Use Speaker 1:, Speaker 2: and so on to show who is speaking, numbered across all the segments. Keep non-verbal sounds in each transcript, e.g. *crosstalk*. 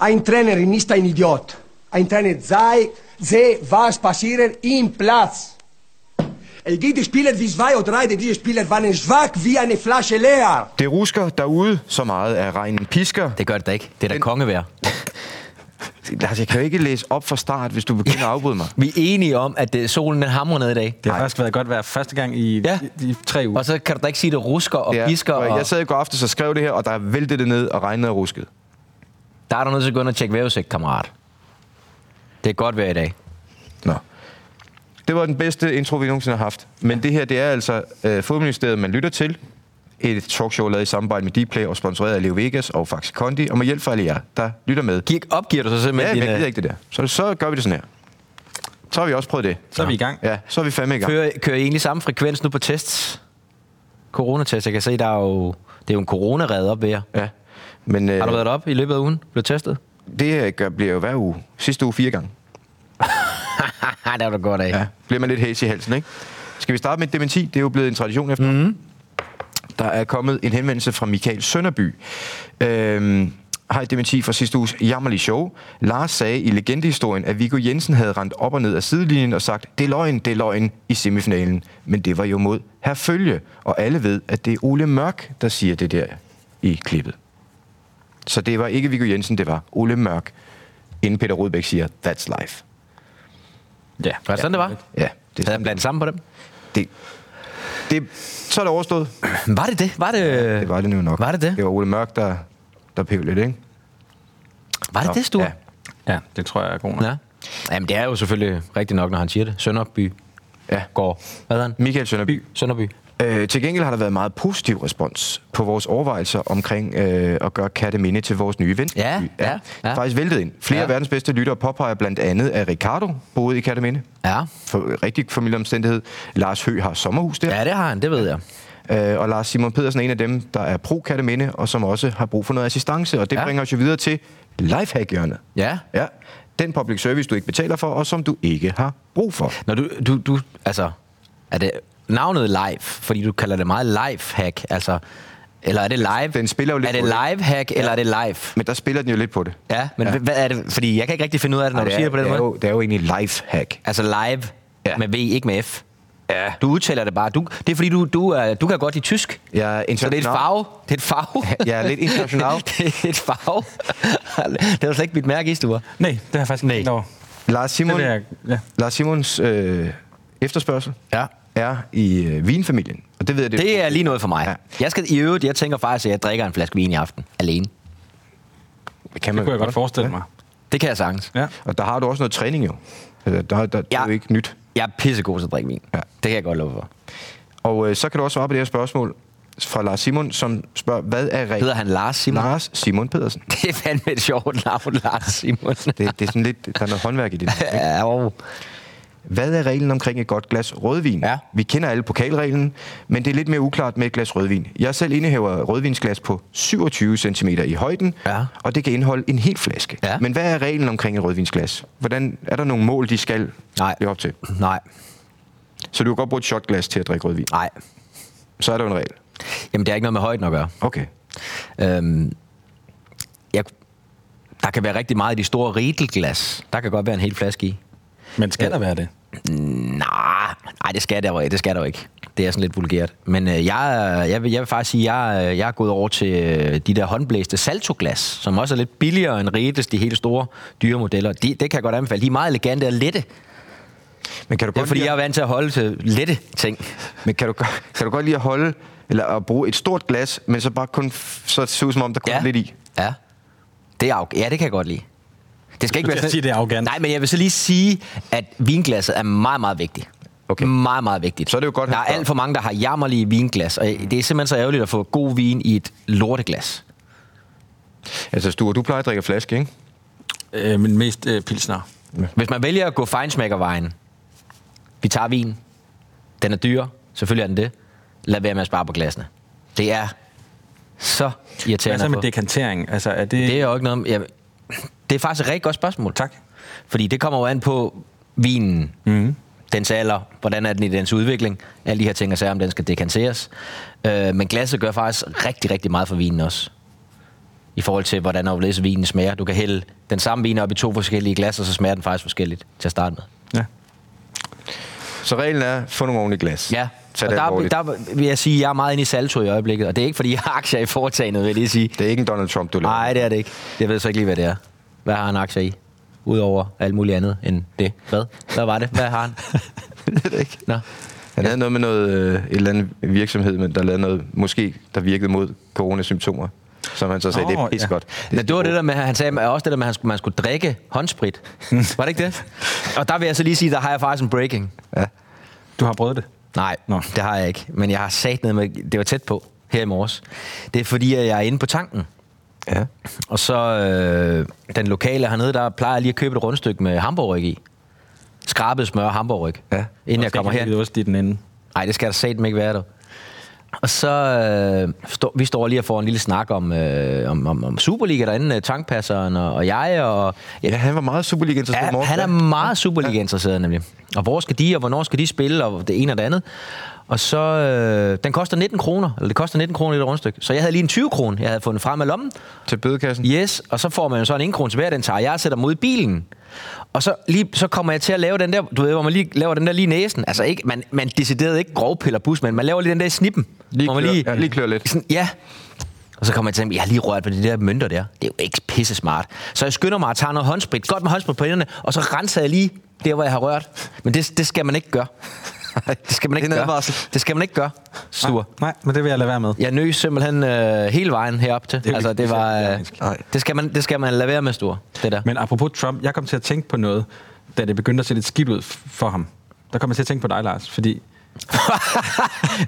Speaker 1: Ein Trainer ist ein Idiot. Ein Trainer sei, sehe, was passiert im Platz. Es gibt Spieler wie zwei oder drei, die diese Spieler waren schwach wie eine Flasche leer.
Speaker 2: Det rusker derude, så meget er regnen pisker.
Speaker 3: Det gør det da ikke. Det er da
Speaker 2: Men-
Speaker 3: kongevejr.
Speaker 2: Lars, jeg kan jo ikke læse op fra start, hvis du begynder at afbryde mig.
Speaker 3: Vi er enige om, at øh, solen den hamrer ned i dag.
Speaker 4: Det har faktisk været godt vejr første gang i,
Speaker 3: Ja.
Speaker 4: ja. i, i tre uger.
Speaker 3: Og så kan du da ikke sige, at det rusker og
Speaker 2: Ja,
Speaker 3: pisker.
Speaker 2: og
Speaker 3: Og
Speaker 2: Jeg sad i går aftes og skrev det her, og der væltede det ned og regnede og ruskede.
Speaker 3: Der er du nødt til at gå ind og tjekke vejrudsigt, kammerat. Det er godt vejr i dag.
Speaker 2: Nå. Det var den bedste intro, vi nogensinde har haft. Men det her, det er altså øh, Fodministeriet, man lytter til. Et talkshow lavet i samarbejde med Dplay og sponsoreret af Leo Vegas og Faxe Kondi. Og med hjælp fra alle jer, der lytter med.
Speaker 3: Gik, opgiver du så
Speaker 2: Ja,
Speaker 3: simpelthen
Speaker 2: jeg
Speaker 3: din, øh,
Speaker 2: gider ikke det der. Så, så gør vi det sådan her. Så har vi også prøvet det.
Speaker 4: Så er vi i gang.
Speaker 2: Ja, så er vi fandme i gang.
Speaker 3: Kører, kører I egentlig samme frekvens nu på tests? Coronatest. Jeg kan se, der er jo, det er jo en coronarede op ved jer.
Speaker 2: Ja. Men øh,
Speaker 3: Har du været op i løbet af ugen? Blev testet?
Speaker 2: det her gør, bliver jo hver uge. Sidste uge fire gange.
Speaker 3: Nej, det var du godt af.
Speaker 2: Ja.
Speaker 3: Ja.
Speaker 2: Bliver man lidt hæs i halsen, ikke? Skal vi starte med et dementi? Det er jo blevet en tradition efter. Mm. Der er kommet en henvendelse fra Michael Sønderby. Øhm, har et dementi fra sidste uges jammerlige show. Lars sagde i legendehistorien, at Viggo Jensen havde rendt op og ned af sidelinjen og sagt, det er løgn, det er løgn i semifinalen. Men det var jo mod herfølge, og alle ved, at det er Ole Mørk, der siger det der i klippet. Så det var ikke Viggo Jensen, det var Ole Mørk, inden Peter Rudbæk siger, that's life.
Speaker 4: Ja.
Speaker 3: Var det sådan, det var?
Speaker 2: Ja, det
Speaker 3: Havde jeg blandet sammen på dem?
Speaker 2: det, det, så er det overstået.
Speaker 3: Var det det? Var det,
Speaker 2: Det var det nu nok.
Speaker 3: Var det det?
Speaker 2: Det var Ole Mørk, der, der pev lidt, ikke?
Speaker 3: Var det, det Stue?
Speaker 2: Ja.
Speaker 4: ja, det tror jeg er god nok.
Speaker 3: Ja. Jamen, det er jo selvfølgelig rigtigt nok, når han siger det. Sønderby.
Speaker 2: Ja.
Speaker 3: Går. Hvad hedder han?
Speaker 2: Michael Sønderby.
Speaker 3: Sønderby.
Speaker 2: Øh, til gengæld har der været meget positiv respons på vores overvejelser omkring øh, at gøre Katteminde til vores nye ven.
Speaker 3: Ja, ja, ja.
Speaker 2: Faktisk væltet ind. Flere
Speaker 3: Ja.
Speaker 2: af verdens bedste lyttere påpeger blandt andet, at Ricardo boede i Katteminde.
Speaker 3: Ja.
Speaker 2: For, rigtig familieomstændighed. Lars Hø har sommerhus der.
Speaker 3: Ja, det har han. Det ved jeg.
Speaker 2: Øh, og Lars Simon Pedersen er en af dem, der er pro-katteminde, og som også har brug for noget assistance. Og det
Speaker 3: Ja.
Speaker 2: ja. bringer os jo videre til lifehack-hjørnet.
Speaker 3: Ja.
Speaker 2: ja. Den public service, du ikke betaler for, og som du ikke har brug for.
Speaker 3: Når du, du, du, altså, er det navnet live, fordi du kalder det meget live hack, altså, eller er det live?
Speaker 2: Altså, Den spiller jo lidt
Speaker 3: Er det
Speaker 2: på det.
Speaker 3: live hack, eller er det live?
Speaker 2: Men der spiller den jo lidt på det.
Speaker 3: Ja, men ja. hvad er det? Fordi jeg kan ikke rigtig finde ud af det, når
Speaker 2: Og
Speaker 3: du siger det på den
Speaker 2: er,
Speaker 3: måde.
Speaker 2: Jo, det er jo egentlig lifehack.
Speaker 3: Altså live ja.
Speaker 2: Ja.
Speaker 3: med V, ikke med F.
Speaker 2: Ja.
Speaker 3: Du udtaler det bare. Du, det er fordi, du, du, er, du kan godt lide tysk.
Speaker 2: Jeg er
Speaker 3: Så det er et
Speaker 2: international.
Speaker 3: farve. Det er et farve.
Speaker 2: jeg er lidt international.
Speaker 3: *laughs* det er et
Speaker 2: *laughs*
Speaker 3: farve. det var slet ikke mit mærke i stuer.
Speaker 4: Nej, det har jeg faktisk ikke tænkt over.
Speaker 2: Lars, Simon,
Speaker 4: Det vil jeg- ja.
Speaker 2: Lars Simons øh, efterspørgsel
Speaker 3: Ja.
Speaker 2: er i øh, vinfamilien. Og det ved jeg, det,
Speaker 3: Det er lige noget for mig. Ja.
Speaker 2: Ja.
Speaker 3: Jeg skal i øvrigt, jeg tænker faktisk, at jeg drikker en flaske vin i aften. Alene.
Speaker 2: det kan
Speaker 4: Det
Speaker 2: man
Speaker 4: kunne jeg
Speaker 2: jo
Speaker 4: godt forestille mig.
Speaker 3: Det kan jeg sagtens.
Speaker 4: Ja.
Speaker 2: Og der har du også noget træning jo. Altså, Der, der, der, Det er jo ikke nyt.
Speaker 3: Jeg er pissegod til at drikke vin. Ja.
Speaker 2: Ja.
Speaker 3: Det kan jeg godt love for.
Speaker 2: Og øh, så kan du også svare på det her spørgsmål fra Lars Simon, som spørger, hvad er rigtigt?
Speaker 3: Hedder han Lars Simon?
Speaker 2: Lars Simon Pedersen.
Speaker 3: *laughs* Det er fandme et sjovt navn, Lars Simon.
Speaker 2: Det, det er sådan lidt, der er noget håndværk i
Speaker 3: *laughs*
Speaker 2: det.
Speaker 3: ja, og
Speaker 2: Hvad er reglen omkring et godt glas rødvin?
Speaker 3: Ja.
Speaker 2: Vi kender alle pokalreglen, men det er lidt mere uklart med et glas rødvin. Jeg selv indehaver rødvinsglas på 27 cm i højden,
Speaker 3: Ja.
Speaker 2: og det kan indeholde en hel flaske.
Speaker 3: Ja.
Speaker 2: Men hvad er reglen omkring et rødvinsglas? Hvordan, er der nogle mål, de skal
Speaker 3: Nej.
Speaker 2: leve op til?
Speaker 3: Nej,
Speaker 2: Så du kan godt bruge et shotglas til at drikke rødvin.
Speaker 3: nej.
Speaker 2: Så er der jo en regel.
Speaker 3: Jamen, det har ikke noget med højden at gøre.
Speaker 2: Okay.
Speaker 3: Øhm, jeg, der kan være rigtig meget i de store riedelglas. Der kan godt være en hel flaske i.
Speaker 4: Men skal der være det?
Speaker 3: Nej, nej, det skal der jo, det skal der jo ikke. Det er sådan lidt vulgært. Men øh, jeg, er- jeg, vil, jeg vil faktisk sige, at jeg, øh, jeg er gået over til øh, de der håndblæste saltoglas, som også er lidt billigere end Redes, de helt store dyre modeller. De, det kan jeg godt anbefale. De er meget elegante og lette.
Speaker 2: Men kan du
Speaker 3: Det er
Speaker 2: godt
Speaker 3: fordi,
Speaker 2: lide-
Speaker 3: jeg er vant til at holde til lette ting.
Speaker 2: Men kan du, godt- kan du godt lide at holde, eller at bruge et stort glas, men så bare kun, f- så det ser ud som om, der kun er lidt i?
Speaker 3: Ja. Det er arro- ja, det kan jeg godt lide. Det skal ikke
Speaker 4: Du
Speaker 3: være
Speaker 4: skal sige, det er arrogant.
Speaker 3: Nej, men jeg vil så lige sige, at vinglasset er meget, meget vigtigt.
Speaker 2: Okay.
Speaker 3: Meget, meget vigtigt.
Speaker 2: Så er det jo godt,
Speaker 3: Der er
Speaker 2: han spørger.
Speaker 3: alt for mange, der har jammerlige vinglas, og det er simpelthen så ærgerligt at få god vin i et lorteglas.
Speaker 2: Altså, Sture, du plejer at drikke flaske, ikke?
Speaker 4: Øh, men mest øh, pilsner.
Speaker 3: Hvis man vælger at gå fejnsmækkervejen, vi tager vin, den er dyr, selvfølgelig er den det, lad være med at spare på glasene. Det er så irriterende
Speaker 4: Hvad så
Speaker 3: at
Speaker 4: med
Speaker 3: få.
Speaker 4: dekantering? Altså, er det...
Speaker 3: Det er jo ikke noget... om- Jeg, det er faktisk et rigtig godt spørgsmål.
Speaker 4: Tak.
Speaker 3: Fordi det kommer jo an på vinen,
Speaker 2: Mhm.
Speaker 3: mm. dens alder, hvordan er den i dens udvikling, alle de her ting og sager, om den skal dekanteres. Øh, men glasset gør faktisk rigtig, rigtig meget for vinen også. i forhold til, hvordan og hvorledes vinen smager. Du kan hælde den samme vin op i to forskellige glas, og så smager den faktisk forskelligt til at starte med.
Speaker 4: Ja.
Speaker 2: Så reglen er, få nogle ordentlige glas.
Speaker 3: Ja,
Speaker 2: Tag
Speaker 3: og
Speaker 2: det
Speaker 3: der,
Speaker 2: alvorligt.
Speaker 3: der vil jeg sige, at jeg er meget inde i salto i øjeblikket, og det er ikke, fordi jeg har aktier i foretagendet, vil jeg lige sige.
Speaker 2: Det er ikke en Donald Trump, du laver.
Speaker 3: Nej, det er det ikke. Jeg ved så ikke lige, hvad det er. Hvad har han aktier i? Udover alt muligt andet end det. Hvad? Hvad var det? Hvad har han?
Speaker 2: *laughs* det er det ikke.
Speaker 3: Nå.
Speaker 2: Han havde noget med noget, øh, et eller andet virksomhed, men der lavede noget, måske, der virkede mod coronasymptomer. Som han så sagde, oh, det er
Speaker 4: Åh,
Speaker 2: pis
Speaker 4: ja.
Speaker 2: godt.
Speaker 3: Men det var det der med, han sagde også det der med, at han skulle, man skulle drikke håndsprit. Var det ikke det? Og der vil jeg så lige sige, der har jeg faktisk en breaking.
Speaker 2: Ja.
Speaker 4: Du har prøvet det?
Speaker 3: Nej, Nå.
Speaker 4: Nå.
Speaker 3: det har jeg ikke. Men jeg har sat ned med, det var tæt på her i morges. Det er fordi, at jeg er inde på tanken.
Speaker 2: ja.
Speaker 3: Og så øh, den lokale hernede, der plejer jeg lige at købe et rundstykke med hamburgryg i. Skrabet smør og hamburgryg.
Speaker 2: Ja.
Speaker 3: Inden jeg kommer
Speaker 4: her. Det er
Speaker 3: her.
Speaker 4: også i den ende.
Speaker 3: Nej, det skal der satme ikke være, du. Og så, øh, stå, vi står lige og får en lille snak om, øh, om, om, om Superliga derinde, øh, tankpasseren og, og jeg, og
Speaker 2: ja, han var meget Superliga interesseret
Speaker 3: Ja, han er meget Superliga-interesseret nemlig. Og hvor skal de, og hvornår skal de spille, og det ene og det andet. Og så, øh, den koster 19 kroner, eller det koster 19 kroner i et rundstykke. Så jeg havde lige en 20 kroner, jeg havde fundet frem af lommen.
Speaker 2: Til bødekassen.
Speaker 3: Yes, og så får man jo så en 1 kroner tilbage, den tager jeg og sætter mod bilen. Og så, lige, så kommer jeg til at lave den der, du ved, hvor man lige laver den der lige i næsen. Altså ikke, man, man decideret ikke grovpiller bus, men man laver lige den der i snippen.
Speaker 2: Lige
Speaker 3: Hvor man
Speaker 2: klør- ja, lige klør lidt.
Speaker 3: Sådan, ja. Og så kommer jeg til at jeg har lige rørt ved de der mønter der. Det er jo ikke pisse smart. Så jeg skynder mig at tage noget håndsprit, godt med håndsprit på hænderne, og så renser jeg lige der, hvor jeg har rørt. Men det, det skal man ikke gøre. *laughs* Det skal man ikke
Speaker 2: Det er en
Speaker 3: gøre.
Speaker 2: advarsel.
Speaker 3: Det skal man ikke gøre, Sture.
Speaker 4: Nej, men det vil jeg lade være med.
Speaker 3: Jeg nøs simpelthen øh, hele vejen herop til.
Speaker 4: er
Speaker 3: Det
Speaker 4: jo
Speaker 3: altså,
Speaker 4: ikke
Speaker 3: det var... Øh,
Speaker 4: specielt dynamisk.
Speaker 2: Nej.
Speaker 3: det, skal man, det skal man lade være med, Stor. Det der. Men,
Speaker 4: Men apropos Trump, jeg kom til at tænke på noget, da det begyndte at se lidt skidt ud f- for ham. Der kom jeg til at tænke på dig, Lars, fordi...
Speaker 3: *laughs*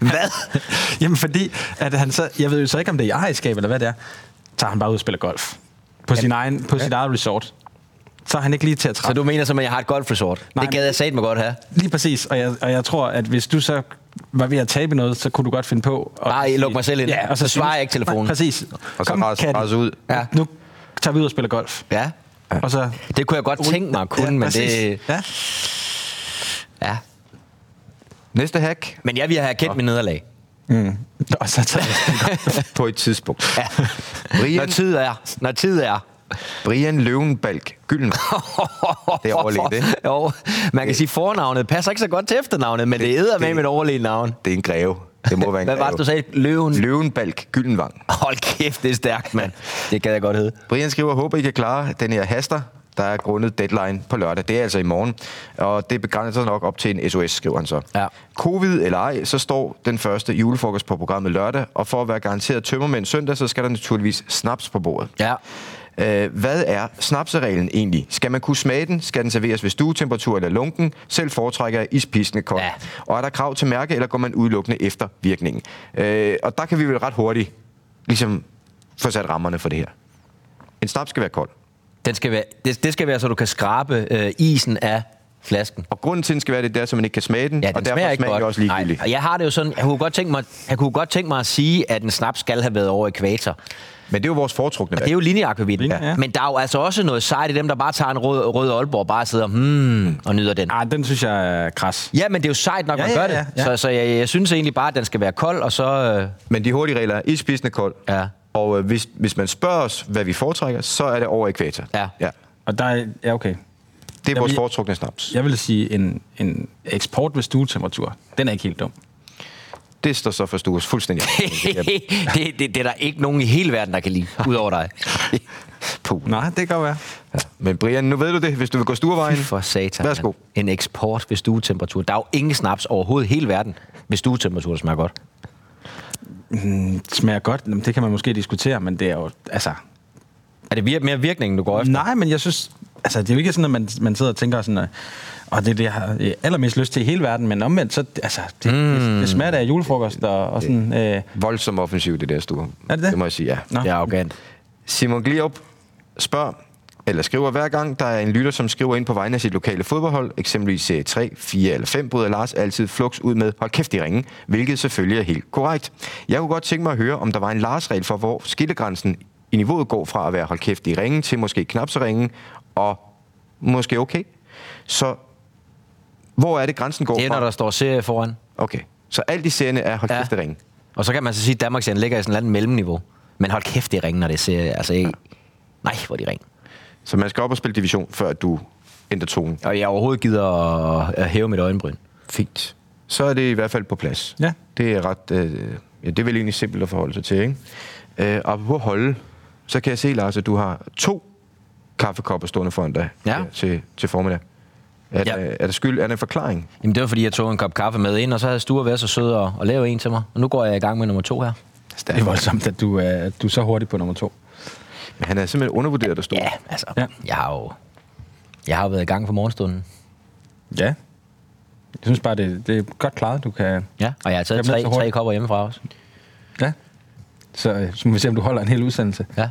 Speaker 3: Hvad?
Speaker 4: *laughs* Jamen fordi, at han så, jeg ved jo så ikke, om det er i ejerskab eller hvad det er, tager han bare ud og spiller golf. På, sin egen, på sit eget resort. Så er han ikke lige til at træffe.
Speaker 3: så du mener simpelthen, at jeg har et golfresort?
Speaker 4: Nej,
Speaker 3: Det gad jeg satme godt have.
Speaker 4: Lige præcis, og jeg, og jeg tror, at hvis du så var ved at tabe noget, så kunne du godt finde på... at-
Speaker 3: Bare luk mig selv ind.
Speaker 4: Ja, og så,
Speaker 3: Så svarer
Speaker 4: sige-
Speaker 3: jeg ikke telefonen.
Speaker 4: Nej, præcis.
Speaker 2: Og så rase-
Speaker 4: katten.
Speaker 2: rase ud.
Speaker 3: Ja.
Speaker 4: Nu tager vi ud og spiller golf.
Speaker 3: Ja.
Speaker 4: Og så...
Speaker 3: Det kunne jeg godt tænke mig at kunne, men det...
Speaker 4: Ja.
Speaker 3: Ja.
Speaker 2: Næste hack
Speaker 3: Men jeg ville have kendt min nederlag.
Speaker 4: Mm. Og så tager
Speaker 2: på et tidspunkt.
Speaker 3: Ja. Når
Speaker 2: *laughs* Brian,
Speaker 3: tid er. Når tid er.
Speaker 2: Brian Løvenbalk Gylden. Det er overlegent, ikke?
Speaker 3: *laughs* Jo, man kan sige, fornavnet passer ikke så godt til efternavnet, men det æder med
Speaker 2: det-
Speaker 3: mit overlegent navn.
Speaker 2: Det er en greve. Det må være en
Speaker 3: Hvad
Speaker 2: greve.
Speaker 3: var det, du sagde? Løven?
Speaker 2: Løvenbalk Gyldenvang.
Speaker 3: Hold kæft, det er stærkt, mand. Det gad jeg godt hedde.
Speaker 2: Brian skriver, håber I kan klare den her haster, der er grundet deadline på lørdag. Det er altså i morgen, og det begrænser sig nok op til en SOS, skriver han så.
Speaker 3: Ja.
Speaker 2: Covid eller ej, så står den første julefrokost på programmet lørdag, og for at være garanteret tømmermænd søndag, så skal der naturligvis snaps på bordet.
Speaker 3: Ja.
Speaker 2: Øh, hvad er snapsereglen egentlig? Skal man kunne smage den? Skal den serveres ved stuetemperatur eller lunken? Selv foretrækker jeg ispissende kold.
Speaker 3: Ja.
Speaker 2: Ja. Og er der krav til mærke, eller går man udelukkende efter virkningen? Øh, og der kan vi vel ret hurtigt ligesom få sat rammerne for det her. En snaps skal være kold.
Speaker 3: Den skal være, det, det skal være, så du kan skrabe øh, isen af flasken.
Speaker 2: Og grunden til, at den skal være det, det er, så man ikke kan smage den,
Speaker 3: Ja, den
Speaker 2: og derfor
Speaker 3: smager ikke
Speaker 2: smager
Speaker 3: godt.
Speaker 2: den også ligegyldig.
Speaker 3: Nej, og jeg har det jo sådan, jeg kunne godt tænke mig, jeg kunne godt tænke mig at sige, at en snaps skal have været over ekvator.
Speaker 2: Men det er jo vores foretrukne
Speaker 3: Og det er
Speaker 2: valg.
Speaker 3: jo linjeakvavitten.
Speaker 4: Linje,
Speaker 3: Ja.
Speaker 4: ja.
Speaker 3: Men der er jo altså også noget sejt i dem, der bare tager en rød, rød Aalborg og bare sidder hmm, og nyder den.
Speaker 4: *laughs* Ah, den synes jeg er kras.
Speaker 3: Ja, men det er jo sejt nok,
Speaker 4: Ja,
Speaker 3: man
Speaker 4: ja,
Speaker 3: gør
Speaker 4: ja,
Speaker 3: det.
Speaker 4: ja.
Speaker 3: Så, så jeg, jeg synes egentlig bare, at den skal være kold, og så...
Speaker 4: *laughs*
Speaker 3: Øh,
Speaker 2: Men de hurtige regler er ispissende kold.
Speaker 3: Ja.
Speaker 2: Og øh, hvis, hvis man spørger os, hvad vi foretrækker, så er det over ekvator.
Speaker 3: Ja.
Speaker 2: ja.
Speaker 4: Og der er, ja, okay.
Speaker 2: Det er vores
Speaker 4: jeg-
Speaker 2: foretrukne snaps.
Speaker 4: Jeg vil sige, en, en eksport ved stuetemperatur, den er ikke helt dum.
Speaker 2: Det står så for stues fuldstændig.
Speaker 3: *laughs* det, det, det er der ikke nogen i hele verden, der kan lide, udover dig.
Speaker 2: Puh.
Speaker 4: Nej, det kan godt være.
Speaker 2: Ja. Men Brian, nu ved du det, hvis du vil gå stuevejen.
Speaker 3: For satan.
Speaker 2: Værsgo.
Speaker 3: mand. En eksport ved stuetemperatur. Der er jo ingen snaps overhovedet i hele verden, hvis stuetemperatur der smager godt.
Speaker 4: Smager godt, Jamen, det kan man måske diskutere, men det er jo, altså...
Speaker 3: Er det vir- mere virkningen, du går efter?
Speaker 4: Nej, men jeg synes, altså det er jo ikke sådan, at man, man sidder og tænker sådan, at, og det er det, jeg har øh, allermest lyst til i hele verden, men omvendt, så, altså, det, mm. det, det smager da af julefrokost og, og sådan... Øh,
Speaker 2: Voldsom offensiv, det der stue.
Speaker 4: Er det det?
Speaker 2: Det må jeg sige, ja.
Speaker 4: Nå.
Speaker 3: Det er arrogant.
Speaker 2: Simon Gliop spørger, eller skriver hver gang, der er en lytter, som skriver ind på vegne af sit lokale fodboldhold, eksempelvis serie 3, 4 eller 5, bryder Lars altid flux ud med, hold kæft i ringen, hvilket selvfølgelig er helt korrekt. Jeg kunne godt tænke mig at høre, om der var en Lars-regel for, hvor skillegrænsen i niveauet går fra at være hold kæft i ringen til måske knap så ringen, og måske okay. Så hvor er det, grænsen går
Speaker 3: Det er, når
Speaker 2: fra?
Speaker 3: der står serie foran.
Speaker 2: Okay, så alt i serierne er hold
Speaker 3: Ja.
Speaker 2: kæft i ringen.
Speaker 3: Og så kan man så sige, at Danmark ligger i sådan et eller andet mellemniveau. Men hold kæft, det er ringe, når det ser... Altså, ja. Nej, hvor er de ringe.
Speaker 2: Så man skal op og spille division, før du ændrer tonen.
Speaker 3: Og jeg overhovedet gider at, at hæve mit øjenbryn.
Speaker 2: Fint. Så er det i hvert fald på plads.
Speaker 4: Ja.
Speaker 2: Det er ret... Øh, ja, det er vel egentlig simpelt at forholde sig til, ikke? Øh, og på holde, så kan jeg se, Lars, at du har to kaffekopper stående foran dig
Speaker 3: Ja.
Speaker 2: øh, til, til formiddag. Er,
Speaker 3: Ja.
Speaker 2: ja. der, er der skyld? Er der en forklaring?
Speaker 3: Jamen, det var, fordi jeg tog en kop kaffe med ind, og så havde Sture været så sød og, og lave en til mig. Og nu går jeg i gang med nummer to her.
Speaker 4: Det er voldsomt, at du, er, du er så hurtig på nummer to.
Speaker 2: Men han er simpelthen undervurderet at stå.
Speaker 3: Ja, altså, ja.
Speaker 4: Ja.
Speaker 3: jeg har jo... Jeg har jo været i gang for morgenstunden.
Speaker 4: Ja. Jeg synes bare, det, det er godt klaret, du kan...
Speaker 3: Ja, og jeg har taget
Speaker 4: Jeg blev så
Speaker 3: tre,
Speaker 4: hurtig.
Speaker 3: tre kopper hjemmefra også.
Speaker 4: Ja. Så, øh, så må vi se, om du holder en hel udsendelse.
Speaker 3: Ja.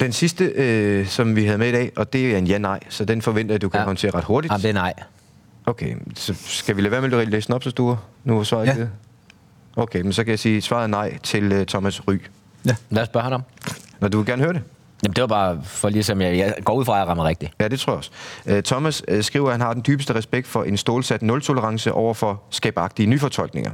Speaker 2: Den sidste, øh, som vi havde med i dag, og det er en ja-nej, så den forventer jeg, at du kan
Speaker 3: Ja.
Speaker 2: ja. håndtere ret hurtigt.
Speaker 3: Jamen, det er nej.
Speaker 2: Okay, så skal vi lade være med at læse den op, så Sture? Nu er svaret
Speaker 4: Ja.
Speaker 2: ja. det. Okay, men så kan jeg sige, svaret er nej til øh, Thomas Ry.
Speaker 3: Lad os spørge ham om.
Speaker 2: Når du vil gerne høre det.
Speaker 3: Jamen, det var bare for lige som jeg, jeg går ud fra, at jeg rammer rigtigt.
Speaker 2: Ja, det tror jeg også. Øh, Thomas øh, skriver, at han har den dybeste respekt for en stålsat nul-tolerance over for skabagtige nyfortolkninger.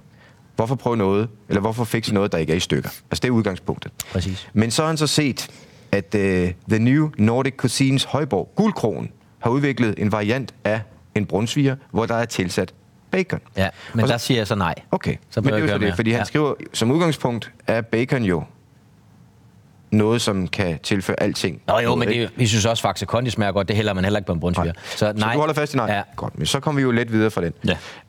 Speaker 2: Hvorfor prøve noget, eller hvorfor fikse noget, der ikke er i stykker? Altså, det er udgangspunktet.
Speaker 3: Præcis.
Speaker 2: Men så har han så set, at øh, The New Nordic Cuisines Højborg, Guldkronen, har udviklet en variant af en brunsviger, hvor der er tilsat bacon.
Speaker 3: Ja, men
Speaker 2: Og så-
Speaker 3: der siger jeg så nej.
Speaker 2: Okay,
Speaker 3: Så
Speaker 2: så
Speaker 3: behøver
Speaker 2: men det er jo
Speaker 3: jeg
Speaker 2: så
Speaker 3: ikke
Speaker 2: det,
Speaker 3: høre
Speaker 2: fordi
Speaker 3: mere.
Speaker 2: han
Speaker 3: Ja.
Speaker 2: ja. skriver, som udgangspunkt er bacon jo noget, som kan tilføre alting.
Speaker 3: Nå jo,
Speaker 2: Noget,
Speaker 3: men
Speaker 2: ikke?
Speaker 3: det, vi synes også, Faxe Kondi smager godt. Det hælder man heller ikke på en brunsviger. Så nej.
Speaker 2: Så du holder fast i nej?
Speaker 3: Ja.
Speaker 2: Godt, men så kommer vi jo lidt videre fra den.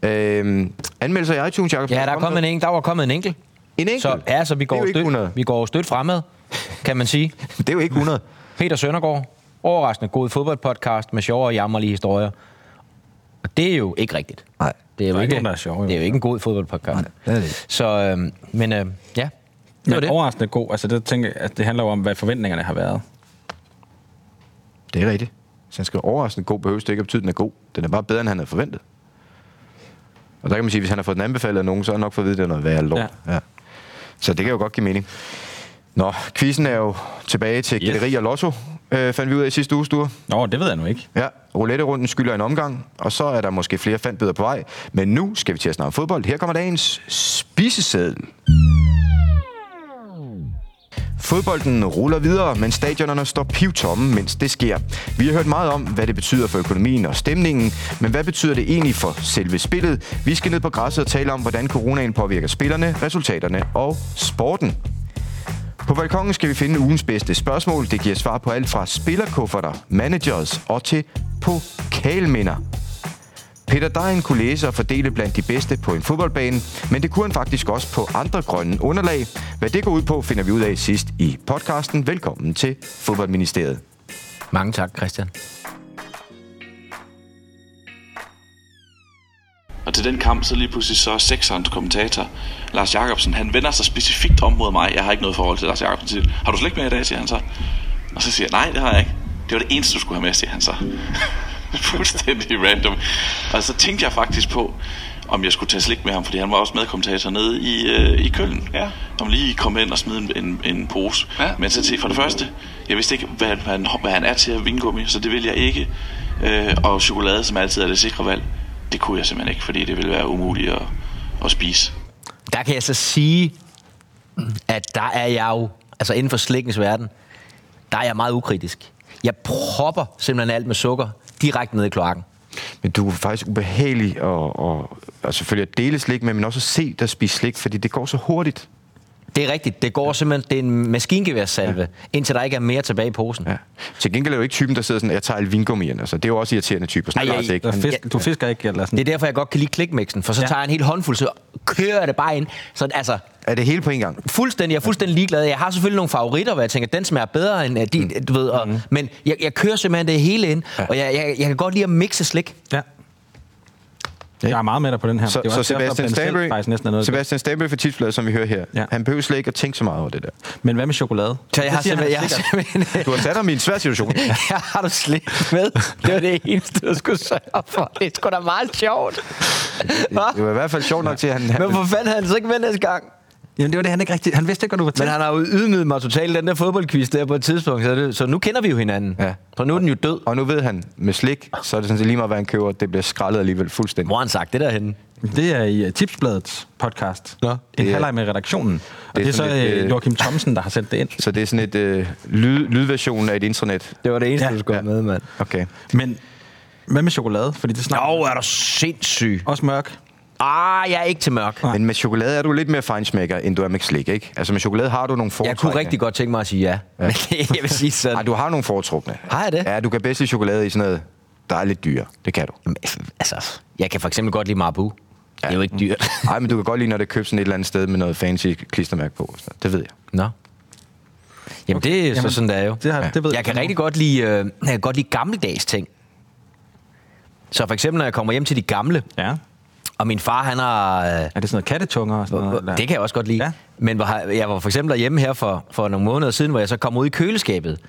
Speaker 3: Ja.
Speaker 2: Øhm, anmeldelser i iTunes, Jacob?
Speaker 3: Ja, der, er kommet en,
Speaker 2: en.
Speaker 3: enkel- der var kommet en enkelt.
Speaker 2: En enkelt?
Speaker 3: Så, ja, så vi
Speaker 2: Det er
Speaker 3: går,
Speaker 2: jo ikke
Speaker 3: stødt,
Speaker 2: 100.
Speaker 3: vi går stødt fremad, kan man sige.
Speaker 2: Det er jo ikke 100.
Speaker 3: Peter Søndergaard, overraskende god fodboldpodcast med sjove og jammerlige historier. Og det er jo ikke rigtigt.
Speaker 2: Nej.
Speaker 3: Det er
Speaker 4: Der
Speaker 3: jo
Speaker 4: er ikke
Speaker 3: ikke,
Speaker 4: nogen, der er sjove, jo.
Speaker 3: det er jo ikke en god fodboldpodcast.
Speaker 2: det er det ikke.
Speaker 3: Så, øhm, men øhm, ja, det var
Speaker 4: Men det.
Speaker 3: det.
Speaker 4: overraskende god. Altså, det, tænker, jeg, at det handler jo om, hvad forventningerne har været.
Speaker 2: Det er rigtigt. Så han skriver, overraskende god behøves det ikke at betyde, at den er god. Den er bare bedre, end han havde forventet. Og der kan man sige, at hvis han har fået den anbefalet af nogen, så har han nok fået at vide, at det er noget værre lort. Ja. Ja. Så det kan jo godt give mening. Nå, quizzen er jo tilbage til
Speaker 4: Yes.
Speaker 2: yes. gætteri og lotto, øh, fandt vi ud af i sidste uge, Sture.
Speaker 4: Nå, det ved jeg nu ikke.
Speaker 2: Ja, roulette-runden skylder en omgang, og så er der måske flere fandbøder på vej. Men nu skal vi til at snakke om fodbold. Her kommer dagens spiseseddel. Fodbolden ruller videre, men stadionerne står pivtomme, mens det sker. Vi har hørt meget om, hvad det betyder for økonomien og stemningen, men hvad betyder det egentlig for selve spillet? Vi skal ned på græsset og tale om, hvordan coronaen påvirker spillerne, resultaterne og sporten. På balkongen skal vi finde ugens bedste spørgsmål. Det giver svar på alt fra spillerkufferter, managers og til pokalminder. Peter Dejen kunne læse og fordele blandt de bedste på en fodboldbane, men det kunne han faktisk også på andre grønne underlag. Hvad det går ud på, finder vi ud af sidst i podcasten. Velkommen til Fodboldministeriet.
Speaker 3: Mange tak, Christian.
Speaker 5: Og til den kamp, så lige pludselig så er sekserens kommentator, Lars Jacobsen, han vender sig specifikt om mod mig. Jeg har ikke noget forhold til Lars Jacobsen. Siger, har du slet ikke med i dag, siger han så. Og så siger jeg, nej, det har jeg ikke. Det var det eneste, du skulle have med, siger han så. *laughs* Fuldstændig random. Og så tænkte jeg faktisk på, om jeg skulle tage slik med ham, fordi han var også medkommentator nede i, øh, i Køln.
Speaker 6: Ja.
Speaker 5: Om lige kom hen og smide en, en, en pose.
Speaker 6: Ja.
Speaker 5: Men så til for det første, jeg vidste ikke, hvad, hvad, han, hvad han er til at vingummi, så det vil jeg ikke. Øh, og chokolade, som altid er det sikre valg, det kunne jeg simpelthen ikke, fordi det ville være umuligt at, at spise.
Speaker 3: Der kan jeg så sige, at der er jeg jo, altså inden for slikkens verden, der er jeg meget ukritisk. Jeg propper simpelthen alt med sukker direkte ned i kloakken.
Speaker 2: Men du er faktisk ubehagelig og, og, og selvfølgelig at dele slik med, men også at se dig spise slik, fordi det går så hurtigt.
Speaker 3: Det er rigtigt. Det går simpelthen, det er en maskingeværsalve, ja. indtil der ikke er mere tilbage i posen.
Speaker 2: Ja. Til gengæld er du ikke typen, der sidder sådan, jeg tager alle vingummierne. Altså, det er jo også irriterende typer. Sådan
Speaker 3: Ej,
Speaker 2: er Lars
Speaker 3: ej,
Speaker 2: ikke.
Speaker 4: Der
Speaker 2: Han-
Speaker 4: fisk, du fisker ikke, eller sådan.
Speaker 3: Det er derfor, jeg godt kan lide klikmixen, for så ja.
Speaker 4: Ja.
Speaker 3: tager jeg en hel håndfuld, så kører jeg det bare ind. Så altså,
Speaker 2: Er det hele på en gang?
Speaker 3: fuldstændig, jeg er fuldstændig ligeglad. Jeg har selvfølgelig nogle favoritter, hvor jeg tænker, den smager bedre end øh, din, du ved. Og, Men jeg, jeg kører simpelthen det hele ind, ja. og jeg, jeg, jeg kan godt lide at mixe slik.
Speaker 4: Ja. Jeg er meget med dig på den her.
Speaker 2: Så,
Speaker 4: Det er
Speaker 2: så
Speaker 4: også derfor,
Speaker 2: Sebastian
Speaker 4: at Benzell
Speaker 2: Stabø,
Speaker 4: Faktisk næsten er noget
Speaker 2: Sebastian Stabø fra Tipsbladet, som vi hører her,
Speaker 4: Ja.
Speaker 2: ja. han behøver slet ikke at tænke så meget over det der.
Speaker 4: Men hvad med chokolade?
Speaker 3: Så jeg har
Speaker 4: Det siger han
Speaker 3: simpelthen, jeg har
Speaker 4: sikkert.
Speaker 3: simpelthen
Speaker 2: Du har sat ham i en svær situation.
Speaker 3: *laughs* Jeg har du slik med. Det var det eneste, du skulle sørge for. Det er sgu da meget sjovt. Hva?
Speaker 2: Det var i hvert fald sjovt nok til, at han...
Speaker 3: Men
Speaker 2: han
Speaker 3: hvorfor fanden havde han så ikke med næste gang?
Speaker 4: Jamen, det var det, han ikke rigtigt... Han vidste ikke, hvad du var til.
Speaker 3: Men han har jo ydmyget mig totalt i den der fodboldquiz der på et tidspunkt, så, det, så nu kender vi jo hinanden.
Speaker 2: Ja.
Speaker 3: For nu er den jo død.
Speaker 2: og nu ved han, med slik, så er det sådan set lige meget, hvad han køber. Det bliver skrællet alligevel fuldstændig.
Speaker 3: Hvor har han sagt det derhenne?
Speaker 4: Det er i øh, Tipsbladets podcast.
Speaker 3: Nå,
Speaker 4: en
Speaker 2: det er-
Speaker 4: halvleg med redaktionen. Og det er, så
Speaker 2: sådan lidt,
Speaker 4: øh,
Speaker 2: øh,
Speaker 4: Joachim Thomsen, der har sendt det ind.
Speaker 2: Så det er sådan et øh, lyd, lydversion af et internet.
Speaker 3: Det var det eneste,
Speaker 4: Ja.
Speaker 3: ja, du skulle have med, mand.
Speaker 2: Okay.
Speaker 4: Men hvad med chokolade? Fordi det snakker
Speaker 3: Nå, er du sindssyg.
Speaker 4: også mørk.
Speaker 3: Ah, jeg er ikke til mørk.
Speaker 2: Men med chokolade er du lidt mere feinsmækker, end du er med slik, ikke? Altså med chokolade har du nogle
Speaker 3: Jeg
Speaker 2: foretrækne.
Speaker 3: kunne rigtig godt tænke mig at sige ja. *laughs* Men jeg vil sige sådan.
Speaker 2: Ej, du har nogle foretrukne.
Speaker 3: Har jeg det?
Speaker 2: Ja, du kan bedst lide chokolade i sådan noget, der er lidt dyre. Det kan du.
Speaker 3: Jamen, Altså, jeg kan for eksempel godt lide Marabu. Ja. Det er jo ikke dyrt.
Speaker 2: Nej, men du kan godt lide, når det købes sådan et eller andet sted med noget fancy klistermærke på. og sådan noget. Det ved jeg.
Speaker 3: Nå. Jamen, okay. det er så
Speaker 4: Jamen,
Speaker 3: sådan, det er jo.
Speaker 4: det har- det ved
Speaker 3: jeg
Speaker 4: jeg
Speaker 3: kan
Speaker 4: ikke.
Speaker 3: rigtig godt lide, øh, jeg kan godt lide gammeldags ting. Så for eksempel, når jeg kommer hjem til de gamle,
Speaker 4: Ja.
Speaker 3: og min far, han har... Øh,
Speaker 4: Er det sådan noget kattetunger og sådan noget?
Speaker 3: Hvor-
Speaker 4: eller?
Speaker 3: Det kan jeg også godt lide.
Speaker 4: Ja.
Speaker 3: Ja. Men hvor, har- jeg var for eksempel hjemme her for, for nogle måneder siden, hvor jeg så kom ud i køleskabet.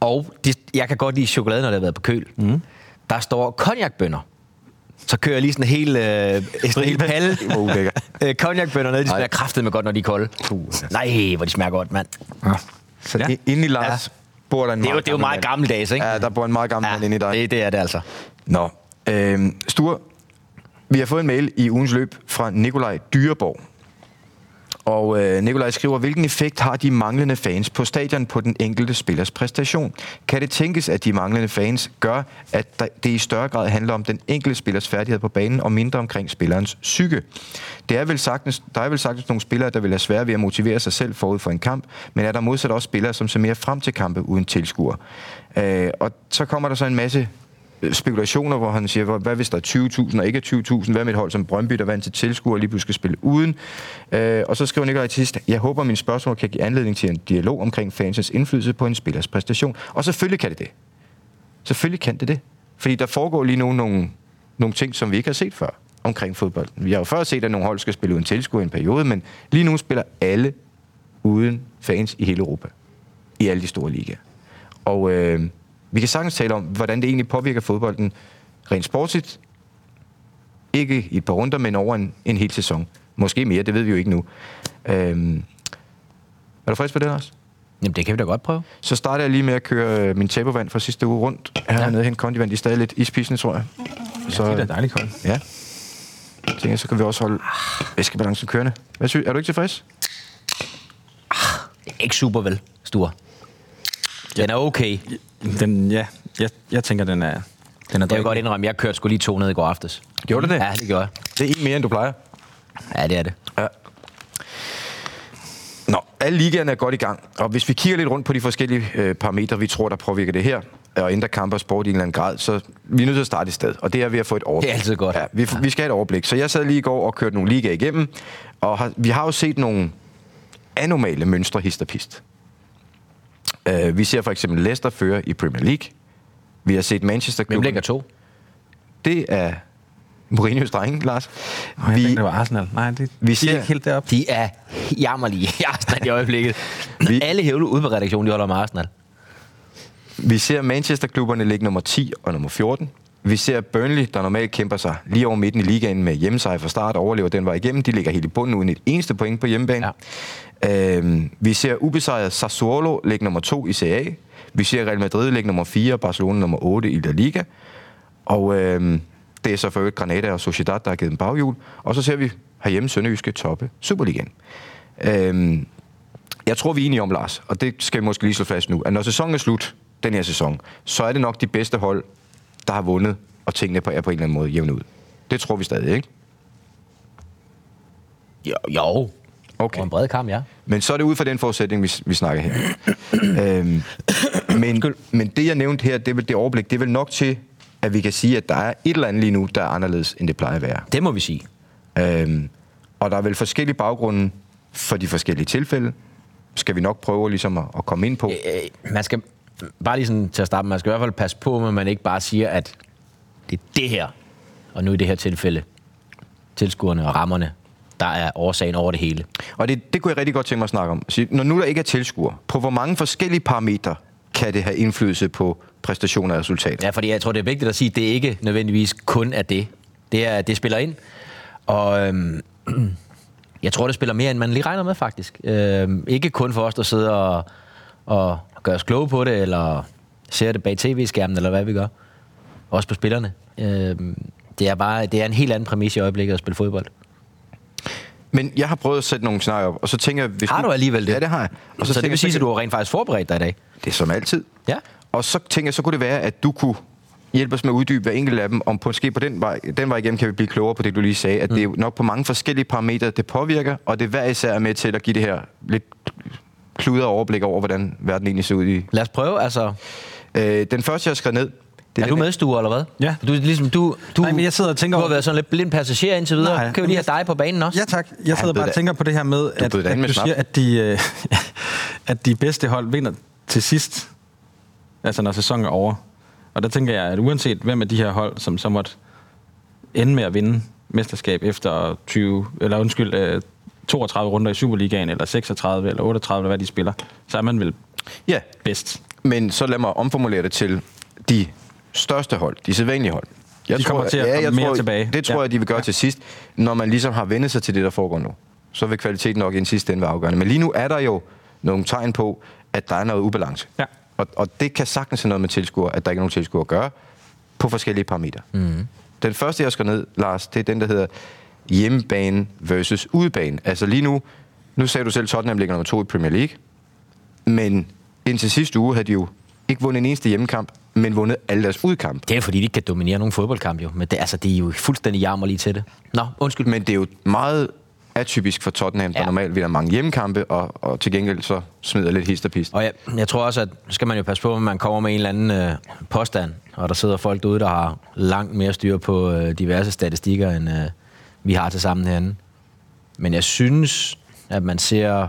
Speaker 3: Og de, jeg kan godt lide chokolade, når det har været på køl. Mm. Der står konjakbønder. Så kører jeg lige sådan en hel, øh, sådan en hel palle.
Speaker 2: Det var ulækkert.
Speaker 3: Øh, konjakbønder ned, de
Speaker 2: Ej.
Speaker 3: smager kraftet med godt, når de er kolde. Nej, hvor de smager godt, mand.
Speaker 2: Så
Speaker 4: Ja.
Speaker 2: ja. inde i Lars ja. bor der en
Speaker 3: Det er jo,
Speaker 2: meget
Speaker 3: det er jo meget
Speaker 2: gammel
Speaker 3: gammeldags, ikke?
Speaker 2: mand. Ja, der bor en meget gammel ja. mand inde i dig.
Speaker 3: det, det er det altså.
Speaker 2: Nå, øh, Sture, vi har fået en mail i ugens løb fra Nikolaj Dyreborg. Og øh, Nikolaj skriver, hvilken effekt har de manglende fans på stadion på den enkelte spillers præstation? Kan det tænkes, at de manglende fans gør, at der- det i større grad handler om den enkelte spillers færdighed på banen, og mindre omkring spillerens psyke? Det er vel sagtens, der er vel sagtens nogle spillere, der vil have svært ved at motivere sig selv forud for en kamp, men er der modsat også spillere, som ser mere frem til kampe uden tilskuer? Øh, og så kommer der så en masse øh, spekulationer, hvor han siger, hvor- hvad hvis der er 20.000 og ikke er 20.000? Hvad med et hold som Brøndby, der vant til tilskuer og lige pludselig skal spille uden? Øh, og så skriver Nikolaj til sidst, jeg håber, mine spørgsmål kan give anledning til en dialog omkring fansens indflydelse på en spillers præstation. Og selvfølgelig kan det det. Selvfølgelig kan det det. Fordi der foregår lige nu nogle, nogle ting, som vi ikke har set før omkring fodbold. Vi har jo før set, at nogle hold skal spille uden tilskuer i en periode, men lige nu spiller alle uden fans i hele Europa. I alle de store ligaer. Og øh, vi kan sagtens tale om, hvordan det egentlig påvirker fodbolden rent sportsligt. Ikke i et par runder, men over en, en hel sæson. Måske mere, det ved vi jo ikke nu. Øh, er du frisk på det, Lars?
Speaker 3: Jamen, det kan vi da godt prøve.
Speaker 2: Så starter jeg lige med at køre øh, min tabervand fra sidste uge rundt. Hernede hen kondivand, de er stadig lidt ispisende, tror jeg. Så,
Speaker 4: Det er da dejligt koldt.
Speaker 2: ja. Jeg tænker, så kan vi også holde væskebalancen kørende. Hvad synes, er du ikke tilfreds?
Speaker 3: Ikke super vel, Sture. Den er okay.
Speaker 4: Den, ja, jeg, jeg tænker, den er... Den er
Speaker 3: Jeg vil godt
Speaker 4: drikkelig.
Speaker 3: indrømme, jeg kørte sgu lige 200 i går aftes.
Speaker 2: Gjorde du det?
Speaker 3: Ja, det gjorde jeg.
Speaker 2: Det er en mere, end du plejer.
Speaker 3: Ja, det er det.
Speaker 2: Ja. Nå, alle ligaerne er godt i gang, og hvis vi kigger lidt rundt på de forskellige øh, parametre, vi tror, der påvirker det her, og ændrer kampe og sport i en eller anden grad, så vi er nødt til at starte et sted, og det er ved at få et overblik.
Speaker 3: Det er altid godt.
Speaker 2: Ja, vi, vi skal have et overblik. Så jeg sad lige i går og kørte nogle ligaer igennem, og har, vi har jo set nogle anormale mønstre hist og pist. Øh, vi ser for eksempel Leicester føre i Premier League. Vi har set Manchester
Speaker 3: Hvem
Speaker 2: klubben-
Speaker 3: ligger to?
Speaker 2: Det er Mourinho's drenge, Lars.
Speaker 4: Nå, jeg tænkte, det var Arsenal. Nej, det, vi
Speaker 2: Vi
Speaker 4: de er
Speaker 2: ser-
Speaker 4: ikke helt deroppe.
Speaker 3: De er jammerlige i Arsenal i øjeblikket.
Speaker 2: Vi-
Speaker 3: Vi... Alle hævle ude på redaktionen, de holder med Arsenal.
Speaker 2: Vi ser Manchester-klubberne ligge nummer 10 og nummer 14. Vi ser Burnley, der normalt kæmper sig lige over midten i ligaen med hjemmesejr fra start, overlever den vej igennem. De ligger helt i bunden uden et eneste point på hjemmebane. Ja. Øhm, vi ser ubesejret Sassuolo ligge nummer 2 i CA. Vi ser Real Madrid ligge nummer 4 og Barcelona nummer 8 i La Liga. Og øhm, det er så for øvrigt Granada og Sociedad, der har givet en baghjul. Og så ser vi herhjemme Sønderjyske toppe Superligaen. Øhm, jeg tror, vi er enige om, Lars, og det skal vi måske lige slå fast nu, at når sæsonen er slut, den her sæson, så er det nok de bedste hold, der har vundet, og tingene på, er på en eller anden måde jævnet ud. Det tror vi stadig, ikke?
Speaker 3: Jo, jo.
Speaker 2: Okay.
Speaker 3: Over en bred kamp, ja.
Speaker 2: Men så er det ud fra den forudsætning, vi, vi snakker her. øhm, men, men det, jeg nævnte her, det, er vel, det overblik, det er vel nok til, at vi kan sige, at der er et eller andet lige nu, der er anderledes, end det plejer at være.
Speaker 3: Det må vi sige.
Speaker 2: Øhm, og der er vel forskellige baggrunde for de forskellige tilfælde. Skal vi nok prøve ligesom at, at komme ind på.
Speaker 3: Øh, man skal, bare lige sådan til at starte, med, man skal i hvert fald passe på, at man ikke bare siger, at det er det her, og nu i det her tilfælde, tilskuerne og rammerne, der er årsagen over det hele.
Speaker 2: Og det, det kunne jeg rigtig godt tænke mig at snakke om. Sige, Når nu der ikke er tilskuer, på hvor mange forskellige parametre kan det have indflydelse på præstationer og resultater?
Speaker 3: Ja, fordi jeg tror, det er vigtigt at sige, at det ikke nødvendigvis kun er det. Det, er, det spiller ind. Og øhm, *clears throat* jeg tror, det spiller mere, end man lige regner med, faktisk. Øhm, ikke kun for os, der sidder og, og gør os kloge på det, eller ser det bag tv-skærmen, eller hvad vi gør. Også på spillerne. Øhm, Det er bare det er en helt anden præmis i øjeblikket at spille fodbold.
Speaker 2: Men jeg har prøvet at sætte nogle scenarier op, og så tænker jeg... Hvis
Speaker 3: Har du alligevel det?
Speaker 2: Ja, det har jeg.
Speaker 3: Og så, så det
Speaker 2: tænker
Speaker 3: vil sige,
Speaker 2: jeg,
Speaker 3: at du har rent faktisk forberedt dig i dag.
Speaker 2: Det er som altid.
Speaker 3: Ja.
Speaker 2: Og så tænker jeg, så kunne det være, at du kunne hjælpe os med at uddybe hver enkelt af dem, om på, måske på den vej, den vej igennem kan vi blive klogere på det, du lige sagde, at mm. det er jo nok på mange forskellige parametre, det påvirker, og det er hver især er med til at give det her lidt kludret overblik over, hvordan verden egentlig ser ud i.
Speaker 3: Lad os prøve, altså.
Speaker 2: Øh, den første, jeg har skrevet ned, det
Speaker 3: Er du
Speaker 2: den-
Speaker 3: medstuer, eller hvad?
Speaker 4: Ja.
Speaker 3: Du, er ligesom, du, du,
Speaker 4: Nej, men jeg sidder og tænker
Speaker 3: du har
Speaker 4: over-
Speaker 3: været sådan lidt blind passager indtil videre.
Speaker 4: Nej,
Speaker 3: Nej, kan vi
Speaker 4: men
Speaker 3: lige
Speaker 4: jeg-
Speaker 3: have dig på banen også?
Speaker 4: Ja tak.
Speaker 2: Ja,
Speaker 4: Jeg sidder
Speaker 2: bød
Speaker 4: bare
Speaker 2: da-
Speaker 4: og tænker på det her med, at,
Speaker 2: bød da ind med
Speaker 4: at du
Speaker 2: snap.
Speaker 4: siger, at de, øh, *laughs* at de bedste hold vinder til sidst, altså når sæsonen er over. Og der tænker jeg, at uanset hvem af de her hold, som så måtte ende med at vinde mesterskab efter 20, eller undskyld, øh, 32 runder i Superligaen, eller 36, eller 38, eller hvad de spiller, så er man vel
Speaker 2: Ja,
Speaker 4: bedst.
Speaker 2: men så lad mig omformulere det til de største hold, de sædvanlige hold. Jeg
Speaker 4: De kommer til at komme
Speaker 2: jeg
Speaker 4: mere
Speaker 2: tror,
Speaker 4: tilbage.
Speaker 2: Det tror
Speaker 4: Ja.
Speaker 2: jeg, de vil gøre ja. til sidst, når man ligesom har vendt sig til det, der foregår nu. Så vil kvaliteten nok i en sidste ende være afgørende. Men lige nu er der jo nogle tegn på, at der er noget ubalance.
Speaker 4: Ja.
Speaker 2: Og, og det kan sagtens have noget med tilskuer, at der ikke er nogen tilskuer at gøre, på forskellige parametre. Mm. Den første, jeg skal ned, Lars, det er den, der hedder hjemmebane versus udebane. Altså lige nu, nu sagde du selv, Tottenham ligger nummer to i Premier League. Men indtil sidste uge havde de jo ikke vundet en eneste hjemmekamp, men vundet alle deres udkamp.
Speaker 3: Det er fordi, de ikke kan dominere nogen fodboldkamp jo. Men det, altså, det er jo fuldstændig jammerlige til det. Nå, undskyld.
Speaker 2: Men det er jo meget atypisk for Tottenham, der
Speaker 3: Ja.
Speaker 2: normalt vinder mange hjemmekampe, og, og til gengæld så smider lidt hist og pist.
Speaker 3: Og jeg, jeg tror også, at nu skal man jo passe på, at man kommer med en eller anden øh, påstand, og der sidder folk derude, der har langt mere styr på øh, diverse statistikker, end øh, vi har til sammen herinde. Men jeg synes, at man ser...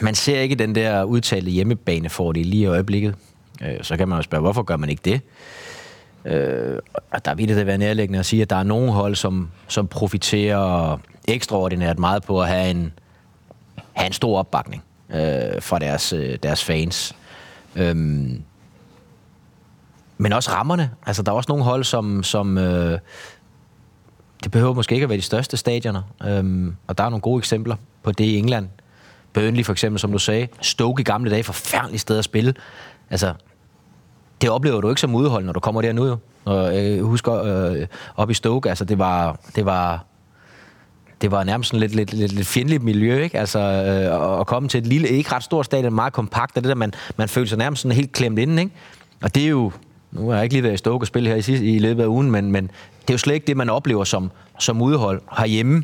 Speaker 3: Man ser ikke den der udtalte hjemmebanefordel lige i øjeblikket. Øh, så kan man jo spørge, hvorfor gør man ikke det? Øh, og der vil det da være nærliggende at sige, at der er nogle hold, som, som profiterer ekstraordinært meget på at have en, have en stor opbakning øh, fra deres, øh, deres fans. Øhm, men også rammerne. Altså, der er også nogle hold, som... som øh, det behøver måske ikke at være de største stadioner. Øhm, og der er nogle gode eksempler på det i England. Burnley for eksempel, som du sagde. Stoke i gamle dage, forfærdeligt sted at spille. Altså, det oplever du ikke som udhold, når du kommer der nu jo. Og øh, husk øh, op i Stoke, altså det var, det var, det var nærmest sådan lidt, lidt, lidt, lidt fjendtligt miljø, ikke? Altså, øh, at komme til et lille, ikke ret stort stadion, meget kompakt, og det der, man, man føler sig nærmest sådan helt klemt inden, ikke? Og det er jo, nu har jeg ikke lige været i Stoke og spille her i, sidste, i løbet af ugen, men, men det er jo slet ikke det, man oplever som, som udhold herhjemme.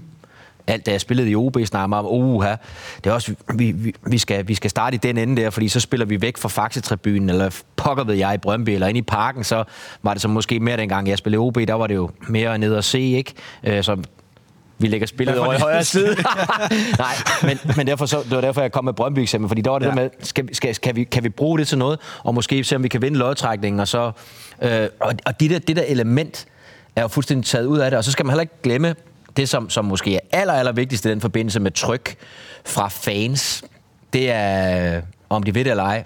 Speaker 3: Alt, da jeg spillede i OB, snakker meget om, oha, det er også, vi, vi, vi, skal, vi skal starte i den ende der, fordi så spiller vi væk fra Faxe-tribunen, eller pokker ved jeg i Brøndby, eller inde i parken, så var det så måske mere dengang, jeg spillede i OB, der var det jo mere ned og se, ikke? Øh, så vi lægger spillet over i højre side. Nej, men, men derfor så, det var derfor, jeg kom med brøndby eksempel fordi der var det ja. der med, skal, skal, skal vi, kan vi bruge det til noget, og måske se, om vi kan vinde lodtrækningen, og så... Øh, og og det, der, det der element er jo fuldstændig taget ud af det, og så skal man heller ikke glemme det, som, som måske er aller, aller vigtigst i den forbindelse med tryk fra fans. Det er, om de ved det eller ej,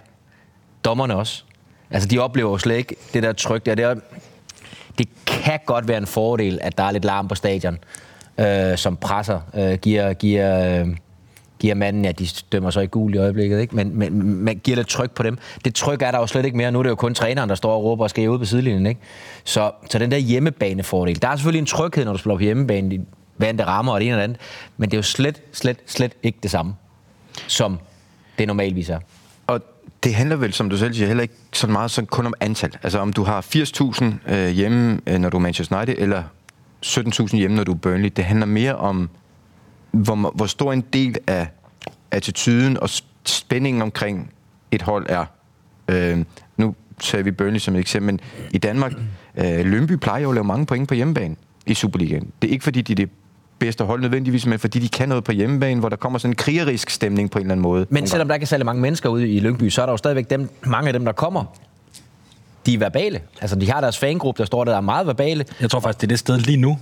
Speaker 3: dommerne også. Altså, de oplever jo slet ikke det der tryk der. Det, er, det kan godt være en fordel, at der er lidt larm på stadion, øh, som presser, øh, giver, giver, øh, giver manden, ja, de dømmer så i gul i øjeblikket, ikke? Men, men man giver lidt tryk på dem. Det tryk er der jo slet ikke mere. Nu er det jo kun træneren, der står og råber og skal ud på sidelinjen, ikke? Så, så den der hjemmebanefordel. Der er selvfølgelig en tryghed, når du spiller på hjemmebane, i, hvad end det rammer og det ene og det andet, men det er jo slet, slet, slet ikke det samme, som det normalvis er.
Speaker 2: Og det handler vel, som du selv siger, heller ikke så meget sådan kun om antal. Altså om du har 80.000 øh, hjemme, øh, når du er Manchester United, eller 17.000 hjemme, når du er Burnley. Det handler mere om, hvor, ma- hvor stor en del af attituden og sp- spændingen omkring et hold er. Øh, nu tager vi Burnley som et eksempel, men i Danmark, øh, Lønby plejer jo at lave mange point på hjemmebane i Superligaen. Det er ikke fordi, de er det bedste hold nødvendigvis, men fordi de kan noget på hjemmebane, hvor der kommer sådan en krigerisk stemning på en eller anden måde.
Speaker 3: Men selvom der ikke er særlig mange mennesker ude i Lyngby, så er der jo stadigvæk dem, mange af dem, der kommer. De er verbale. Altså, de har deres fangruppe, der står der, der er meget verbale.
Speaker 4: Jeg tror faktisk, det er det sted lige nu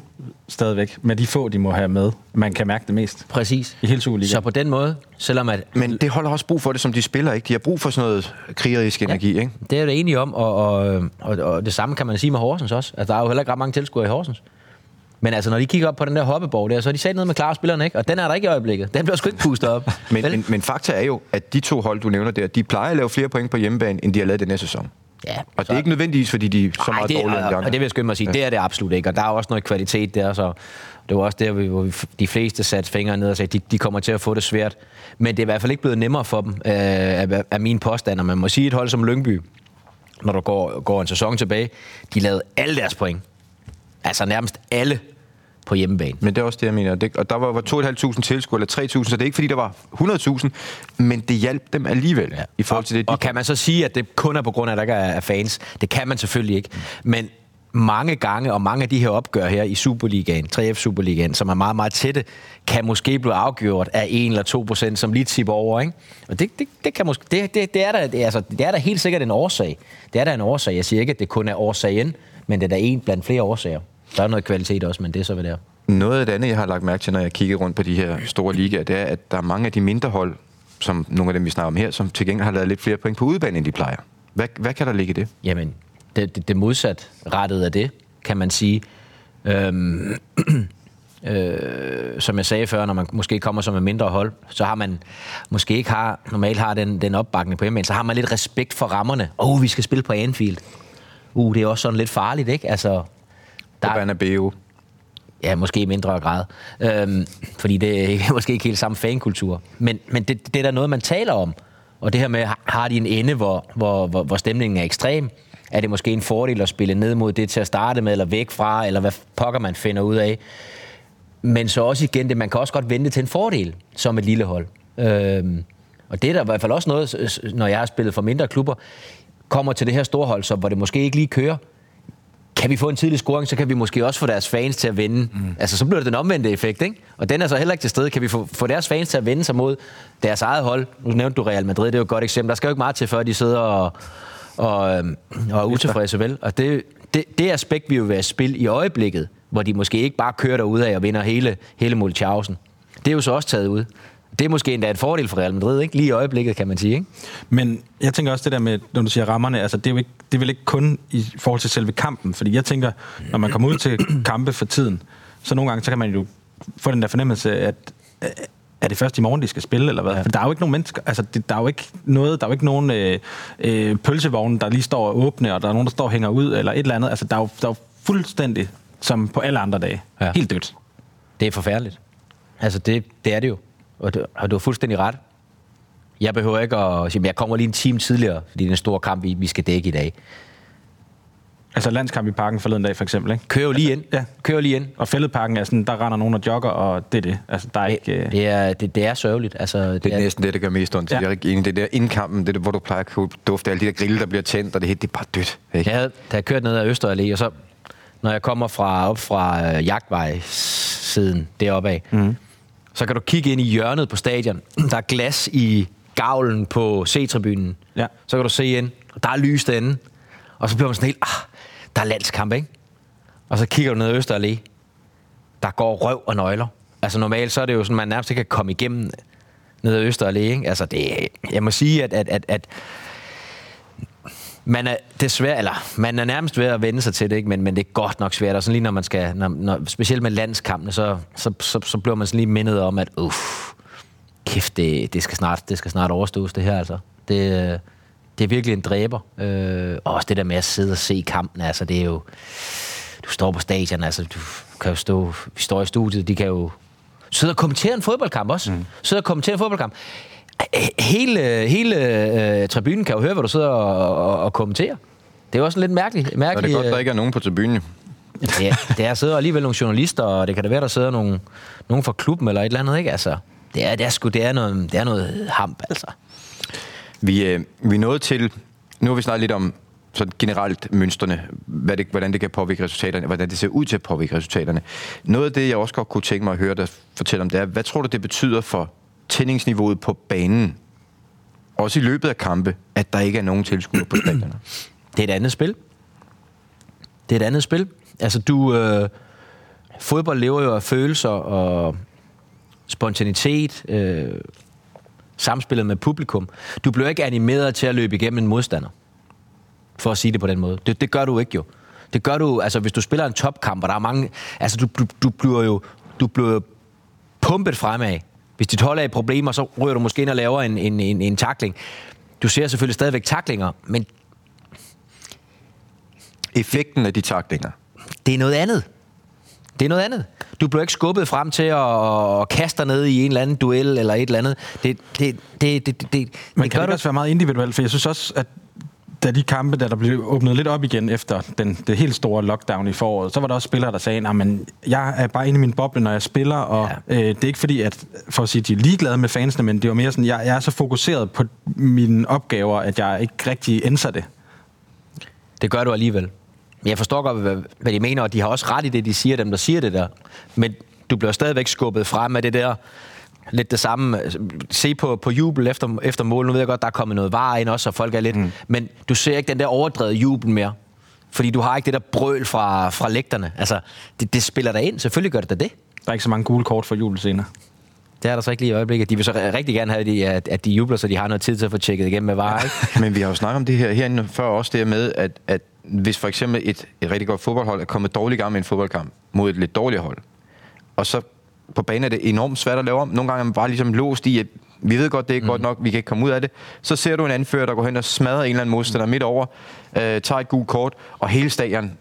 Speaker 4: stadigvæk, med de få, de må have med. Man kan mærke det mest.
Speaker 3: Præcis.
Speaker 4: I hele Superligaen.
Speaker 3: Så på den måde, selvom at...
Speaker 2: Men det holder også brug for det, som de spiller, ikke? De har brug for sådan noget krigerisk energi, ikke?
Speaker 3: Det er jeg da enig om, og, og, og, og, det samme kan man sige med Horsens også. Altså, der er jo heller ikke ret mange tilskuere i Horsens. Men altså, når de kigger op på den der hoppeborg der, så er de sat ned med klare spillerne, ikke? Og den er der ikke i øjeblikket. Den bliver sgu ikke pustet op.
Speaker 2: *laughs* Men,
Speaker 3: Vel?
Speaker 2: men, men fakta er jo, at de to hold, du nævner der, de plejer at lave flere point på hjemmebane, end de har lavet den her sæson.
Speaker 3: Ja,
Speaker 2: Og det er ikke nødvendigvis, fordi de er så
Speaker 3: Ej,
Speaker 2: meget
Speaker 3: det,
Speaker 2: dårligere end de
Speaker 3: og,
Speaker 2: andre.
Speaker 3: og det vil jeg skynde mig at sige, ja. det er det absolut ikke. Og der er også noget kvalitet der, så det var også der, vi- hvor vi f- de fleste satte fingre ned og sagde, de, de kommer til at få det svært. Men det er i hvert fald ikke blevet nemmere for dem, øh, af, af min påstand. Og man må sige, et hold som Lyngby, når du går, går en sæson tilbage, de lavede alle deres point. Altså nærmest alle på hjemmebane.
Speaker 2: Men det er også det, jeg mener. Det, og der var, var 2.500 tilskuere, eller 3.000, så det er ikke, fordi der var 100.000, men det hjalp dem alligevel ja. i forhold til det, de
Speaker 3: og kan man så sige, at det kun er på grund af, at der ikke er fans? Det kan man selvfølgelig ikke. Men mange gange, og mange af de her opgør her i Superligaen, 3F Superligaen, som er meget, meget tætte, kan måske blive afgjort af 1 eller 2 procent, som lige tipper over, ikke? Og det, det, det, kan måske, det, det, det, er der, det, altså, det er der helt sikkert en årsag. Det er der en årsag. Jeg siger ikke, at det kun er årsagen, men det er der en blandt flere årsager. Der er noget kvalitet også, men det er så, hvad det er.
Speaker 2: Noget af det andet, jeg har lagt mærke til, når jeg kigger rundt på de her store ligaer, det er, at der er mange af de mindre hold, som nogle af dem, vi snakker om her, som til gengæld har lavet lidt flere point på udebane, end de plejer. Hvad, hvad kan der ligge i det?
Speaker 3: Jamen, det, det, det modsat rettet af det, kan man sige. Øhm, *clears throat* øh, som jeg sagde før, når man måske kommer som et mindre hold, så har man måske ikke har, normalt har den, den opbakning på hjemmebane, så har man lidt respekt for rammerne. Åh, oh, vi skal spille på Anfield. Uh, det er også sådan lidt farligt, ikke? Altså,
Speaker 2: Der... På Bernabeu.
Speaker 3: Ja, måske i mindre grad. Øhm, fordi det er måske ikke *laughs* helt samme fankultur. Men, men det, det er da noget, man taler om. Og det her med, har- har de en ende, hvor, hvor, hvor, hvor stemningen er ekstrem? Er det måske en fordel at spille ned mod det til at starte med, eller væk fra, eller hvad pokker man finder ud af? Men så også igen det, man kan også godt vente til en fordel som et lille hold. Øhm, og det er der i hvert fald også noget, s- s- når jeg har spillet for mindre klubber, kommer til det her store hold, så hvor det måske ikke lige kører, kan vi få en tidlig scoring, så kan vi måske også få deres fans til at vinde. Mm. Altså, så bliver det den omvendte effekt, ikke? Og den er så heller ikke til stede. Kan vi få, få deres fans til at vende sig mod deres eget hold? Nu nævnte du Real Madrid, det er jo et godt eksempel. Der skal jo ikke meget til, før de sidder og, og, øhm, og er utilfredse, vel? Og det, det, det aspekt vil jo være spil i øjeblikket, hvor de måske ikke bare kører derude af og vinder hele, hele Mulchausen. Det er jo så også taget ud. Det er måske endda en fordel for Real Madrid, ikke? Lige i øjeblikket, kan man sige, ikke?
Speaker 4: Men jeg tænker også det der med, når du siger rammerne, altså det er, jo ikke, det er vel ikke kun i forhold til selve kampen, fordi jeg tænker, når man kommer ud til kampe for tiden, så nogle gange, så kan man jo få den der fornemmelse, at øh, er det først i morgen, de skal spille, eller hvad? Ja. For der er jo ikke nogen mennesker, altså det, der er jo ikke noget, der er jo ikke nogen øh, øh, pølsevogne, der lige står og åbne, og der er nogen, der står og hænger ud, eller et eller andet. Altså der er jo, der er jo fuldstændig, som på alle andre dage,
Speaker 3: Ja.
Speaker 4: ja. helt dødt.
Speaker 3: Det er forfærdeligt. Altså, det, det er det jo. Og du, og du har fuldstændig ret. Jeg behøver ikke at sige, "Men jeg kommer lige en time tidligere, fordi det er en stor kamp, vi, vi skal dække i dag.
Speaker 4: Altså landskamp i parken forleden dag, for eksempel, ikke?
Speaker 3: Kør jo lige ind.
Speaker 4: Altså, ja.
Speaker 3: Kør lige ind.
Speaker 4: Og fældeparken er sådan, der render nogen og jogger, og det er det. Altså, der er ikke... øh,
Speaker 3: Det er, det, det er sørgeligt. Altså, det,
Speaker 2: Det er
Speaker 3: er,
Speaker 2: næsten det, der gør mest ondt. Ja.
Speaker 4: Ja.
Speaker 2: Jeg er ikke enig. Det der indkampen, det der, hvor du plejer at kunne dufte alle de der grille, der bliver tændt, og det, hele, det er bare dødt. Ikke?
Speaker 3: Jeg havde, da jeg kørte ned ad Østerallé, og så når jeg kommer fra, op fra øh, jagtvejsiden deroppe af, mm. så kan du kigge ind i hjørnet på stadion. *clears throat* Der er glas i gavlen på C-tribunen.
Speaker 4: Ja.
Speaker 3: Så kan du se ind, og der er lys derinde. Og så bliver man sådan helt, ah, der er landskamp, ikke? Og så kigger du ned ad Østerallé. Der går røv og nøgler. Altså normalt, så er det jo sådan, man nærmest ikke kan komme igennem ned ad Østerallé, ikke? Altså det, jeg må sige, at, at, at, at man er desværre, eller man er nærmest ved at vende sig til det, ikke? Men, men det er godt nok svært, og sådan lige når man skal, når, når, specielt med landskampene, så, så, så, så bliver man sådan lige mindet om, at uff, kæft, det, det, skal snart, det skal snart overstås det her, altså. Det, øh, det er virkelig en dræber. Øh, og også det der med at sidde og se kampen, altså det er jo, du står på stadion, altså du kan jo stå, vi står i studiet, de kan jo sidde og kommentere en fodboldkamp også. Mm. Sidde og kommentere en fodboldkamp. Hele, hele øh, tribunen kan jo høre, hvad du sidder og, og, og kommenterer. Det er jo også en lidt mærkelig...
Speaker 2: Og
Speaker 3: mærkelig
Speaker 2: det er godt,
Speaker 3: øh,
Speaker 2: der ikke er nogen på tribunen.
Speaker 3: Ja, der sidder alligevel nogle journalister, og det kan da være, der sidder nogle, nogen fra klubben eller et eller andet, ikke? Altså, det er, det er sgu, det er noget, det er noget hamp, altså.
Speaker 2: Vi, øh, vi er nået til, nu har vi snakket lidt om sådan generelt mønstrene, hvad det, hvordan det kan påvirke resultaterne, hvordan det ser ud til at påvirke resultaterne. Noget af det, jeg også godt kunne tænke mig at høre dig fortælle om, det er, hvad tror du, det betyder for tændingsniveauet på banen? Også i løbet af kampe, at der ikke er nogen tilskuere på stadionerne.
Speaker 3: Det er et andet spil. Det er et andet spil. Altså, du... Øh, fodbold lever jo af følelser og spontanitet, øh, samspillet med publikum. Du bliver ikke animeret til at løbe igennem en modstander. for at sige det på den måde. Det, det gør du ikke jo. Det gør du, altså hvis du spiller en topkamp, og der er mange, altså du, du, du bliver jo, du bliver jo pumpet fremad. Hvis dit hold er i problemer, så ryger du måske ind og laver en, en, en, en takling. Du ser selvfølgelig stadigvæk taklinger, men
Speaker 2: effekten af de taklinger.
Speaker 3: Det er noget andet. Det er noget andet. Du bliver ikke skubbet frem til at, at kaste dig ned i en eller anden duel eller et eller andet. Det, det, det, det, det, det,
Speaker 4: Men
Speaker 3: det
Speaker 4: kan det
Speaker 3: gør
Speaker 4: ikke
Speaker 3: du
Speaker 4: også være meget individuelt? For jeg synes også, at da de kampe, der, der blev åbnet lidt op igen efter den, det helt store lockdown i foråret, så var der også spillere, der sagde, at jeg er bare inde i min boble, når jeg spiller, og ja. øh, det er ikke fordi, at, for at sige, de er ligeglade med fansene, men det var mere sådan, jeg, jeg er så fokuseret på mine opgaver, at jeg ikke rigtig ændrer det.
Speaker 3: Det gør du alligevel. Jeg forstår godt, hvad, hvad de mener, og de har også ret i det, de siger, dem der siger det der. Men du bliver stadigvæk skubbet frem af det der, lidt det samme. Se på, på jubel efter, efter mål. Nu ved jeg godt, der er kommet noget var ind også, og folk er lidt... Mm. Men du ser ikke den der overdrevet jubel mere. Fordi du har ikke det der brøl fra, fra lægterne. Altså, det, det spiller dig ind. Selvfølgelig gør det da det.
Speaker 4: Der er ikke så mange gule kort for jul senere.
Speaker 3: Det er der så ikke lige i øjeblikket. De vil så rigtig gerne have, at de, at, at de jubler, så de har noget tid til at få tjekket igennem med
Speaker 2: *laughs*
Speaker 3: var. Ikke?
Speaker 2: Men vi har jo snakket om det her herinde før også, det her med, at, at hvis for eksempel et, et rigtig godt fodboldhold er kommet dårligt i gang med en fodboldkamp mod et lidt dårligere hold, og så på banen er det enormt svært at lave om. Nogle gange er man bare ligesom låst i, at vi ved godt, det er ikke mm. godt nok, vi kan ikke komme ud af det. Så ser du en anfører, der går hen og smadrer en eller anden modstander midt over, øh, tager et gult kort, og hele stadion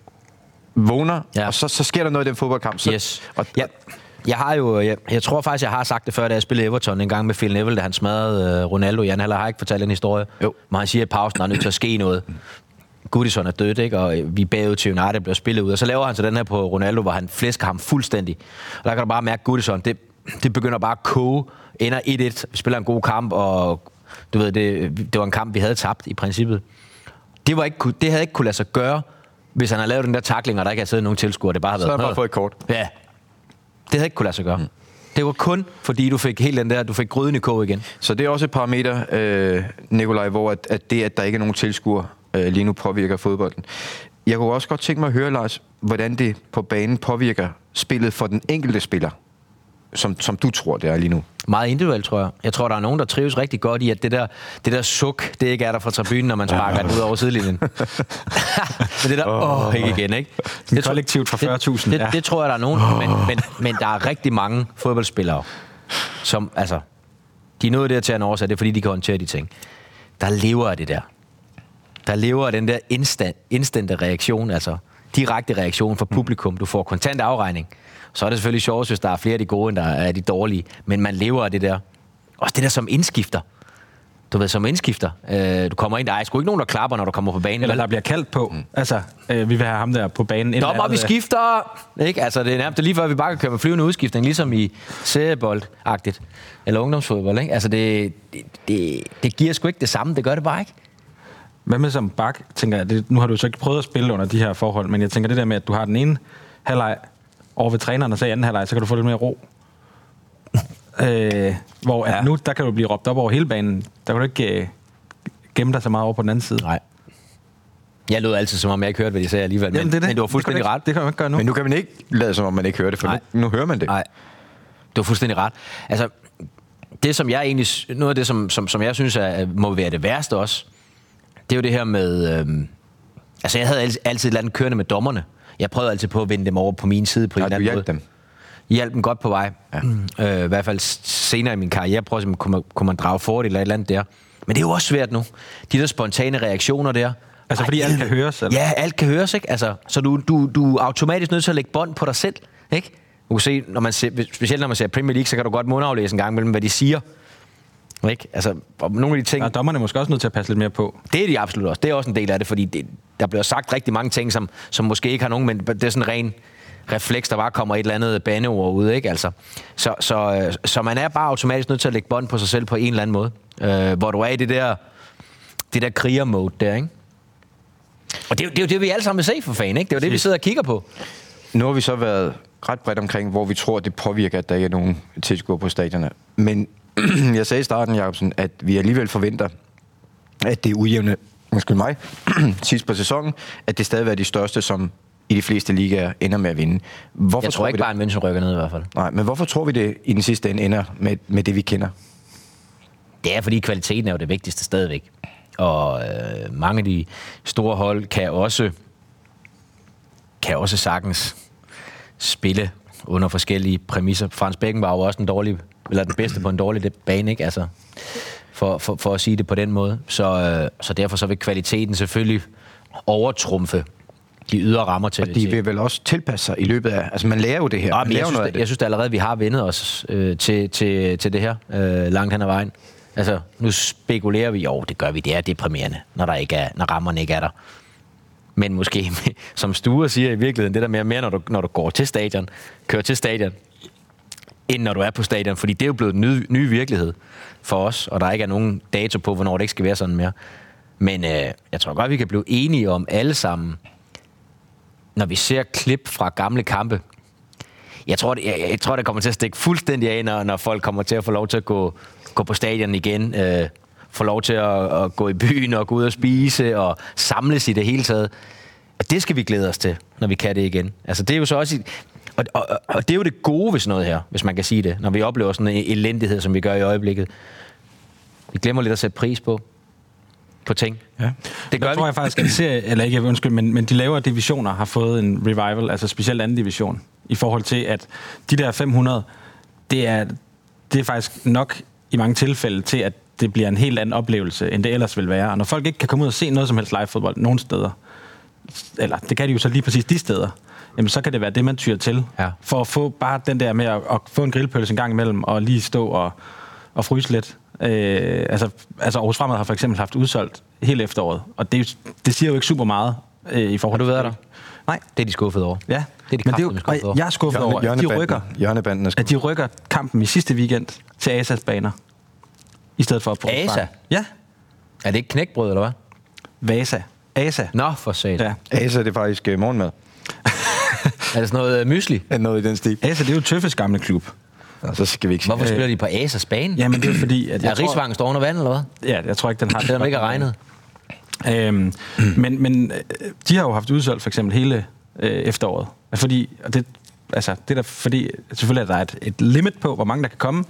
Speaker 2: vågner,
Speaker 3: Ja.
Speaker 2: ja. og så, så sker der noget i den fodboldkamp. Så,
Speaker 3: Yes.
Speaker 2: Og,
Speaker 3: jeg, jeg har jo, jeg, jeg tror faktisk, jeg har sagt det før, da jeg spillede Everton en gang med Phil Neville, da han smadrede øh, Ronaldo. Jan Haller har ikke fortalt den historie.
Speaker 2: Jo.
Speaker 3: Men han siger, at pausen er nødt til at ske noget. Goodison er dødt, ikke? og øh, vi er bagud til United bliver spillet ud. Og så laver han så den her på Ronaldo, hvor han flæsker ham fuldstændig. Og der kan du bare mærke, at Goodison, det, det begynder bare at koge. Ender 1-1, vi spiller en god kamp, og du ved, det, det var en kamp, vi havde tabt i princippet. Det, var ikke, ku- det havde ikke kunne lade sig gøre, hvis han havde lavet den der takling, og der ikke havde siddet nogen tilskuere. Det bare havde
Speaker 2: Så
Speaker 3: været
Speaker 2: havde han bare
Speaker 3: "Nå."
Speaker 2: fået et kort.
Speaker 3: Ja. Det havde ikke kunne lade sig gøre. Mm. Det var kun, fordi du fik helt den der, du fik gryden i kog igen.
Speaker 2: Så det er også et parameter, øh, Nikolaj, hvor at, at det, at der ikke er nogen tilskuer øh, lige nu påvirker fodbolden. Jeg kunne også godt tænke mig at høre, Lars, hvordan det på banen påvirker spillet for den enkelte spiller, som, som du tror, det er lige nu.
Speaker 3: Meget individuelt, tror jeg. Jeg tror, der er nogen, der trives rigtig godt i, at det der, det der suk, det ikke er der fra tribunen, når man sparker den ud over *laughs* sidelinjen. Men det der, åh, oh, ikke igen, ikke? Det tror-
Speaker 4: kollektivt for 40.000,
Speaker 3: Det,
Speaker 4: ja.
Speaker 3: det, det tror jeg, der er nogen. Men, men, men der er rigtig mange fodboldspillere, som, altså, de er nået dertil at en årsag, det er fordi, de kan håndtere de ting. Der lever af det der. der lever af den der instant, instante reaktion, altså direkte reaktion
Speaker 4: Mm.
Speaker 3: fra publikum. Du får kontant afregning. Så er det selvfølgelig sjovt, hvis der er flere af de gode, end der er de dårlige. Men man lever af det der. Også det der som indskifter. Du ved, som indskifter. Øh, du kommer ind, der er sgu ikke nogen, der klapper, når du kommer på banen.
Speaker 4: Eller
Speaker 3: vel?
Speaker 4: der bliver kaldt på. Mm. Altså, øh, vi vil have ham der på banen. Et eller
Speaker 3: Dommer, vi
Speaker 4: andet, øh,
Speaker 3: skifter! Ikke? Altså, det er nærmest det er lige før, vi bare kan køre med flyvende udskiftning, ligesom i seriebold-agtigt. Eller ungdomsfodbold, ikke? Altså, det, det, det, det giver sgu ikke det samme. Det gør det bare ikke.
Speaker 4: Hvad med som bak, tænker jeg, det, nu har du så ikke prøvet at spille under de her forhold, men jeg tænker det der med, at du har den ene halvleg over ved træneren, og så i anden halvleg, så kan du få lidt mere
Speaker 3: *laughs*
Speaker 4: ro. øh, hvor ja. nu, der kan du blive råbt op over hele banen. Der kan du ikke øh, gemme dig så meget over på den anden side.
Speaker 3: Nej. Jeg lød altid, som om jeg ikke hørte, hvad de sagde alligevel. Men,
Speaker 4: Jamen, det er det.
Speaker 3: men du var fuldstændig
Speaker 4: det kan du
Speaker 3: ret.
Speaker 4: ikke, Det kan man ikke gøre nu.
Speaker 2: Men
Speaker 4: Men,
Speaker 2: nu kan man ikke lade, som om man ikke hører det, for nu,
Speaker 3: Nej.
Speaker 2: nu hører man det.
Speaker 3: Nej, du var fuldstændig ret. Altså, det som jeg egentlig, s- noget af det, som, som, som jeg synes er, må være det værste også, det er jo det her med... Øhm, altså, jeg havde altid, altid et eller andet kørende med dommerne. Jeg prøvede altid på at vinde dem over på min side på en
Speaker 2: Nej,
Speaker 3: eller
Speaker 2: du
Speaker 3: anden måde.
Speaker 2: hjalp dem.
Speaker 3: hjalp dem godt på vej. Ja. Øh, I hvert fald s- senere i min karriere. Jeg prøver simpelthen, kunne man, kunne man drage fordel eller et eller andet der. Men det er jo også svært nu. De der spontane reaktioner der.
Speaker 4: Altså, fordi alt kan høres, eller?
Speaker 3: Eller? Ja, alt kan høres, ikke? Altså, så du, du, du er automatisk nødt til at lægge bånd på dig selv, ikke? Du kan se, når man ser, specielt når man ser Premier League, så kan du godt mundaflæse en gang mellem, hvad de siger. Ikke? Altså, og nogle af de ting...
Speaker 4: der er dommerne måske også nødt til at passe lidt mere på.
Speaker 3: Det er de absolut også. Det er også en del af det, fordi det, der bliver sagt rigtig mange ting, som, som måske ikke har nogen, men det er sådan en ren refleks, der bare kommer et eller andet bandeord ud, ikke? Altså, så, så, øh, så man er bare automatisk nødt til at lægge bånd på sig selv på en eller anden måde, øh, hvor du er i det der, det der kriger-mode der, ikke? Og det, er jo- det er jo det, vi alle sammen vil se for fanden, ikke? Det er jo det, vi sidder og kigger på.
Speaker 2: Nu har vi så været ret bredt omkring, hvor vi tror, det påvirker, at der ikke er nogen tilskuere på stadionerne. Men *clears throat* jeg sagde i starten, Jacobsen, at vi alligevel forventer, at det er ujævne, undskyld mig, *clears throat* sidst på sæsonen, at det stadig er de største, som i de fleste ligaer ender med at vinde. Hvorfor
Speaker 3: Jeg tror ikke
Speaker 2: vi
Speaker 3: bare, en München rykker ned i hvert fald.
Speaker 2: det? Nej, men hvorfor tror vi det i den sidste ende ender med, med det, vi kender?
Speaker 3: Det er, fordi kvaliteten er jo det vigtigste stadigvæk. Og øh, mange af de store hold kan også, kan også sagtens spille under forskellige præmisser. Frans Beckenbauer var også den, dårlige, eller den bedste på en dårlig bane, ikke? Altså, for, for, for at sige det på den måde. Så, øh, så derfor så vil kvaliteten selvfølgelig overtrumfe de ydre rammer til det.
Speaker 2: De vil vel også tilpasse sig i løbet af... Altså, man lærer jo det her.
Speaker 3: Ja,
Speaker 2: man
Speaker 3: Ah, men
Speaker 2: lærer jo
Speaker 3: jeg, synes,
Speaker 2: noget af
Speaker 3: jeg, jeg synes da allerede, vi har vendet os øh, til, til, til det her øh, langt hen ad vejen. Altså, nu spekulerer vi, jo, det gør vi, det er deprimerende, når, der ikke er, når rammerne ikke er der. Men måske, *laughs* som Sture siger i virkeligheden, det der mere, mere når, du, når du går til stadion, kører til stadion, end når du er på stadion, fordi det er jo blevet en ny, ny virkelighed for os, og der ikke er nogen dato på, hvornår det ikke skal være sådan mere. Men øh, jeg tror godt, vi kan blive enige om alle sammen, når vi ser klip fra gamle kampe. Jeg tror, det, jeg, jeg tror, det kommer til at stikke fuldstændig af, når, når folk kommer til at få lov til at gå, gå på stadion igen, øh, få lov til at, at gå i byen og gå ud og spise og samles i det hele taget. Og det skal vi glæde os til, når vi kan det igen. Altså, det er jo så også... i- Og, og, og- og det er jo det gode ved sådan noget her, hvis man kan sige det, når vi oplever sådan en elendighed, som vi gør i øjeblikket. Vi glemmer lidt at sætte pris på, på ting.
Speaker 4: Ja.
Speaker 3: Det
Speaker 4: Det
Speaker 3: gør
Speaker 4: gør
Speaker 3: vi.
Speaker 4: jeg tror jeg faktisk, at serie, eller ikke, undskyld, men, men de lavere divisioner har fået en revival, altså specielt anden division, i forhold til, at de der 500, det er, det er faktisk nok i mange tilfælde til, at det bliver en helt anden oplevelse, end det ellers ville være. Og når folk ikke kan komme ud og se noget som helst live fodbold nogen steder, eller det kan de jo så lige præcis de steder, jamen så kan det være det, man tyr til.
Speaker 3: Ja.
Speaker 4: For at få bare den der med at, at få en grillpølse en gang imellem, og lige stå og, og fryse lidt. Øh, altså, altså Aarhus Fremad har for eksempel haft udsolgt hele efteråret, og det, er jo- det siger jo ikke super meget øh, i forhold
Speaker 3: Har du været
Speaker 4: til-
Speaker 3: der?
Speaker 4: Nej.
Speaker 3: Det er de skuffede over.
Speaker 4: Ja,
Speaker 3: Det er de
Speaker 4: men det er
Speaker 3: kraftedeme
Speaker 4: jo,
Speaker 3: skuffede
Speaker 4: og
Speaker 3: over.
Speaker 4: jeg er skuffet over, at de rykker,
Speaker 2: Hjørnebanden er
Speaker 4: at de rykker kampen i sidste weekend til Asas baner, i stedet for på
Speaker 3: Asa?
Speaker 4: Frank. Ja,
Speaker 3: Er det ikke knækbrød, eller hvad?
Speaker 4: Vasa. Asa.
Speaker 3: Nå, for sat.
Speaker 4: Ja.
Speaker 2: Asa, det er faktisk uh, morgenmad.
Speaker 3: Er det sådan noget øh, mysli?
Speaker 2: Er Noget i den stil.
Speaker 4: Asa, det er jo Tøffes gamle klub.
Speaker 2: Nå, så skal vi ikke
Speaker 4: Øh,
Speaker 3: Hvorfor spiller de på Asers bane?
Speaker 4: Jamen, det er jo fordi, at
Speaker 3: er
Speaker 4: jeg tror,
Speaker 3: Rigsvangen står under vand, eller hvad?
Speaker 4: ja, jeg tror ikke, den har
Speaker 3: Selvom det ikke har regnet.
Speaker 4: Øhm, men, men øh, de har jo haft udsolgt for eksempel hele øh, efteråret. Fordi, og det, altså, det er der, fordi selvfølgelig er der et, et limit på, hvor mange der kan komme,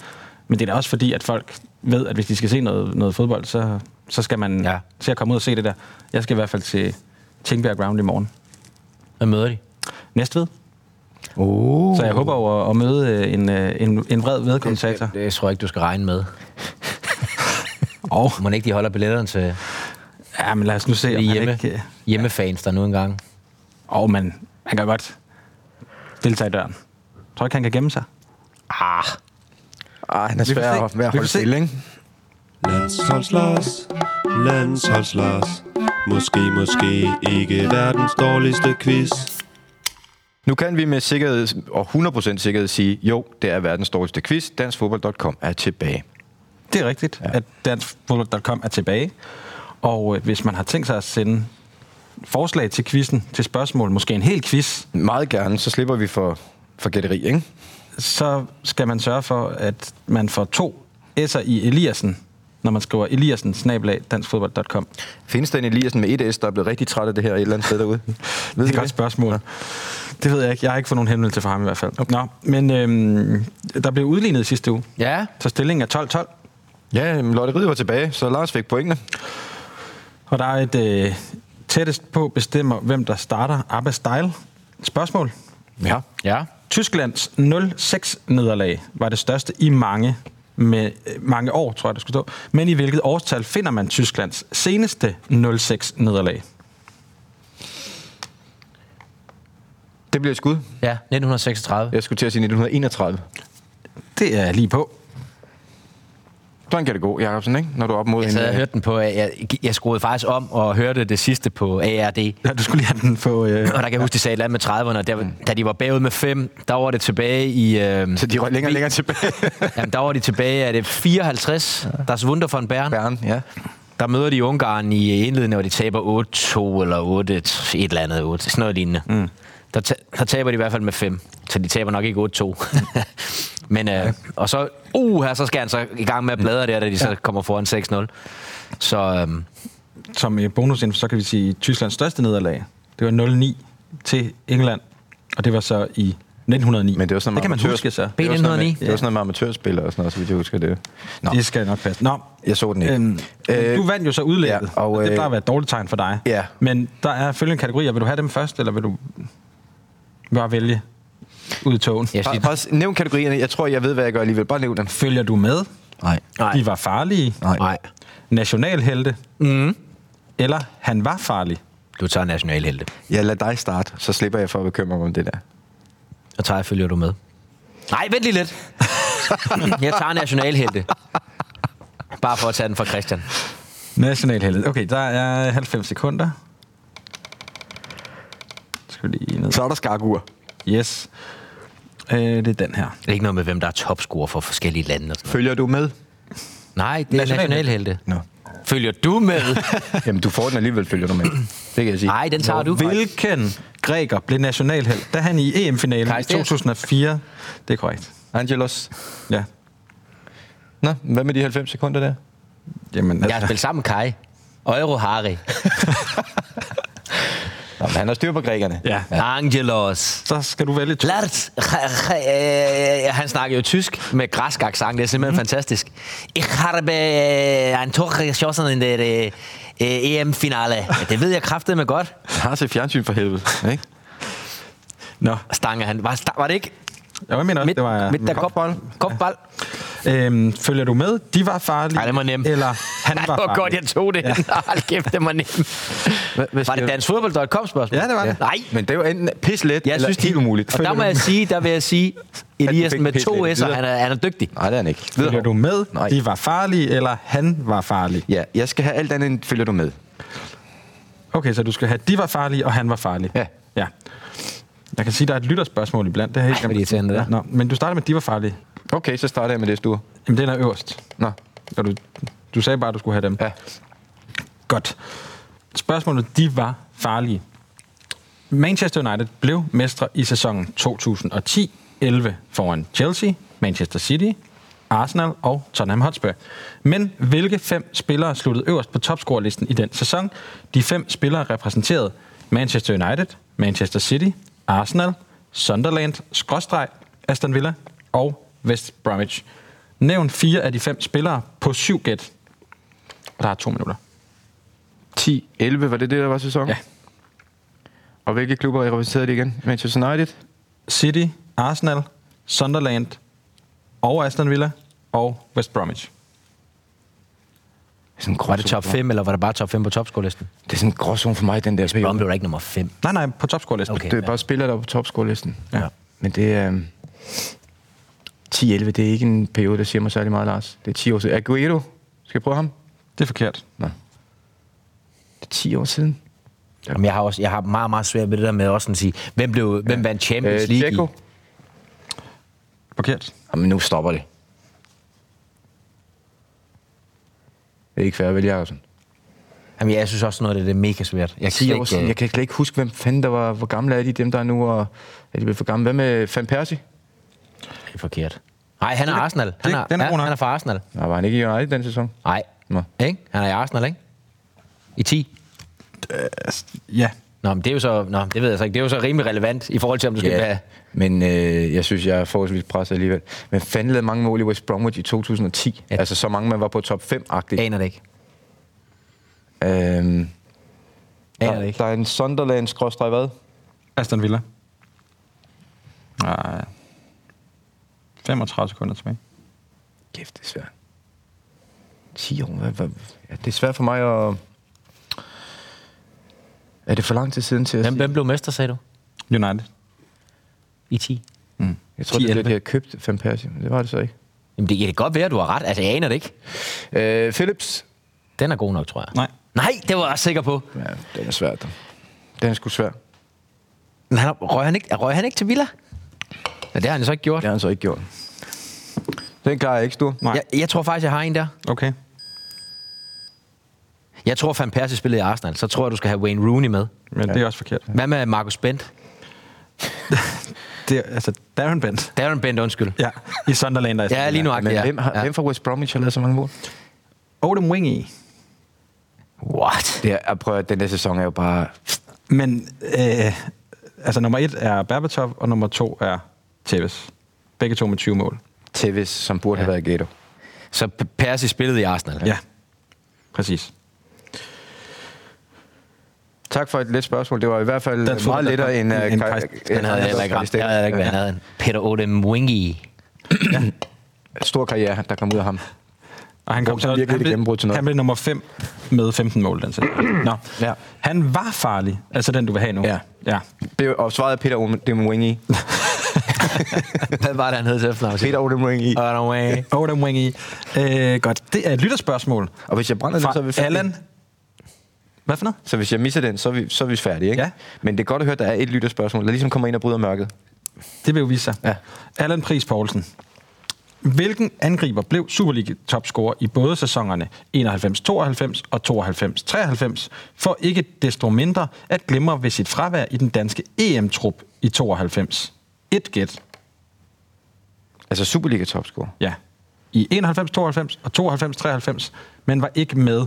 Speaker 4: men det er da også fordi, at folk ved, at hvis de skal se noget, noget fodbold, så, så skal man
Speaker 3: Ja.
Speaker 4: ja. til at komme ud og se det der. Jeg skal i hvert fald til Tingbjerg Ground i morgen.
Speaker 3: Hvad møder de?
Speaker 4: Næstved.
Speaker 2: Oh.
Speaker 4: Så jeg håber over at møde øh, en, øh, en, en vred vedkommentator.
Speaker 3: Det, det tror jeg ikke, du skal regne
Speaker 4: *laughs*
Speaker 3: med. Og må ikke de holder billetterne til
Speaker 4: Ja, men lad os nu se, om han
Speaker 3: hjemme,
Speaker 4: ikke... øh,
Speaker 3: hjemmefans, der nu engang.
Speaker 4: Åh, oh, men han kan godt deltage i døren. Tror ikke, han kan gemme sig?
Speaker 3: Ah,
Speaker 2: Ej, Ah, han er
Speaker 4: Vi får
Speaker 2: svær
Speaker 4: se.
Speaker 2: at- med at
Speaker 4: Vi får
Speaker 2: holde
Speaker 4: se.
Speaker 2: stille, ikke?
Speaker 6: Landsholdslars, landsholdslars Måske, måske ikke verdens dårligste quiz
Speaker 2: Nu kan vi med sikkerhed og 100% sikkerhed sige, jo, det er verdens dårligste quiz. Danskfodbold.com er tilbage.
Speaker 4: Det er rigtigt, ja. at danskfodbold.com er tilbage. Og øh, hvis man har tænkt sig at sende forslag til quizzen, til spørgsmål, måske en hel quiz,
Speaker 2: Meget gerne, så slipper vi for, for gætteri, ikke?
Speaker 4: så skal man sørge for, at man får to S'er i Eliassen, når man skriver Eliassen snablag danskfodbold.com.
Speaker 2: Findes den Eliassen med et S, der er blevet rigtig træt af det her et eller andet sted *laughs* derude? Ved
Speaker 4: Det er
Speaker 2: vi
Speaker 4: et godt spørgsmål. Det ved jeg ikke. Jeg har ikke fået nogen henvendelse fra ham i hvert fald. Okay. Nå, men øhm, der blev udlignet i sidste uge,
Speaker 3: ja.
Speaker 4: så stillingen er 12-12.
Speaker 2: Ja, men Lotte Rid var tilbage, så Lars fik pointene.
Speaker 4: Og der er et øh, tættest på bestemmer, hvem der starter Abba Style. Spørgsmål.
Speaker 2: Ja.
Speaker 3: Ja.
Speaker 4: Tysklands 0-6-nederlag var det største i mange, med, øh, mange år, tror jeg, det skulle stå. Men i hvilket årstal finder man Tysklands seneste 0-6-nederlag?
Speaker 2: Det bliver et skud.
Speaker 3: Ja, 1936.
Speaker 2: Jeg skulle til at sige 1931.
Speaker 4: Det er lige på.
Speaker 2: Sådan kan det gå, Jacobsen, ikke? Når du er op mod
Speaker 3: Jeg
Speaker 2: en...
Speaker 3: sad og
Speaker 2: øh,
Speaker 3: hørte den på, øh, jeg, jeg skruede faktisk om og hørte det sidste på ARD.
Speaker 4: Ja, du skulle lige have den på... Øh,
Speaker 3: Og der kan jeg huske, de sagde et eller andet med 30'erne, og der,
Speaker 4: Mm.
Speaker 3: da de var bagud med 5, der var det tilbage i...
Speaker 4: *laughs*
Speaker 3: Øh,
Speaker 2: Så de røg længere og længere tilbage.
Speaker 3: jamen, der var de tilbage, er det 54, deres Wunder von
Speaker 2: *laughs*
Speaker 3: Bern.
Speaker 2: Bern, ja.
Speaker 3: Der møder de Ungarn i indledende, hvor de taber 8-2 eller 8-1, et eller andet 8, sådan noget lignende. Mm. Der, ta- der taber de i hvert fald med 5, så de taber nok ikke 8-2. *laughs* Men, øh, og så, uh, her, så skal han så i gang med at bladre der, da de så kommer foran 6-0. Så øhm,
Speaker 4: som øh, bonusinfo, så kan vi sige Tysklands største nederlag. Det var 0-9 til England, og det var så i 1909.
Speaker 2: Men det var sådan
Speaker 4: det kan man
Speaker 2: amatørs-
Speaker 4: huske sig.
Speaker 2: Det var sådan noget med-
Speaker 3: 1909.
Speaker 2: Det var sådan noget med amatørspillere og sådan noget, så vidt jeg husker det. Nå,
Speaker 4: Det skal nok passe. Nå,
Speaker 2: jeg så den ikke.
Speaker 4: Øhm, øh, du vandt jo så udlægget,
Speaker 2: ja,
Speaker 4: ja,
Speaker 2: og,
Speaker 4: og, det
Speaker 2: øh,
Speaker 4: plejer at være et dårligt tegn for dig.
Speaker 2: Ja.
Speaker 4: Men der er følgende kategorier. Vil du have dem først, eller vil du bare vælge ud i togen?
Speaker 3: Jeg
Speaker 2: Bare,
Speaker 3: siger,
Speaker 2: bare nævn kategorierne. Jeg tror, jeg ved, hvad jeg gør alligevel. Bare nævn dem.
Speaker 4: Følger du med?
Speaker 2: Nej.
Speaker 3: Nej.
Speaker 4: De var farlige.
Speaker 2: Nej.
Speaker 3: nej. Mm-hmm.
Speaker 4: Nationalhelte. Mm. Eller han var farlig.
Speaker 3: Du tager nationalhelte.
Speaker 2: Jeg lader dig starte, så slipper jeg for at bekymre mig om det der.
Speaker 3: Og tager følger du med. Nej, vent lige lidt. jeg tager nationalhelte. Bare for at tage den fra Christian.
Speaker 4: Nationalheldet. Okay, der er 90 sekunder. Skal vi lige ned.
Speaker 2: er der skakur.
Speaker 4: Yes. Øh, det er den her.
Speaker 3: Det er ikke noget med, hvem der er topscorer for forskellige lande. Og sådan noget.
Speaker 2: Følger du med?
Speaker 3: Nej, det er
Speaker 4: Nationalhelte.
Speaker 3: nationalhelte.
Speaker 2: Nå.
Speaker 3: Følger du
Speaker 4: *laughs*
Speaker 3: med?
Speaker 2: Jamen, du får den alligevel, følger du med. Det kan jeg sige.
Speaker 3: Nej, den tager du.
Speaker 4: Hvilken græker blev nationalheld, da han i EM-finalen i
Speaker 3: Karisteas.
Speaker 4: 2004? Det er korrekt.
Speaker 2: Angelos.
Speaker 4: Ja.
Speaker 2: Nå, hvad med de 90 sekunder der?
Speaker 4: Jamen, altså.
Speaker 3: Jeg har spillet sammen med Kai. Og Euro Harry.
Speaker 2: Nå, men han har styr på grækerne.
Speaker 4: Ja.
Speaker 3: Angelos.
Speaker 4: Så skal du vælge to.
Speaker 3: Lart, øh, han snakker jo tysk med græsk accent, det er
Speaker 4: Mhm.
Speaker 3: simpelthen mm. fantastisk. Ich habe ein Tor geschossen in der øh, EM-finale. Det ved jeg kraftedeme godt.
Speaker 2: Han har set fjernsyn for helvede, ikke?
Speaker 4: Nå,
Speaker 3: Stange han. Var, sta- var det ikke?
Speaker 4: jeg mener også,
Speaker 3: Midt,
Speaker 4: det var...
Speaker 3: midt der
Speaker 2: kopbold.
Speaker 3: kopbold. Kopbold.
Speaker 4: Øhm, følger du med? De var farlige.
Speaker 3: Nej, det var nemt.
Speaker 4: Eller han
Speaker 3: Nej,
Speaker 4: var
Speaker 3: det var
Speaker 4: farlig.
Speaker 3: godt, jeg tog det. Ja. *laughs* Hold kæft, det var nemt. Var
Speaker 2: siger
Speaker 3: det
Speaker 2: du?
Speaker 3: danskfodbold.com spørgsmål?
Speaker 4: Ja, det var det.
Speaker 3: Nej,
Speaker 2: Men det er jo enten pis let,
Speaker 3: jeg
Speaker 2: eller
Speaker 3: synes, det
Speaker 2: helt umuligt.
Speaker 3: Og der må jeg sige, der vil jeg sige, Elias
Speaker 2: fik
Speaker 3: med
Speaker 2: pisse
Speaker 3: to
Speaker 2: lidt
Speaker 3: S'er,
Speaker 2: videre.
Speaker 3: han er, han er dygtig.
Speaker 2: Nej, det er han ikke.
Speaker 4: Følger du med?
Speaker 2: Nej.
Speaker 4: De var farlige, eller han var farlig.
Speaker 2: Ja, jeg skal have alt andet end følger du med.
Speaker 4: Okay, så du skal have, de var farlige, og han var farlig.
Speaker 2: Ja.
Speaker 4: ja. Jeg kan sige, der er et lytterspørgsmål iblandt. Det har jeg
Speaker 3: Ej, hvor
Speaker 4: helt
Speaker 3: irriterende, det
Speaker 4: Ja,
Speaker 3: der.
Speaker 4: Nå, men du starter med, de var farlige.
Speaker 2: Okay, så starter jeg med det, Sture.
Speaker 4: Jamen, den er øverst.
Speaker 2: Nå,
Speaker 4: Og du, du sagde bare, at du skulle have dem.
Speaker 2: ja.
Speaker 4: Godt. Spørgsmålet, de var farlige. Manchester United blev mestre i sæsonen 2010-11 foran Chelsea, Manchester City, Arsenal og Tottenham Hotspur. Men hvilke fem spillere sluttede øverst på topscorerlisten i den sæson? De fem spillere repræsenterede Manchester United, Manchester City, Arsenal, Sunderland, skråstreg, Aston Villa og West Bromwich. Nævn fire af de fem spillere på syv gæt. Og der er to minutter.
Speaker 2: 10, 11, var det det, der var sæsonen?
Speaker 4: Ja.
Speaker 2: Og hvilke klubber repræsenterede det igen? Manchester United?
Speaker 4: City, Arsenal, Sunderland og Aston Villa og West Bromwich.
Speaker 2: Det er sådan en
Speaker 3: Var det
Speaker 2: gråzone
Speaker 3: top
Speaker 2: for-
Speaker 3: 5, eller var det bare top 5 på topscore-listen?
Speaker 2: Det er sådan en gråzone for mig, den der
Speaker 3: Rom
Speaker 2: periode.
Speaker 3: blev da ikke nummer 5.
Speaker 4: Nej, nej, på topscorelisten.
Speaker 3: Okay.
Speaker 2: Det er bare spillere, der er på topscorelisten.
Speaker 4: Ja.
Speaker 2: Men det er... øhm, 10-11, det er ikke en periode, der siger mig særlig meget, Lars. Det er 10 år siden. Aguero? Skal jeg prøve ham?
Speaker 4: Det er forkert.
Speaker 2: Nej. Det er 10 år siden.
Speaker 3: Jamen, jeg har også jeg har meget, meget svært ved det der med også sådan at sige, hvem, blev, hvem vandt
Speaker 4: Øh,
Speaker 3: Champions League
Speaker 2: Tjekko?
Speaker 3: i?
Speaker 4: Forkert.
Speaker 2: Jamen, nu stopper det. Det er ikke fair, vel, Jacobsen?
Speaker 3: Jamen, jeg synes også noget af det, det er mega svært. Jeg kan
Speaker 2: 10
Speaker 3: slet
Speaker 2: år
Speaker 3: ikke,
Speaker 2: siden.
Speaker 3: øh,
Speaker 2: Jeg kan slet ikke huske, hvem fanden der var... Hvor gamle er de, dem der er nu? Og er de blevet for gamle? Hvad med Van Persie?
Speaker 3: Det er forkert. Nej, han er Arsenal. Han
Speaker 4: det-
Speaker 3: er,
Speaker 4: den er
Speaker 3: ja,
Speaker 4: god nok.
Speaker 3: han er fra Arsenal.
Speaker 2: Nej, var han ikke i United den sæson?
Speaker 3: Nej,
Speaker 2: Nå.
Speaker 3: ikke? Han er i Arsenal, ikke? I 10.
Speaker 4: Ja.
Speaker 3: Nå, men det er jo så, nå, det ved jeg så ikke. Det er jo så rimelig relevant i forhold til, om du skal yeah.
Speaker 2: Ja,
Speaker 3: have...
Speaker 2: men øh, jeg synes, jeg er forholdsvis presset alligevel. Men fanden lavede mange mål i West Bromwich i 2010.
Speaker 3: Ja.
Speaker 2: Ja. Altså så mange, man var på top 5-agtigt.
Speaker 3: Aner det ikke.
Speaker 2: Øhm,
Speaker 3: Aner
Speaker 2: der,
Speaker 3: det ikke.
Speaker 2: der er en sunderland skråstreg hvad?
Speaker 4: Aston Villa. Nej. 35 sekunder tilbage.
Speaker 2: Kæft, det er svært. 10 år, hvad, hvad? Ja, det er svært for mig at... Er det for lang tid siden til at
Speaker 3: Hvem,
Speaker 2: sige?
Speaker 3: hvem blev mester, sagde du?
Speaker 4: United.
Speaker 3: I 10.
Speaker 2: Jeg tror, det er
Speaker 4: 10-11.
Speaker 2: det, de har købt Van Persie, men det var det så ikke.
Speaker 3: Jamen, det kan det godt være, du har ret. Altså, jeg aner det ikke.
Speaker 2: Øh, Philips.
Speaker 3: Den er god nok, tror jeg.
Speaker 4: Nej.
Speaker 3: Nej, det var jeg også sikker på.
Speaker 2: Ja, den er svært. dog. Den er sgu svær.
Speaker 3: Men han, røg, han ikke, røg han ikke til Villa? Ja, det har han jo så ikke gjort.
Speaker 2: Det har han så ikke gjort. Den klarer jeg ikke, Stur.
Speaker 4: Nej.
Speaker 3: Jeg, jeg tror faktisk, jeg har en der.
Speaker 4: Okay.
Speaker 3: Jeg tror, Van Persie spillede i Arsenal. Så tror jeg, du skal have Wayne Rooney med.
Speaker 4: Men ja. det er også forkert.
Speaker 3: Hvad med Marcus Bent?
Speaker 4: Det er, altså, Darren Bent.
Speaker 3: Darren Bent, undskyld.
Speaker 4: Ja, i Sunderland. Der er
Speaker 3: Ja, lige nu.
Speaker 2: Men
Speaker 3: Ja.
Speaker 2: hvem, har,
Speaker 3: Ja.
Speaker 2: hvem fra West Bromwich har lavet så mange mål?
Speaker 4: Odom Wingy.
Speaker 3: What?
Speaker 2: Det er, at prøve, den der sæson er jo bare...
Speaker 4: Men, øh, altså, nummer et er Berbatov, og nummer to er Tevez. Begge to med 20 mål.
Speaker 2: Tevez, som burde ja. have været i Gato.
Speaker 3: Så P- Persie spillede i Arsenal.
Speaker 4: Ja. Præcis.
Speaker 2: Tak for et let spørgsmål. Det var i hvert fald
Speaker 4: Den tror jeg,
Speaker 2: meget
Speaker 4: der
Speaker 2: lettere
Speaker 4: kom
Speaker 2: end...
Speaker 4: en-
Speaker 2: øh,
Speaker 4: en
Speaker 2: Kaj-
Speaker 4: Kaj-
Speaker 2: øh,
Speaker 3: Den havde jeg heller ikke ramt. Den havde jeg ikke været nærheden. Peter Odem Wingy.
Speaker 2: Stor karriere, der kom ud af ham.
Speaker 4: Og han
Speaker 2: Hvor
Speaker 4: kom
Speaker 2: der
Speaker 4: så,
Speaker 2: virkelig
Speaker 4: han,
Speaker 2: et gennembrud til noget.
Speaker 4: han blev nummer 5 med 15 mål den sæson.
Speaker 2: *clears throat*
Speaker 4: Nå.
Speaker 2: Ja.
Speaker 4: Han var farlig, altså den du vil have nu.
Speaker 2: Ja.
Speaker 4: ja.
Speaker 2: Det og svaret er Peter *laughs* Odemwingie.
Speaker 3: *laughs* Hvad var det, han hed til efternavn?
Speaker 2: Peter Odemwingie.
Speaker 3: Peter Away.
Speaker 4: Odom Wingy. Øh, godt, det er et lytterspørgsmål
Speaker 2: Og hvis jeg brænder den, så er vi
Speaker 4: fra
Speaker 2: færdige.
Speaker 4: Allan. Hvad for noget?
Speaker 2: Så hvis jeg misser den, så er vi, så er vi færdige, ikke?
Speaker 4: Ja.
Speaker 2: Men det er godt at høre, at der er et lytterspørgsmål, der ligesom kommer ind og bryder mørket.
Speaker 4: Det vil jo vise sig.
Speaker 2: Ja.
Speaker 4: Allan Pris Poulsen. Hvilken angriber blev Superliga-topscorer i både sæsonerne 91-92 og 92-93, for ikke desto mindre at glemme ved sit fravær i den danske EM-trup i 92? Et gæt.
Speaker 2: Altså Superliga-topscorer.
Speaker 4: Ja. I 91-92 og 92-93, men var ikke med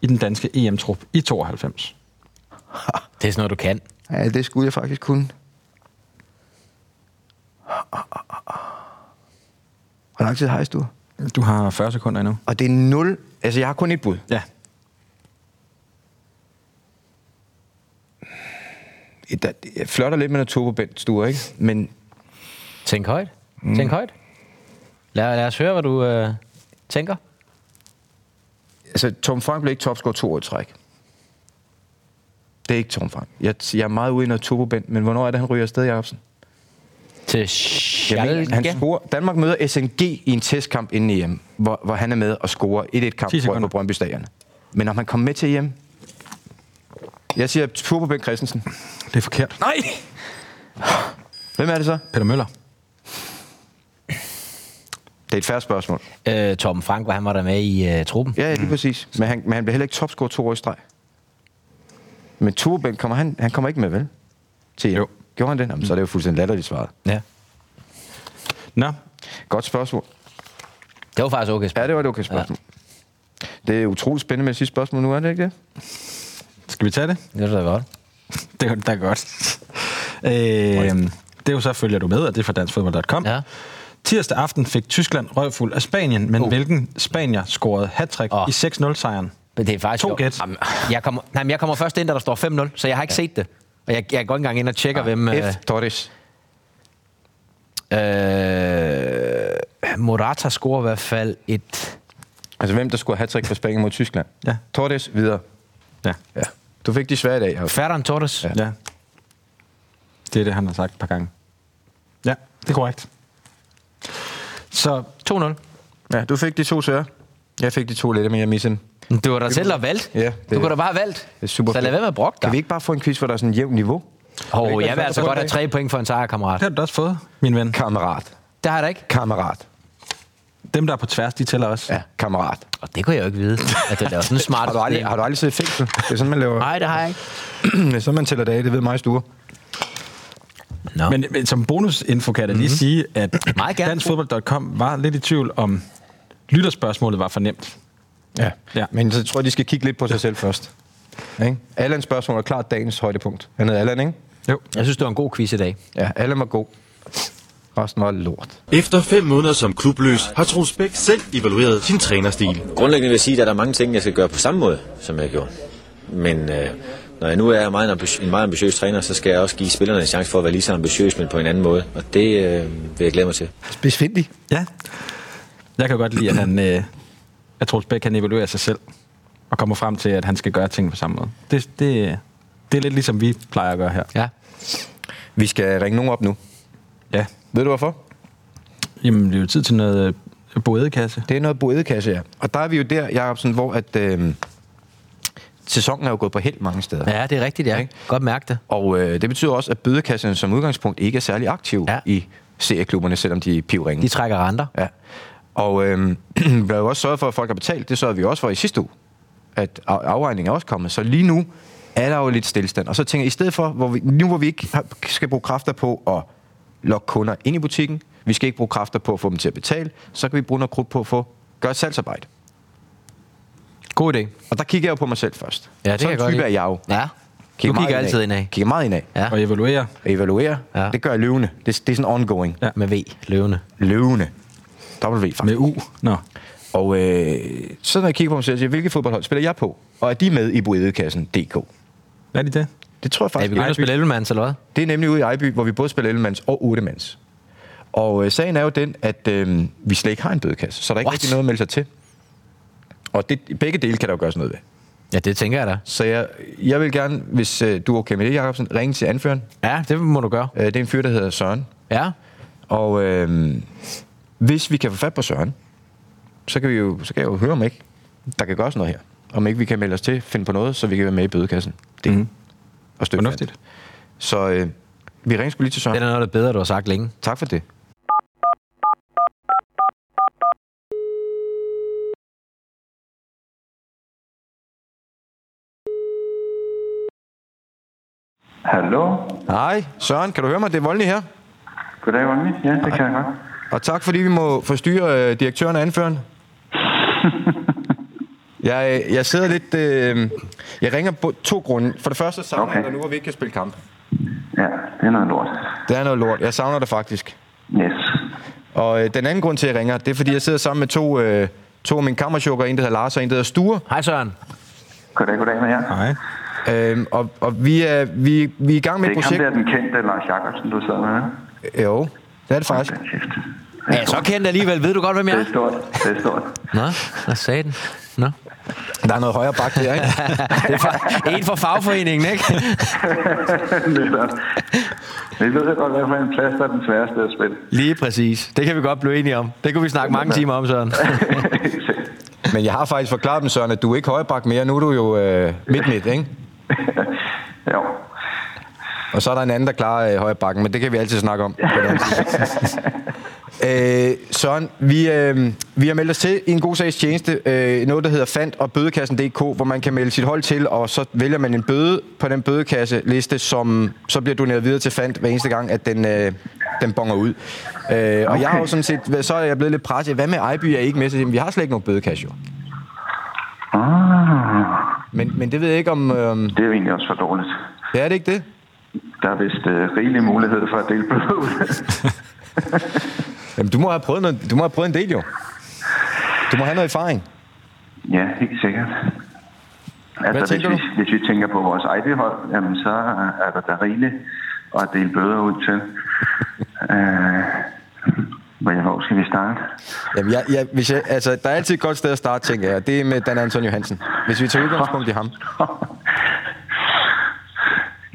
Speaker 4: i den danske EM-trup i 92.
Speaker 3: Det er sådan noget, du kan.
Speaker 2: Ja, det skulle jeg faktisk kunne. Hvor lang tid har jeg stået?
Speaker 4: Du har 40 sekunder endnu.
Speaker 2: Og det er 0. Altså, jeg har kun et bud.
Speaker 4: Ja.
Speaker 2: Der, jeg flotter lidt med noget turbo på stuer, ikke? Men
Speaker 3: Tænk højt. Mm. Tænk højt. Lad, lad os høre, hvad du øh, tænker.
Speaker 2: altså, Tom Frank blev ikke topscorer to år i træk. Det er ikke Tom Frank. Jeg, jeg er meget ude i noget turbobent, men hvornår er det, han ryger afsted, Jacobsen?
Speaker 3: Til
Speaker 2: Jeg mener, han
Speaker 3: Schalke.
Speaker 2: scorer. Danmark møder SNG i en testkamp inden EM, hvor, hvor han er med og scorer 1-1-kamp
Speaker 4: 10
Speaker 2: tror jeg,
Speaker 4: sekunder.
Speaker 2: på Brøndby Stadion. Men om han kommer med til EM? Jeg siger Turbobent Christensen.
Speaker 4: Det er forkert.
Speaker 2: Nej! Hvem er det så?
Speaker 4: Peter Møller.
Speaker 2: Det er et færre spørgsmål.
Speaker 3: Øh, Tom Frank, hvor han var der med i øh, truppen.
Speaker 2: Ja, ja, lige præcis. Men han, men han bliver heller ikke topscorer to år i streg. Men Turbobent kommer han, han kommer ikke med, vel? Til EM.
Speaker 4: Jo.
Speaker 2: Gjorde han det? Jamen, så er det jo fuldstændig latterligt svaret.
Speaker 3: Ja.
Speaker 4: Nå,
Speaker 2: Godt spørgsmål.
Speaker 3: Det var faktisk okay.
Speaker 2: Ja, det var et okay spørgsmål. Ja. Det er utroligt spændende med det sidste spørgsmål nu, er det ikke det?
Speaker 4: skal vi tage det?
Speaker 3: Det var da godt.
Speaker 4: Det er da godt. øh, det er jo så, følger du med, og det er fra danskfodbold.com.
Speaker 3: Ja.
Speaker 4: Tirsdag aften fik Tyskland røvfuld af Spanien, men oh. hvilken spanier scorede hat
Speaker 3: Uh. Åh.
Speaker 4: oh. i 6-0-sejren?
Speaker 3: Men det er faktisk
Speaker 4: To
Speaker 3: jo-
Speaker 4: gæt.
Speaker 3: Jamen, Jeg kommer, nej, men jeg kommer først ind, da der står 5-0, så jeg har ikke ja. set det. Og jeg, jeg går ikke engang ind og tjekker, ja. hvem...
Speaker 2: Ah, F. Torres.
Speaker 3: Øh, øh, Morata scorer i hvert fald et...
Speaker 2: Altså, hvem der skulle have trick for Spanien mod Tyskland?
Speaker 4: Ja.
Speaker 2: Torres videre.
Speaker 4: Ja.
Speaker 2: Ja. Du fik de svære i dag. Jacob.
Speaker 3: Ferdinand Torres. Ja.
Speaker 4: ja. Det er det, han har sagt et par gange. Ja, det er korrekt. Så
Speaker 3: 2-0.
Speaker 2: Ja, du fik de to svære. Jeg fik de to lidt, men jeg missede dem.
Speaker 3: Det var dig selv, der valgte.
Speaker 2: Ja, det-
Speaker 3: du kunne da bare have valgt.
Speaker 2: Det er super
Speaker 3: så lad
Speaker 2: fedt.
Speaker 3: være med at brokke dig.
Speaker 2: Kan vi ikke bare få en quiz, hvor der er sådan et jævnt niveau?
Speaker 3: Hov,
Speaker 2: være
Speaker 3: jeg vil
Speaker 2: svært
Speaker 3: altså
Speaker 2: at få
Speaker 3: godt have
Speaker 2: det?
Speaker 3: tre point for en sejr, kammerat.
Speaker 4: det har du da også fået, min ven.
Speaker 2: Kammerat.
Speaker 3: Det har jeg da ikke.
Speaker 2: Kammerat.
Speaker 4: Dem, der er på tværs, de tæller også.
Speaker 2: Ja, kammerat.
Speaker 3: Og det kunne jeg jo ikke vide, at det er sådan en
Speaker 2: *laughs*
Speaker 3: smart
Speaker 2: Har du, aldrig,
Speaker 3: system.
Speaker 2: har du aldrig siddet i fængsel? Det er sådan, man laver.
Speaker 3: Nej, det har jeg ikke.
Speaker 2: Det er sådan, man tæller dage. Det ved mig i stuer.
Speaker 3: Nå.
Speaker 4: Men, men som bonusinfo kan jeg da lige mm-hmm. sige, at
Speaker 3: Mhm. Meget gerne.
Speaker 4: danskfodbold.com var lidt i tvivl om, lytterspørgsmålet var for nemt.
Speaker 2: Ja.
Speaker 4: Ja.
Speaker 2: ja. Men så tror jeg, de skal kigge lidt på sig selv først. Ikke? Allans spørgsmål er klart dagens højdepunkt. Han hedder Allan, ikke?
Speaker 4: Jo.
Speaker 3: Jeg synes, det var en god quiz i dag.
Speaker 2: Ja, Allan var god. Resten var lort.
Speaker 7: Efter fem måneder som klubløs har Troels Bæk selv evalueret sin trænerstil.
Speaker 8: Grundlæggende vil jeg sige, at der er mange ting, jeg skal gøre på samme måde, som jeg gjorde. Men øh, når jeg nu er meget ambitiøs, en meget ambitiøs træner, så skal jeg også give spillerne en chance for at være lige så ambitiøs, men på en anden måde. Og det øh, vil jeg glæde mig til.
Speaker 2: Besvindig.
Speaker 4: Ja. Jeg kan godt lide, at han... Øh, at Troels Bæk, han evaluerer sig selv. Og kommer frem til, at han skal gøre ting på samme måde. Det, det, det er lidt ligesom vi plejer at gøre her.
Speaker 3: Ja.
Speaker 2: Vi skal ringe nogen op nu.
Speaker 4: Ja.
Speaker 2: Ved du hvorfor?
Speaker 4: Jamen, det er jo tid til noget øh, boedekasse.
Speaker 2: Det er noget boedekasse, ja. Og der er vi jo der, Jacobsen, hvor at, øh, sæsonen er jo gået på helt mange steder.
Speaker 3: ja, det er rigtigt, ja. Godt mærke det.
Speaker 2: Og øh, det betyder også, at bødekasserne som udgangspunkt ikke er særlig aktive
Speaker 3: Ja.
Speaker 2: ja. i serieklubberne, selvom de er pivringe.
Speaker 3: De trækker renter.
Speaker 2: Ja. Og *clears throat* øh, vi har jo også sørget for, at folk har betalt. Det sørgede vi også for i sidste uge, at af- afregningen er også kommet. Så lige nu er der jo lidt stillestand. Og så tænker jeg, i stedet for, hvor vi, nu hvor vi ikke har, skal bruge kræfter på at lokke kunder ind i butikken, vi skal ikke bruge kræfter på at få dem til at betale, så kan vi bruge noget krudt på at få gøre et salgsarbejde.
Speaker 3: God idé.
Speaker 2: Og der kigger jeg jo på mig selv først.
Speaker 3: Ja, det
Speaker 2: Sådan
Speaker 3: kan jeg godt
Speaker 2: type
Speaker 3: lide.
Speaker 2: er jeg jo.
Speaker 3: Ja. Du
Speaker 2: meget
Speaker 3: kigger altid indad.
Speaker 2: Kigger meget indad.
Speaker 3: Ja.
Speaker 4: Og evaluere.
Speaker 2: Og evaluerer.
Speaker 3: Ja.
Speaker 2: Ja. Det gør jeg løvende. Det, det er sådan ongoing.
Speaker 4: Ja.
Speaker 2: Ja.
Speaker 3: Med V, løvende.
Speaker 2: Løvende. W faktisk.
Speaker 4: Med U. Nå.
Speaker 2: Og øh, så når jeg kigger på mig selv, siger jeg, hvilke fodboldhold spiller jeg på? Og er de med i boedekassen DK?
Speaker 4: Er det det?
Speaker 2: Det tror jeg
Speaker 3: Er I
Speaker 2: faktisk.
Speaker 3: begyndt at
Speaker 2: Ejby-
Speaker 3: spille 11 mands, eller hvad?
Speaker 2: Det er nemlig ude i Ejby, hvor vi både spiller 11 og 8 mands. Og øh, sagen er jo den, at øh, vi slet ikke har en bødekasse, så der er ikke
Speaker 3: What?
Speaker 2: rigtig noget at melde sig til. Og det, begge dele kan der jo gøres noget ved.
Speaker 3: Ja, det tænker jeg da.
Speaker 2: Så jeg, jeg vil gerne, hvis øh, du er okay med det, Jacobsen, ringe til anføreren.
Speaker 3: Ja, det må du gøre.
Speaker 2: Øh, det er en fyr, der hedder Søren.
Speaker 3: Ja.
Speaker 2: Og øh, hvis vi kan få fat på Søren, så kan, vi jo, så kan jeg jo høre om ikke, der kan gøres noget her. Om ikke vi kan melde os til, finde på noget, så vi kan være med i bødekassen. Det mm. og støtte
Speaker 4: Fornuftigt.
Speaker 2: fat. Så øh, vi ringer sgu lige til
Speaker 3: Det
Speaker 2: Søren.
Speaker 3: er da noget, der er bedre, du har sagt længe.
Speaker 2: Tak for det.
Speaker 9: Hallo?
Speaker 2: Hej, Søren, kan du høre mig? Det er Voldny her.
Speaker 9: Goddag, Rune. Ja, det kan jeg godt.
Speaker 2: Og tak, fordi vi må forstyrre øh, direktøren og
Speaker 9: *laughs*
Speaker 2: anføreren. jeg, jeg sidder lidt... Øh, jeg ringer på to grunde. For det første savner jeg
Speaker 9: Okay.
Speaker 2: dig nu, at vi ikke kan spille kamp.
Speaker 9: Ja, det er noget lort.
Speaker 2: Det er noget lort. Jeg savner dig faktisk.
Speaker 9: Yes.
Speaker 2: Og øh, den anden grund til, at jeg ringer, det er, fordi jeg sidder sammen med to, øh, to af mine kammerchukker. En, der hedder Lars, og en, der hedder Sture.
Speaker 3: Hej Søren.
Speaker 9: Goddag, goddag med jer.
Speaker 4: Nej.
Speaker 2: Øhm, og, og vi, er, vi, vi er i gang
Speaker 9: Det
Speaker 2: med
Speaker 9: er
Speaker 2: et
Speaker 9: ikke ham
Speaker 2: projekt.
Speaker 9: der, den kendte Lars Jacobsen, du sad med.
Speaker 2: Jo, det er det faktisk.
Speaker 9: Den shift.
Speaker 3: Ja, jeg er så kendt alligevel. Ved du godt, hvem jeg
Speaker 9: Det
Speaker 3: er?
Speaker 9: er stort. Det er stort.
Speaker 3: Nå, hvad sagde den? Nå.
Speaker 2: Der er noget højere bak der, ikke?
Speaker 3: Det er *laughs* fra, en fra fagforeningen, ikke?
Speaker 9: Netop. Vi ved da godt, hvad for en plads, der er den sværeste at spille.
Speaker 3: Lige præcis. Det kan vi godt blive enige om. Det kunne vi snakke mange timer om, Søren.
Speaker 2: Men jeg har faktisk forklaret dem, Søren, at du er ikke højre bak mere. Nu er du jo øh, midt-midt, ikke?
Speaker 9: jo.
Speaker 2: Og så er der en anden, der klarer øh, højre bakken, men det kan vi altid snakke om. på et andet tidspunkt. øh, Søren, vi, øh, vi har meldt os til i en god sags tjeneste, øh, noget der hedder fandt og bødekassen.dk, hvor man kan melde sit hold til, og så vælger man en bøde på den bødekasseliste, som så bliver doneret videre til fandt hver eneste gang, at den, øh, den bonger ud. Øh, og jeg har jo sådan set, så er jeg blevet lidt presset. Hvad med Ejby er I ikke med? Så siger, jeg, "Men vi har slet ikke nogen bødekasse jo.
Speaker 9: Ah,
Speaker 2: Men, men det ved jeg ikke om... Øh,
Speaker 9: det er jo egentlig også for dårligt.
Speaker 2: ja, er det ikke det?
Speaker 9: Der er vist uh, rigelig mulighed for at dele bøde ud.
Speaker 2: Jamen, du må have prøvet, noget, du må have prøvet en del jo. Du må have noget erfaring.
Speaker 9: ja, helt sikkert. Altså, hvis
Speaker 2: tænker
Speaker 9: vi,
Speaker 2: du?
Speaker 9: hvis vi tænker på vores ID-hold, jamen, så er der da rigeligt at dele bøder ud
Speaker 3: *laughs*
Speaker 9: til. Øh, men hvor skal vi starte?
Speaker 2: Jamen, jeg, jeg, hvis jeg, altså, der er altid et godt sted at starte, tænker jeg. Det er med Dan Anton Johansen. Hvis vi tager udgangspunkt i ham.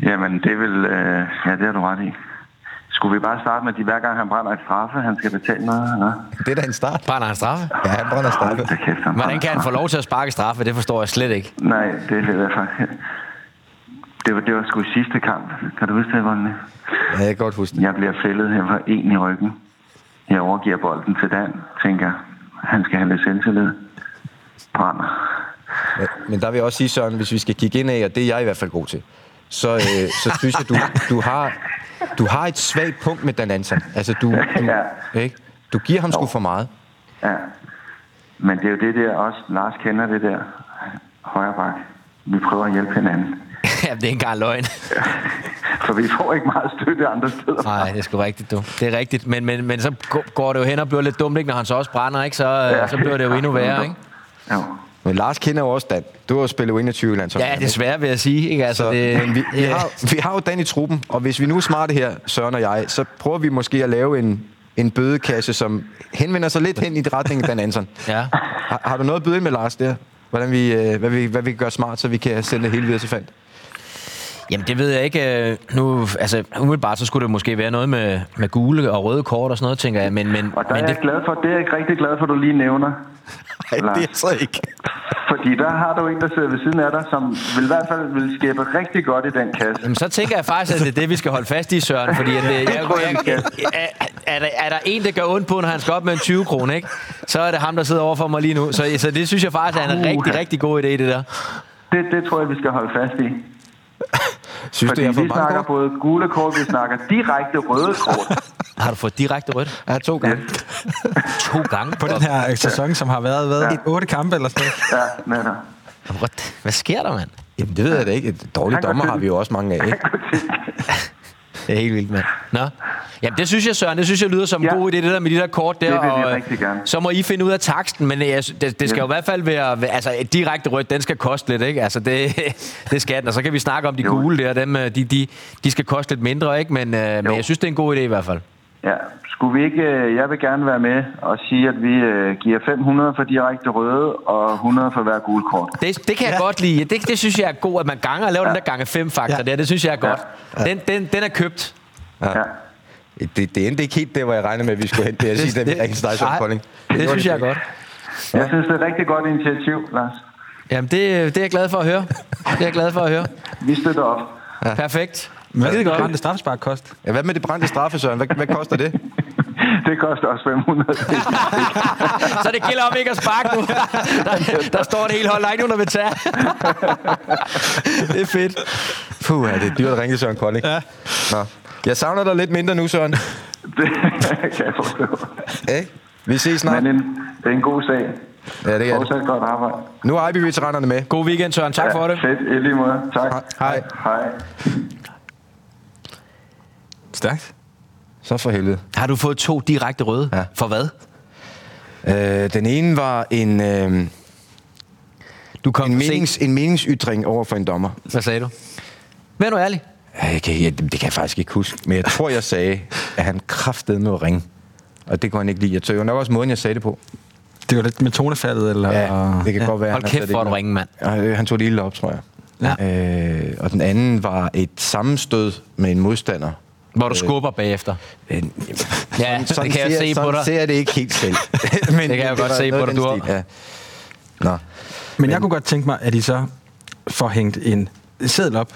Speaker 9: Jamen, det vil... Øh, ja, det har du ret i. Skulle vi bare starte med, at de hver gang han brænder et straffe, han skal betale noget, eller?
Speaker 2: Det er da en start.
Speaker 3: Brænder han straffe?
Speaker 2: Ja, han brænder straffe.
Speaker 9: Hold da kæft, han
Speaker 3: Hvordan kan han få
Speaker 9: brænder
Speaker 3: lov til at sparke straffe? Det forstår jeg slet ikke. *laughs*
Speaker 9: straffe. Nej, det er det faktisk. Det var, det var sgu i sidste kamp. Kan du huske det, Volne?
Speaker 2: Ja, jeg kan godt huske det.
Speaker 9: Jeg bliver fældet her for en i ryggen. Jeg overgiver bolden til Dan, tænker jeg. Han skal have lidt selvtillid. Brænder.
Speaker 2: Men- Men der vil jeg også sige, Søren, hvis vi skal kigge ind af, og det er jeg i hvert fald god til, så, øh, så synes jeg, du, du, har, du har et svagt punkt med Dan Anton. Altså, du, du,
Speaker 9: Ja.
Speaker 2: ikke? du giver ham sgu for meget.
Speaker 9: Ja. Men det er jo det der også. Lars kender det der. Højre bak. Vi prøver at hjælpe hinanden.
Speaker 3: Jamen, det er ikke engang løgn.
Speaker 9: For vi får ikke meget støtte andre steder.
Speaker 3: Nej, det er sgu rigtigt, du. Det er rigtigt. Men, men, men så gå- går det jo hen og bliver lidt dumt, ikke? Når han så også brænder, ikke? Så, ja. så bliver det jo endnu værre, ikke?
Speaker 9: Jo.
Speaker 2: Men Lars kender jo også Dan. Du har jo spillet u 21 landshold.
Speaker 3: Ja, desværre vil jeg sige, ikke? Altså,
Speaker 2: Så,
Speaker 3: det,
Speaker 2: men vi, vi,
Speaker 3: ja.
Speaker 2: har, vi har jo Dan i truppen, og hvis vi nu er smarte her, Søren og jeg, så prøver vi måske at lave en, en bødekasse, som henvender sig lidt hen i retning af Dan *laughs* Anton.
Speaker 3: Ja.
Speaker 2: Har, har du noget at byde ind med, Lars, der? Hvordan vi, øh, hvad, vi, hvad vi kan gøre smart, så vi kan sende det hele videre til fandt.
Speaker 3: Jamen, det ved jeg ikke. øh, Nu, altså, umiddelbart, så skulle det måske være noget med, med gule og røde kort og sådan noget, tænker jeg. Men, men,
Speaker 9: Og der
Speaker 3: men
Speaker 9: er jeg glad for, det er jeg ikke rigtig glad for, at du lige nævner.
Speaker 2: Nej,
Speaker 9: det er
Speaker 2: så ikke.
Speaker 9: Fordi der har du en, der sidder ved siden af dig, som vil i hvert fald vil skabe rigtig godt i den kasse.
Speaker 3: Jamen, så tænker jeg faktisk, at det er det, vi skal holde fast i, Søren. Fordi at, øh, jeg, jeg,
Speaker 9: tror jeg, vi
Speaker 3: jeg,
Speaker 9: skal.
Speaker 3: er, er, der, er der en, der gør ondt på, når han skal op med en 20 kroner, ikke? Så er det ham, der sidder overfor mig lige nu. Så, så det synes jeg faktisk er en
Speaker 9: Uha.
Speaker 3: rigtig, rigtig god idé, det der.
Speaker 9: Det, det tror jeg, vi skal holde fast i.
Speaker 2: Synes du,
Speaker 9: Fordi
Speaker 2: jeg har
Speaker 9: vi
Speaker 2: fået mange
Speaker 9: snakker
Speaker 2: kort?
Speaker 9: både gule kort, vi snakker direkte røde kort.
Speaker 3: Har du fået direkte rødt?
Speaker 2: *laughs* Ja, to gange.
Speaker 3: To gange?
Speaker 4: På den her øh, sæson, som har været, hvad, ja. otte kampe eller sådan noget.
Speaker 9: Ja, netop.
Speaker 3: What? Hvad sker der, mand?
Speaker 2: Jamen, det ved jeg da ikke. Dårlige
Speaker 9: Han går
Speaker 2: dommer
Speaker 9: til
Speaker 2: har
Speaker 9: den.
Speaker 2: vi jo også mange af, ikke?
Speaker 3: Det er helt vildt, mand. Nå. Jamen, det synes jeg, Søren, det synes jeg lyder som en
Speaker 9: Ja.
Speaker 3: god idé, det der med de der kort der.
Speaker 9: Det vil vi
Speaker 3: og, øh,
Speaker 9: rigtig gerne.
Speaker 3: Så må I finde ud af taksten, men øh, jeg sy- det, det skal
Speaker 9: Ja.
Speaker 3: jo i hvert fald være, være- altså et direkte rødt, den skal koste lidt, ikke? Altså det, *laughs* det skal den, og så kan vi snakke om de
Speaker 9: Jo.
Speaker 3: gule der, dem, øh, de, de, de skal koste lidt mindre, ikke? Men, øh, men
Speaker 9: Jo.
Speaker 3: jeg synes, det er en god idé i hvert fald.
Speaker 9: Ja, skulle vi ikke, øh, jeg vil gerne være med og sige, at vi øh, giver 500 for direkte røde og 100 for hver gule kort.
Speaker 3: Det, det kan jeg ja. godt lide. Det, det synes jeg er god, at man ganger og laver ja. den der gange fem faktor ja. der. Det synes jeg er godt. Ja. Den, den, den er købt.
Speaker 9: Ja.
Speaker 2: Det, det endte ikke helt der, hvor jeg regnede med, at vi skulle hen. Det jeg
Speaker 3: Det-
Speaker 2: sige, da vi
Speaker 3: det-
Speaker 2: ringede til dig som
Speaker 3: nej,
Speaker 2: Kolding.
Speaker 3: Det synes jeg er godt.
Speaker 9: Jeg synes, det er et rigtig godt initiativ, Lars.
Speaker 3: Jamen, det, det er jeg glad for at høre. Det er jeg glad for at høre.
Speaker 9: Vi støtter op. *laughs*
Speaker 3: Ja. Perfekt.
Speaker 4: Hvad er det godt? Det straffespark kost.
Speaker 2: Ja, hvad med det brændte straffe, Søren? Hvad, hvad koster det?
Speaker 9: Det koster også 500.
Speaker 3: Så det gælder om ikke at sparke nu. *laughs* Der, der står et helt hold, der er ikke nogen, der vil tage. *laughs* Det er fedt.
Speaker 2: Puh, ja, det er dyrt at ringe til Søren Kolding. Ja. Nå. Jeg savner dig lidt mindre nu, Søren.
Speaker 9: *laughs* Det kan jeg forstå.
Speaker 2: Ikke? Vi ses snart.
Speaker 9: Men øh, en, det er en god sag.
Speaker 2: Ja, det er det.
Speaker 9: Fortsat godt arbejde.
Speaker 2: Nu har vi veteranerne med.
Speaker 3: God weekend, Søren. Tak for det.
Speaker 9: Ja, fedt. I lige måde. Tak.
Speaker 2: Hej.
Speaker 9: Hej.
Speaker 4: Stærkt.
Speaker 2: Så for helvede.
Speaker 3: Har du fået to direkte røde?
Speaker 2: Ja.
Speaker 3: For hvad?
Speaker 2: Øh, den ene var en, øh,
Speaker 3: Du kom
Speaker 2: en,
Speaker 3: for sent.
Speaker 2: menings, en meningsytring over for en dommer.
Speaker 3: Hvad sagde du? Vær nu ærlig.
Speaker 2: Okay, ja, det det kan jeg faktisk ikke huske, men jeg tror, jeg sagde, at han kraftede med at ringe. Og det kunne han ikke lide. Jeg tøver nok også måden, jeg sagde det på.
Speaker 4: Det var lidt med tonefaldet, eller...
Speaker 2: Ja, det kan godt være. han har
Speaker 3: Hold kæft,
Speaker 2: taget
Speaker 3: hvor er
Speaker 2: det
Speaker 3: du
Speaker 2: ind.
Speaker 3: ringe, mand.
Speaker 2: Og, øh, Han tog det ilde op, tror jeg. Ja. Øh, og den anden var et sammenstød med en modstander.
Speaker 3: Hvor du skubber bagefter.
Speaker 2: Øh,
Speaker 3: Ja, det kan jeg
Speaker 2: ser,
Speaker 3: se på
Speaker 2: sådan
Speaker 3: dig.
Speaker 2: ser jeg det ikke helt
Speaker 3: *laughs*
Speaker 2: selv. men,
Speaker 3: jeg
Speaker 2: men
Speaker 3: godt
Speaker 2: var
Speaker 3: se
Speaker 2: noget
Speaker 3: på
Speaker 2: af
Speaker 3: dig,
Speaker 2: den
Speaker 3: du
Speaker 2: stil, Ja. Nå.
Speaker 4: Men jeg kunne godt tænke mig, at I så får hængt en seddel op i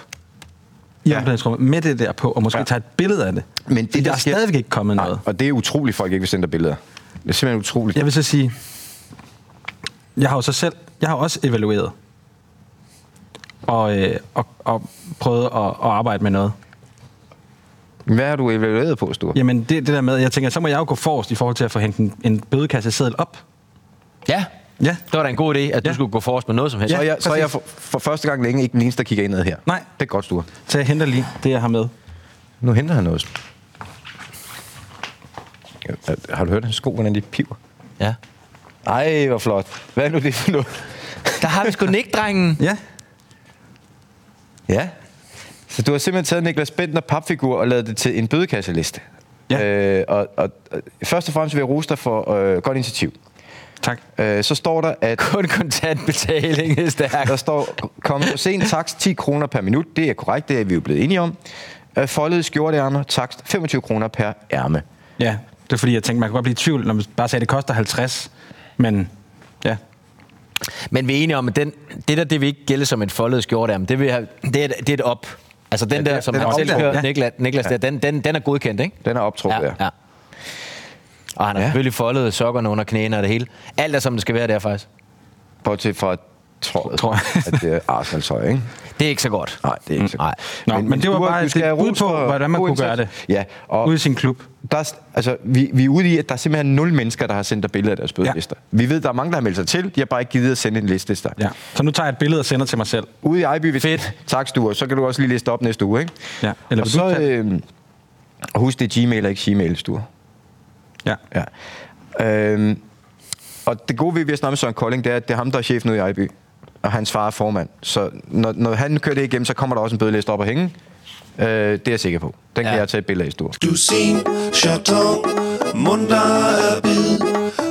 Speaker 2: Ja.
Speaker 4: ja. omklædningsrummet med det der på, og måske
Speaker 2: Ja.
Speaker 4: ja. tage et billede af det.
Speaker 2: Men det,
Speaker 4: Fordi der
Speaker 2: der
Speaker 4: er
Speaker 2: sker-
Speaker 4: stadigvæk ikke kommet
Speaker 2: Nej,
Speaker 4: noget.
Speaker 2: og det er utroligt, folk ikke vil sende dig billeder. Det er simpelthen utroligt.
Speaker 4: Jeg vil så sige, jeg har jo så selv, jeg har jo også evalueret og, øh, og, og prøvet at, at arbejde med noget.
Speaker 2: Hvad har du evalueret på, Sture?
Speaker 4: Jamen det, det der med, jeg tænker, så må jeg jo gå forrest i forhold til at få hængt en, en bødekasseseddel op.
Speaker 3: Ja.
Speaker 4: Ja.
Speaker 3: Det var da en god idé, at du
Speaker 4: Ja.
Speaker 3: skulle gå forrest med noget som helst.
Speaker 2: Så er jeg, så er jeg
Speaker 4: præcis.
Speaker 2: for, for første gang længe ikke den eneste, der kigger indad her.
Speaker 4: Nej.
Speaker 2: Det er godt, Sture.
Speaker 4: Så jeg henter lige det, jeg har med.
Speaker 2: Nu henter han noget. Ja, Har du hørt hans sko, hvordan de piver?
Speaker 3: Ja.
Speaker 2: Ej, hvor flot. Hvad er nu det for noget?
Speaker 3: Der har vi sgu Nick, drengen.
Speaker 4: Ja,
Speaker 2: Ja. Så du har simpelthen taget Niklas Bentner papfigur og lavet det til en bødekasseliste.
Speaker 4: Ja.
Speaker 2: Øh, og, og, og, først og fremmest vil jeg rose dig for øh, godt initiativ.
Speaker 4: tak.
Speaker 2: Øh, så står der, at
Speaker 3: Kun kontantbetaling er stærk.
Speaker 2: Der står, kom for sent takst 10 kroner per minut. Det er korrekt, det er vi jo blevet enige om. Øh, Foldede skjorteærmer, takst 25 kroner per ærme.
Speaker 4: Ja, det er fordi, jeg tænkte, man kunne godt blive i tvivl, når man bare sagde, at det koster 50. Men ja,
Speaker 3: Men vi er enige om, at den, det der, det vil ikke gælde som en foldet skjorte, men det, vil have, det, er, et- det er et op. Altså den der, som
Speaker 2: den er
Speaker 3: han selv
Speaker 2: optrukket,
Speaker 3: kører,
Speaker 2: ja.
Speaker 3: Niklas, Niklas der, den, den, den er godkendt, ikke?
Speaker 2: Den er optrukket, ja.
Speaker 3: ja. Og han har
Speaker 2: Ja.
Speaker 3: ja. selvfølgelig foldet sokkerne under knæene og det hele. Alt er, som det skal være der, faktisk.
Speaker 2: Bortset fra trøjet,
Speaker 4: Tror jeg. Mm,
Speaker 2: at det er Arsenal tøj, ikke?
Speaker 3: Det er ikke så godt.
Speaker 2: Nej, det er ikke så
Speaker 3: Nej.
Speaker 4: Nå, men det var
Speaker 2: du har-
Speaker 4: bare
Speaker 2: du skal
Speaker 4: et
Speaker 2: have
Speaker 4: bud
Speaker 2: ros
Speaker 4: på,
Speaker 2: for
Speaker 4: hvordan man
Speaker 2: god
Speaker 4: kunne gøre
Speaker 2: indsats.
Speaker 4: det.
Speaker 2: Ja, og
Speaker 4: ude i sin klub.
Speaker 2: Der er, st- altså, vi, vi er ude i, at der er simpelthen nul mennesker, der har sendt dig billeder af deres bødelister. Ja. Vi ved, der er mange, der har meldt sig til. De har bare ikke givet at sende en liste til dig.
Speaker 4: Ja. Så nu tager jeg et billede og sender til mig selv.
Speaker 2: Ude i Ejby ved
Speaker 3: Fedt.
Speaker 2: takstuer, så kan du også lige liste op næste uge, ikke?
Speaker 4: Ja,
Speaker 2: Eller
Speaker 4: eller
Speaker 2: og
Speaker 4: vil du
Speaker 2: så,
Speaker 4: tage-
Speaker 2: øh, husk det er Gmail og ikke Gmail, Sture.
Speaker 4: Ja.
Speaker 2: Ja. Øhm, og det gode ved, at vi har snakket med Søren Kolding, det er, at det er ham, der er chefen ude i Ejby. Og hans far er formand. Så når, når han kører det igennem, så kommer der også en bødeliste op at hænge. Øh, det er jeg sikker på. Den ja. kan
Speaker 3: Ja.
Speaker 2: jeg tage et billede af i Sture.
Speaker 6: Dusin, chaton, munter er bid.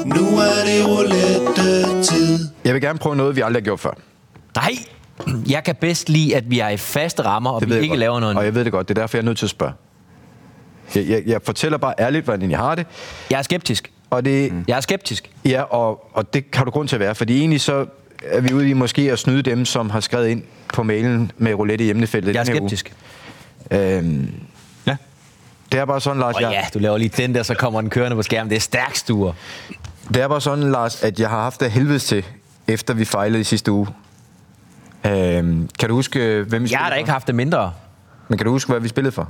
Speaker 6: Nu er det roulette-tid.
Speaker 2: Jeg vil gerne prøve noget, vi aldrig har gjort før.
Speaker 3: Nej, jeg kan bedst lide, at vi er i faste rammer, og vi
Speaker 2: ved jeg
Speaker 3: ikke
Speaker 2: godt.
Speaker 3: laver noget.
Speaker 2: Og
Speaker 3: Jeg...
Speaker 2: jeg ved det godt. Det er derfor, jeg er nødt til at spørge. Jeg, jeg, jeg fortæller bare ærligt, hvordan jeg har det.
Speaker 3: jeg er skeptisk.
Speaker 2: Og det, mm.
Speaker 3: Jeg er skeptisk.
Speaker 2: Ja, og, og det har du grund til at være, fordi egentlig så er vi ude i måske at snyde dem, som har skrevet ind på mailen med roulette i emnefeltet.
Speaker 3: Jeg er
Speaker 2: den her
Speaker 3: skeptisk.
Speaker 2: Uge. Øhm,
Speaker 4: Ja.
Speaker 2: det er bare sådan, Lars,
Speaker 3: Og
Speaker 2: jeg,
Speaker 3: ja, du laver lige den der, så kommer den kørende på skærmen. Det er stærk stuer.
Speaker 2: det er bare sådan, Lars, at jeg har haft det helvedes til, efter vi fejlede i sidste uge. Øhm, kan du huske, øh, hvem vi
Speaker 3: Jeg
Speaker 2: spillede
Speaker 3: har da
Speaker 2: for?
Speaker 3: ikke haft det mindre
Speaker 2: Men kan du huske, hvad vi spillede for?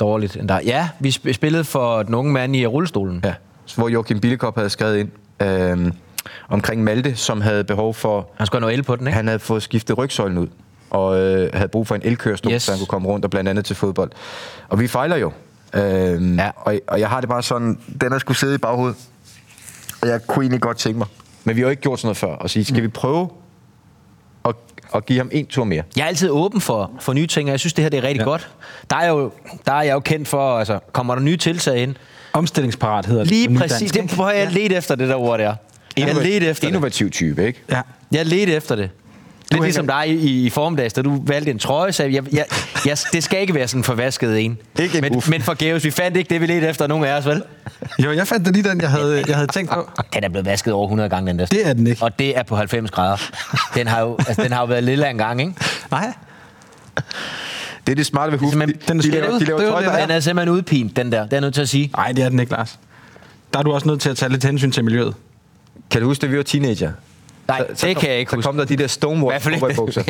Speaker 3: dårligt end dig. Ja, vi sp- spillede for den unge mand i rullestolen.
Speaker 2: Ja. Hvor Joachim Billekop havde skrevet ind øhm, omkring Malte, som havde behov for...
Speaker 3: Han skulle have noget el på den, ikke?
Speaker 2: Han havde fået skiftet rygsøjlen ud, og øh, havde brug for en elkørestol, yes.
Speaker 3: Yes.
Speaker 2: så han kunne komme rundt og blandt andet til fodbold. Og vi fejler jo. Øhm, ja.
Speaker 3: Ja.
Speaker 2: og, og jeg har det bare sådan, den er skulle sidde i baghovedet. Mm. Og jeg kunne egentlig godt tænke mig. Men vi har jo ikke gjort sådan noget før, og sige, skal vi prøve at og give ham en tur mere.
Speaker 3: Jeg er altid åben for, for nye ting, og jeg synes, det her det er rigtig ja. godt. Der er, jo, der er jeg jo kendt for, altså, kommer der nye tiltag ind?
Speaker 4: Omstillingsparat hedder
Speaker 2: Altså,
Speaker 4: det. på
Speaker 3: Lige
Speaker 4: nydansk,
Speaker 3: præcis. Det
Speaker 4: ikke?
Speaker 3: prøver jeg ja. lidt efter, det der ord der. Jeg lidt efter det.
Speaker 2: Innovativ type, ikke?
Speaker 4: Ja.
Speaker 3: Jeg ledte efter det. Det er
Speaker 2: hænger-
Speaker 3: ligesom dig i, i formiddags, da du valgte en trøje, så jeg, jeg, jeg, jeg, det skal ikke være sådan en forvasket en.
Speaker 2: Ikke en
Speaker 3: men,
Speaker 2: uf.
Speaker 3: men forgæves, vi fandt ikke det, vi ledte efter, nogen af os, vel?
Speaker 4: Jo, jeg fandt da lige den, jeg havde, jeg havde tænkt på.
Speaker 3: Den er blevet vasket over 100 gange, den der.
Speaker 4: Det er den ikke.
Speaker 3: Og det er på 90 grader. Den har jo, altså, den har jo været lille en gang, ikke?
Speaker 4: Nej.
Speaker 2: Det er det smarte ved Huf.
Speaker 3: simpelthen-
Speaker 2: De,
Speaker 4: den er
Speaker 2: de, laver,
Speaker 4: skældet.
Speaker 2: de laver
Speaker 4: Det er jo
Speaker 2: tøj,
Speaker 4: det,
Speaker 2: der
Speaker 4: Ja.
Speaker 3: Den
Speaker 2: er.
Speaker 3: er simpelthen udpint, den der. Det er jeg nødt til at sige.
Speaker 4: Nej, det er den ikke, Lars. Der er du også nødt til at tage lidt hensyn til miljøet.
Speaker 2: Kan du huske, da vi var teenager?
Speaker 3: Nej,
Speaker 2: Så- så
Speaker 3: det
Speaker 2: kom-
Speaker 3: kan jeg ikke
Speaker 2: så
Speaker 3: huske.
Speaker 2: kom der de der
Speaker 3: I hvert fald
Speaker 2: Stonewall *laughs*
Speaker 3: ikke-
Speaker 2: cowboybukser.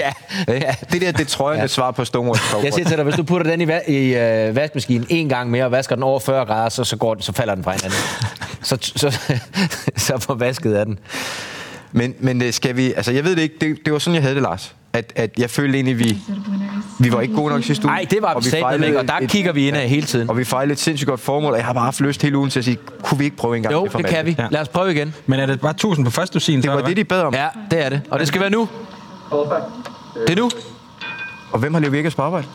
Speaker 3: Ja,
Speaker 2: Ikke?
Speaker 3: ja.
Speaker 2: Det der, det trøjen, ja. det svarer på Stonewall
Speaker 3: Jeg siger
Speaker 2: cowboy.
Speaker 3: til dig, hvis du putter den i, va- i øh, vaskemaskinen en gang mere, og vasker den over 40 grader, så, så, går den, så falder den fra hinanden. så, så, *laughs* så forvasket er den.
Speaker 2: Men, men øh, skal vi... Altså, jeg ved det ikke. Det, det var sådan, jeg havde det, Lars. At, at jeg følte egentlig, vi, vi var ikke gode nok sidste uge.
Speaker 3: Nej, det var
Speaker 2: og vi
Speaker 3: satme
Speaker 2: fejlede
Speaker 3: ikke, og der
Speaker 2: et-
Speaker 3: kigger vi indad hele tiden.
Speaker 2: Og vi fejlede et sindssygt godt formål, og jeg har bare haft lyst hele ugen til at sige, kunne vi ikke prøve en gang
Speaker 3: Jo,
Speaker 2: til
Speaker 3: det kan vi.
Speaker 4: Ja.
Speaker 3: Lad os prøve igen.
Speaker 4: Men er det bare 1000 på første usin?
Speaker 2: Det var det, de bad om.
Speaker 3: Ja, det er det. Og det skal være nu. Det er nu.
Speaker 2: Og hvem har Leo Virgas på arbejde?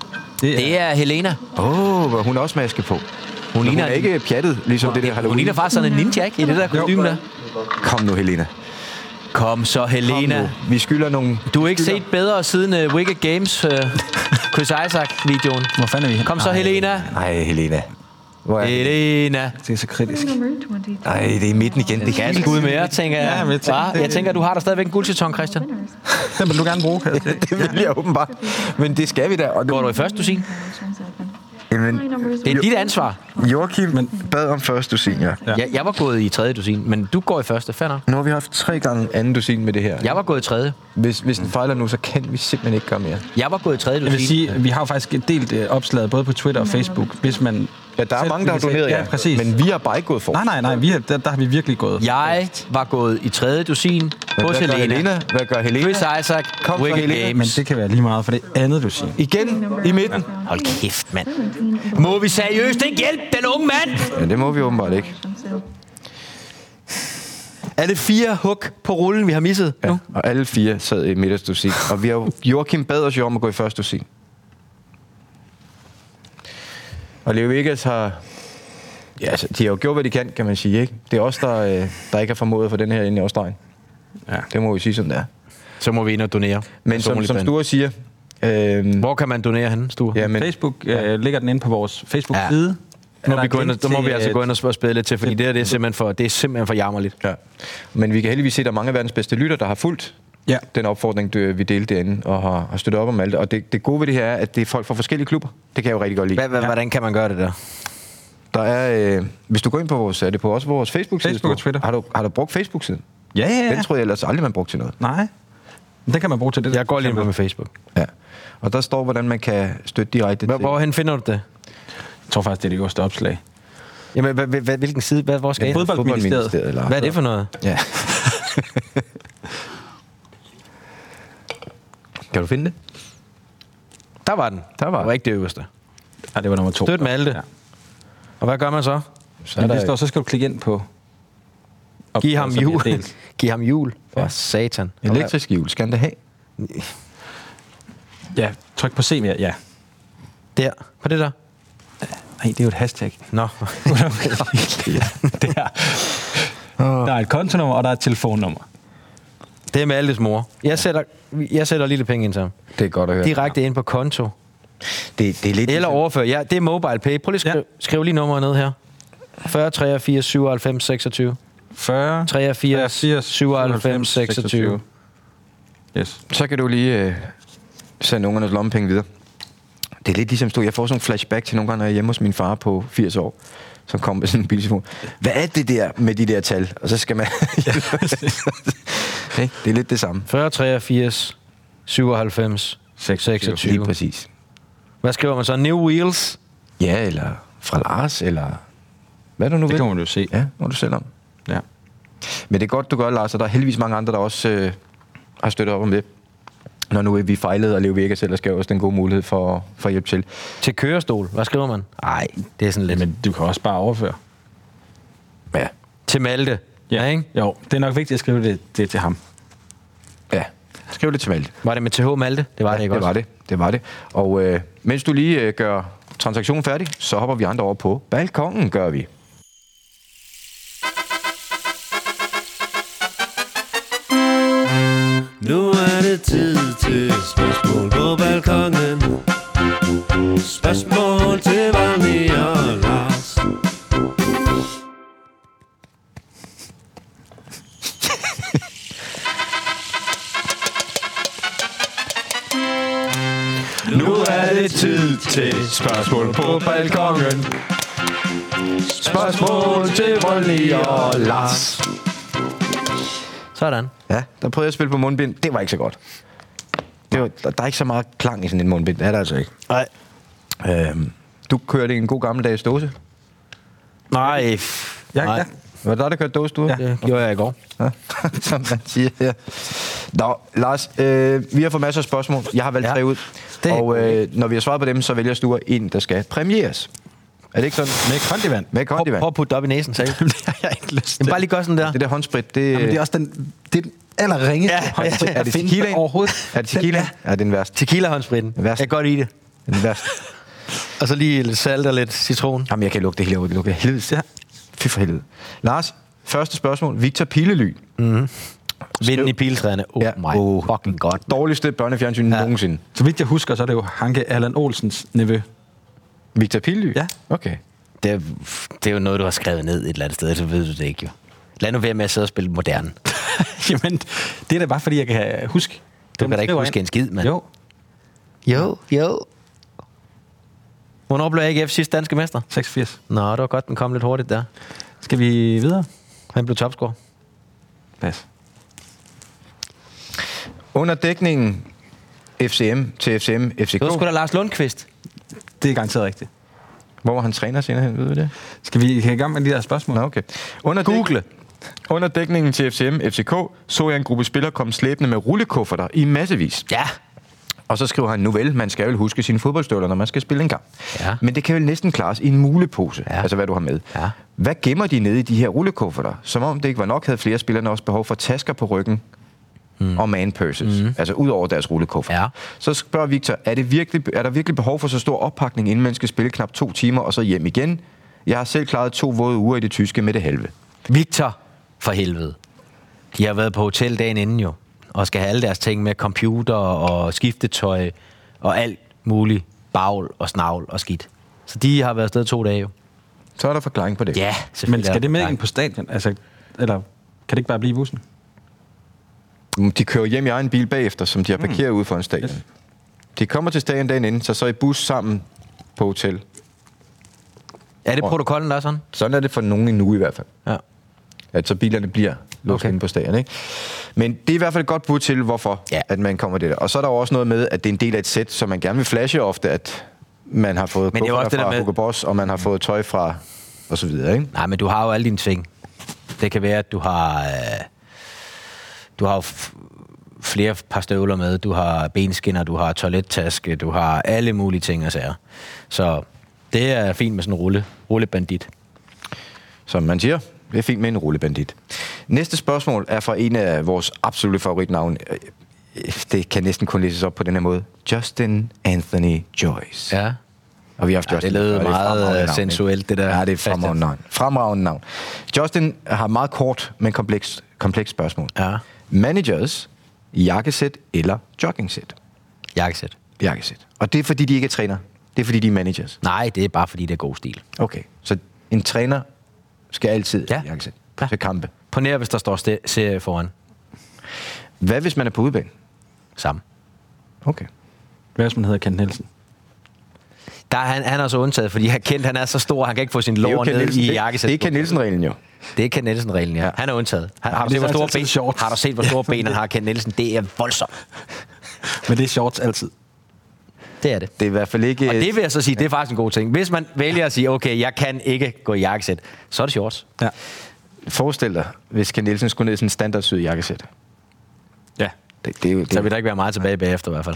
Speaker 4: Det er,
Speaker 3: Det er Helena.
Speaker 2: Åh, oh, hun er også maske på. Hun, ligner hun
Speaker 3: ligner
Speaker 2: er ikke pjattet, ligesom det der Halloween.
Speaker 3: Hun ligner faktisk sådan en ninja, ikke? I det der kostume der.
Speaker 2: Kom nu, Helena.
Speaker 3: Kom så,
Speaker 2: Kom
Speaker 3: Helena.
Speaker 2: nu. Vi skylder nogle...
Speaker 3: Du har ikke set bedre siden uh, Wicked Games, uh, Chris Isaac-videoen.
Speaker 4: Hvor fanden er vi?
Speaker 3: Kom så, Helena.
Speaker 2: Nej, Helena. Hvor er det?
Speaker 3: Helena.
Speaker 4: Det er så kritisk.
Speaker 2: Nej, det er midten igen. Det
Speaker 3: Ja,
Speaker 2: kan
Speaker 3: skud mere, tænker jeg.
Speaker 4: Ja, men jeg tænker,
Speaker 3: Hva? jeg tænker, du har der stadigvæk en guldseton, Christian.
Speaker 4: Den vil du gerne bruge. kan jeg se.
Speaker 2: *laughs* Det vil jeg åbenbart. Men det skal vi da. Og
Speaker 3: Går du i første dusin?
Speaker 2: Jamen,
Speaker 3: Det er dit ansvar.
Speaker 2: Joachim men... bad om første dusin, ja.
Speaker 3: Ja. Jeg, jeg var gået i tredje dusin, men du går i første. Fair nok.
Speaker 2: Nu har vi haft tre gange anden dusin med det her.
Speaker 3: Jeg var gået i tredje.
Speaker 2: Hvis, hvis den fejler nu, så kan vi simpelthen ikke gøre mere.
Speaker 3: Jeg var gået i tredje
Speaker 4: Jeg vil
Speaker 3: dusin.
Speaker 4: sige, at vi har jo faktisk delt øh, opslaget både på Twitter og Facebook, hvis man...
Speaker 2: Ja, der er
Speaker 4: selv
Speaker 2: mange, der har
Speaker 4: vil se-
Speaker 2: doneret,
Speaker 4: Ja, præcis.
Speaker 2: Men vi har bare ikke gået for.
Speaker 4: Nej, nej, nej, vi har, der, der har vi virkelig gået.
Speaker 3: Jeg var gået i tredje dusin
Speaker 2: Hvad
Speaker 3: hos
Speaker 2: gør
Speaker 3: Helena.
Speaker 2: Helena? Hvad gør Helena?
Speaker 3: Chris Isaac,
Speaker 2: Kom
Speaker 3: Kom
Speaker 2: så,
Speaker 3: Wicked
Speaker 2: Helena.
Speaker 4: Men
Speaker 3: Games.
Speaker 4: det kan være lige meget for det andet, du siger.
Speaker 2: Igen i midten.
Speaker 3: Hold kæft, mand. Må vi seriøst ikke hjælpe den unge mand?
Speaker 2: Ja, det må vi åbenbart ikke.
Speaker 3: Er det fire hug på rullen, vi har misset ja.
Speaker 2: Ja,
Speaker 3: nu?
Speaker 2: og alle fire sad i middagsdusin. Og vi har jo, Joachim bad os jo om at gå i første dusin. Og Leo Vegas har... Ja, altså, de har jo gjort, hvad de kan, kan man sige. Ikke? Det er os, der, øh, der ikke har formået for den her inde i Australien.
Speaker 4: Ja.
Speaker 2: Det må vi sige, som det er.
Speaker 3: Så må vi ind og donere.
Speaker 2: Men som, som Sture siger... Øh,
Speaker 3: Hvor kan man donere henne, Sture?
Speaker 2: ja, men,
Speaker 4: Facebook øh, ligger den inde på vores Facebook-side.
Speaker 3: Nu må,
Speaker 4: Er
Speaker 3: vi
Speaker 4: der
Speaker 3: gå
Speaker 4: et
Speaker 3: ind,
Speaker 4: link
Speaker 3: og- der må
Speaker 4: til,
Speaker 3: vi altså
Speaker 4: øh,
Speaker 3: gå ind og spille lidt til, fordi det, her, det er simpelthen for, det er simpelthen for jammerligt.
Speaker 2: ja. men vi kan heldigvis se, at der er mange af verdens bedste lytter, der har fulgt
Speaker 4: Ja.
Speaker 2: den opfordring, du- vi delte derinde, og har, har støttet op om alt. det. Og det, det gode ved det her er, at det er folk fra forskellige klubber. Det kan jeg jo rigtig godt lide.
Speaker 3: Hva, hva, hvordan kan man gøre det der?
Speaker 2: Der er, øh, hvis du går ind på vores, er det på også vores Facebook-side?
Speaker 4: Facebook og
Speaker 2: Sture?
Speaker 4: Twitter.
Speaker 2: Har du, har du brugt Facebook-siden?
Speaker 4: Ja, ja,
Speaker 2: Ja.
Speaker 4: ja.
Speaker 2: Den tror jeg ellers aldrig, man brugte til noget.
Speaker 4: Nej. Men Den kan man bruge til det.
Speaker 3: Jeg går lige ind på min Facebook.
Speaker 2: Ja. Og der står, hvordan man kan støtte direkte
Speaker 3: Hvor,
Speaker 2: til.
Speaker 3: hvorhen finder du det?
Speaker 4: Jeg tror faktisk, det er det øverste opslag.
Speaker 3: Jamen, hvad, hvad, hvad- hvilken side? Hvad, hvor skal jeg?
Speaker 4: fodbold-
Speaker 2: Fodboldministeriet.
Speaker 4: Fodboldministeriet,
Speaker 2: Eller?
Speaker 3: Hvad er det for noget?
Speaker 2: Ja. kan du finde det?
Speaker 3: Der var den.
Speaker 2: Der var
Speaker 3: det var
Speaker 2: den.
Speaker 3: ikke det øverste.
Speaker 4: Ja, det var nummer to.
Speaker 3: Støt med Malte.
Speaker 4: Ja.
Speaker 3: Ja. Og hvad gør man så?
Speaker 2: Så
Speaker 4: Men hvis der, så skal du klikke ind på... op-
Speaker 3: Giv ham
Speaker 4: som vi har
Speaker 3: jul.
Speaker 4: delt.
Speaker 3: *laughs* Giv ham jul. For ja. satan.
Speaker 2: elektrisk hjul. Skal han det have?
Speaker 4: Ja, tryk på se mere. Ja.
Speaker 3: Der. På det der.
Speaker 4: Nej, det er jo et hashtag.
Speaker 3: Nå. *laughs*
Speaker 4: det er, *laughs* der er et kontonummer, og der er et telefonnummer.
Speaker 3: det er med Altes mor. Jeg sætter, jeg sætter lille penge ind til ham.
Speaker 2: Det er godt at høre.
Speaker 3: Direkte ind på konto.
Speaker 2: Det, det er lidt...
Speaker 3: Eller overfør. Ja, det er mobile pay. Prøv lige skriv,
Speaker 4: Ja.
Speaker 3: ja. skriv lige nummeret ned her. 40, 83, 97, 26.
Speaker 4: 40,
Speaker 3: 83, 97, 26.
Speaker 4: Yes.
Speaker 2: Så kan du lige øh, sende ungernes lommepenge videre. Det er lidt ligesom stod. Jeg får sådan en flashback til nogle gange, når jeg er hjemme hos min far på 80 år, som kom med sådan en biltelefon. Hvad er det der med de der tal? Og så skal
Speaker 4: *laughs*
Speaker 2: man... Ikke? det er lidt det samme.
Speaker 3: 40, 83, 97, 26.
Speaker 2: Lige præcis.
Speaker 3: Hvad skriver man så? New Wheels?
Speaker 2: Ja, eller fra Lars, eller... Hvad du nu
Speaker 4: Det
Speaker 2: vil.
Speaker 4: kan man jo se.
Speaker 2: Ja, må du selv om.
Speaker 4: Ja.
Speaker 2: Men det er godt, du gør, Lars, og der er heldigvis mange andre, der også øh, har støttet op om det. Når nu øh, vi fejlede og Leo Virgas, ellers gav os den gode mulighed for, for at hjælpe til.
Speaker 3: Til kørestol. Hvad skriver man? Nej, det er sådan lidt...
Speaker 4: Men du kan også bare overføre.
Speaker 2: Ja.
Speaker 3: Til Malte. Ja, ikke?
Speaker 4: Jo, det er nok vigtigt at skrive det, det til ham.
Speaker 2: Ja. Skriv det til Malte.
Speaker 3: Var det med TH Malte? Det var det ikke
Speaker 2: det
Speaker 3: også?
Speaker 2: var det. Det var det. Og øh, mens du lige øh, gør transaktionen færdig, så hopper vi andre over på balkongen, gør vi.
Speaker 6: Nu er det tid til spørgsmål på balkongen. Spørgsmål til Valmi og Lars. Nu er det tid til spørgsmål på balkongen. Spørgsmål til Valmi og Lars.
Speaker 3: Sådan.
Speaker 2: Ja, der prøvede jeg at spille på mundbind. Det var ikke så godt. Det var, der, der er ikke så meget klang i sådan en mundbind. Det er der altså ikke.
Speaker 3: Nej.
Speaker 2: Øhm, du kørte en god gammeldags dåse.
Speaker 3: Nej. f-
Speaker 4: Ja,
Speaker 3: Nej.
Speaker 4: ja.
Speaker 2: Var det dig, der kørte dåse, du?
Speaker 3: Det gjorde jeg i går.
Speaker 2: Ja, *laughs* som man siger her. Nå, Lars, øh, vi har fået masser af spørgsmål. Jeg har valgt ja,
Speaker 3: Ja,
Speaker 2: tre ud.
Speaker 3: det er
Speaker 2: Og øh, når vi har svaret på dem, så vælger Sture en, der skal præmieres. Er det ikke sådan?
Speaker 4: Med kondivand.
Speaker 2: Med
Speaker 3: Prøv,
Speaker 2: kondivand.
Speaker 3: prøv at putte det op i næsen, sagde jeg.
Speaker 4: jeg har ikke lyst
Speaker 3: Jamen, bare lige gør sådan der.
Speaker 2: Det der håndsprit, det,
Speaker 4: Jamen, det er også den, det er den allerringeste
Speaker 3: Ja, ja,
Speaker 4: håndsprit,
Speaker 3: ja.
Speaker 4: der
Speaker 2: er det
Speaker 4: findes
Speaker 2: tequila?
Speaker 4: overhovedet.
Speaker 2: Er det tequila?
Speaker 4: Den
Speaker 2: Ja, det er den værste.
Speaker 3: Tequila-håndspritten.
Speaker 2: Den værste.
Speaker 3: Jeg kan godt i det.
Speaker 2: Den værste.
Speaker 3: Og så lige lidt salt og lidt citron.
Speaker 2: Jamen, jeg kan lugte det hele over. Det lugter af helvede. Ja. Fy for helvede. Lars, første spørgsmål. Victor Pilely.
Speaker 3: Vinden i piltræerne. Oh
Speaker 2: Ja.
Speaker 3: ja. my
Speaker 2: Oh.
Speaker 3: oh. fucking god.
Speaker 2: Dårligste børnefjernsyn ja.
Speaker 3: Ja.
Speaker 2: nogensinde.
Speaker 4: Så vidt jeg husker, så er det jo Hanke Allan Olsens nevø. *laughs*
Speaker 2: Victor Pilely?
Speaker 4: Ja.
Speaker 2: Okay.
Speaker 3: Det er, det er jo noget, du har skrevet ned et eller andet sted, så ved du det ikke jo. Lad nu være med at sidde og spille moderne.
Speaker 4: Jamen, det er da bare, fordi jeg kan huske.
Speaker 3: Du
Speaker 4: Dem
Speaker 3: kan da ikke
Speaker 4: skriver
Speaker 3: huske
Speaker 4: ind.
Speaker 3: en skid, mand.
Speaker 4: Jo,
Speaker 3: Jo, jo. Hvornår blev AGF sidst danske mester?
Speaker 4: 86.
Speaker 3: Nå, det var godt, den kom lidt hurtigt der.
Speaker 4: Skal vi videre?
Speaker 3: Han blev topscorer.
Speaker 4: Pas.
Speaker 2: Under dækningen FCM til FCM FCK.
Speaker 3: Det var sgu da Lars Lundqvist.
Speaker 4: Det er garanteret rigtigt.
Speaker 2: Hvor var han træner senere hen, ved vi det?
Speaker 4: Skal vi kan i gang med de der spørgsmål?
Speaker 2: Nå, okay. Under Google. Under dækningen til FCM FCK så jeg en gruppe spillere komme slæbende med rullekufferter i massevis.
Speaker 3: Ja.
Speaker 2: Og så skriver han, nu vel, man skal vel huske sine fodboldstøvler, når man skal spille en kamp.
Speaker 3: Ja.
Speaker 2: Men det kan vel næsten klares i en mulepose, ja.
Speaker 3: Ja.
Speaker 2: altså hvad du har med.
Speaker 3: Ja.
Speaker 2: Hvad gemmer de nede i de her rullekufferter? Som om det ikke var nok, havde flere spillerne også behov for tasker på ryggen mm. og man purses, mm. altså ud over deres rullekuffer.
Speaker 3: Ja.
Speaker 2: Så spørger Victor, er, det virkelig, er der virkelig behov for så stor oppakning, inden man skal spille knap to timer og så hjem igen? Jeg har selv klaret to våde uger i det tyske med det halve.
Speaker 3: Victor, for helvede. De har været på hotel dagen inden jo, og skal have alle deres ting med computer og skiftetøj og alt muligt bagl og snavl og skidt. Så de har været afsted to dage jo.
Speaker 2: Så er der forklaring på det.
Speaker 3: Ja,
Speaker 4: Men
Speaker 3: selvfølgelig. er
Speaker 4: skal det
Speaker 3: der-
Speaker 4: med
Speaker 3: Nej.
Speaker 4: ind på stadion? Altså, eller kan det ikke bare blive i bussen?
Speaker 2: Mm, De kører hjem i egen bil bagefter, som de har parkeret mm. ude foran stadion. Yes.
Speaker 4: Yes.
Speaker 2: De kommer til stadion dagen inden, så så i bus sammen på hotel.
Speaker 3: Er det protokollen, der er sådan?
Speaker 2: Sådan er det for nogen endnu i hvert fald.
Speaker 3: Ja.
Speaker 2: At så bilerne bliver låst okay.
Speaker 3: Okay.
Speaker 2: inde på stadion, ikke? Men det er i hvert fald et godt bud til, hvorfor ja.
Speaker 3: Ja.
Speaker 2: at man kommer det der. Og så er der jo også noget med, at det er en del af et sæt, som man gerne vil flashe ofte, at man har fået
Speaker 3: Men det er jo
Speaker 2: kufferter
Speaker 3: også det der
Speaker 2: fra
Speaker 3: med- Mm.
Speaker 2: Hugo Boss, og man har fået tøj fra og så videre, ikke?
Speaker 3: Nej, men du har jo alle dine ting. Det kan være, at du har... Øh, du har jo f- flere par støvler med, du har benskinner, du har toilettaske, du har alle mulige ting og sager. Så det er fint med sådan en rulle, rullebandit.
Speaker 2: Som man siger, det er fint med en rullebandit. Næste spørgsmål er fra en af vores absolutte favoritnavne. Øh, Det kan næsten kun læses op på den her måde. Justin Anthony Joyce.
Speaker 3: Ja.
Speaker 2: Og vi har haft
Speaker 3: Ja,
Speaker 2: Justin.
Speaker 3: det lød
Speaker 2: før, er et
Speaker 3: meget,
Speaker 2: fremragende
Speaker 3: øh,
Speaker 2: navn,
Speaker 3: sensuelt,
Speaker 2: ikke?
Speaker 3: det der,
Speaker 2: Ja, det er et
Speaker 3: Christian.
Speaker 2: fremragende navn. Fremragende navn. Justin har meget kort, men komplekst, komplekst spørgsmål.
Speaker 3: Ja.
Speaker 2: Managers, jakkesæt eller joggingsæt?
Speaker 3: Jakkesæt.
Speaker 2: Jakkesæt. Og det er, fordi de ikke er træner. Det er, fordi de er managers.
Speaker 3: Nej, det er bare fordi, det er god stil.
Speaker 2: Okay. Så en træner skal altid ja.
Speaker 3: Ja.
Speaker 2: jakkesæt
Speaker 3: Ja.
Speaker 2: til kampe.
Speaker 3: På nær, hvis der står ste- serie foran.
Speaker 2: Hvad hvis man er på udebane?
Speaker 3: Sammen.
Speaker 2: Okay.
Speaker 4: Hvad hvis man hedder Kent Nielsen?
Speaker 3: Der er han, han er så undtaget, fordi han kendt, han er så stor, han kan ikke få sin lår ned i jakkesæt.
Speaker 2: det, det er Ken Nielsen-reglen jo.
Speaker 3: Det er Ken Nielsen-reglen, ja.
Speaker 2: Ja.
Speaker 3: ja. Han er undtaget. Han, har,
Speaker 4: men
Speaker 3: du set,
Speaker 4: det er
Speaker 3: hvor store
Speaker 4: altid
Speaker 3: ben,
Speaker 4: shorts.
Speaker 3: har du set, hvor *laughs* store ben han har, Ken Nielsen? Det er voldsomt.
Speaker 4: Men det er shorts altid.
Speaker 3: Det er det.
Speaker 2: Det er i hvert fald ikke...
Speaker 3: Og det vil jeg så sige, det er faktisk en god ting. Hvis man vælger at sige, okay, jeg kan ikke gå i jakkesæt, så er det shorts.
Speaker 4: Ja.
Speaker 2: Forestil dig, hvis Ken Nielsen skulle ned i sådan en standard syd jakkesæt.
Speaker 4: Ja.
Speaker 2: Det, det, er jo- det,
Speaker 3: Så
Speaker 2: det,
Speaker 3: vil der ikke være meget tilbage bagefter i hvert fald.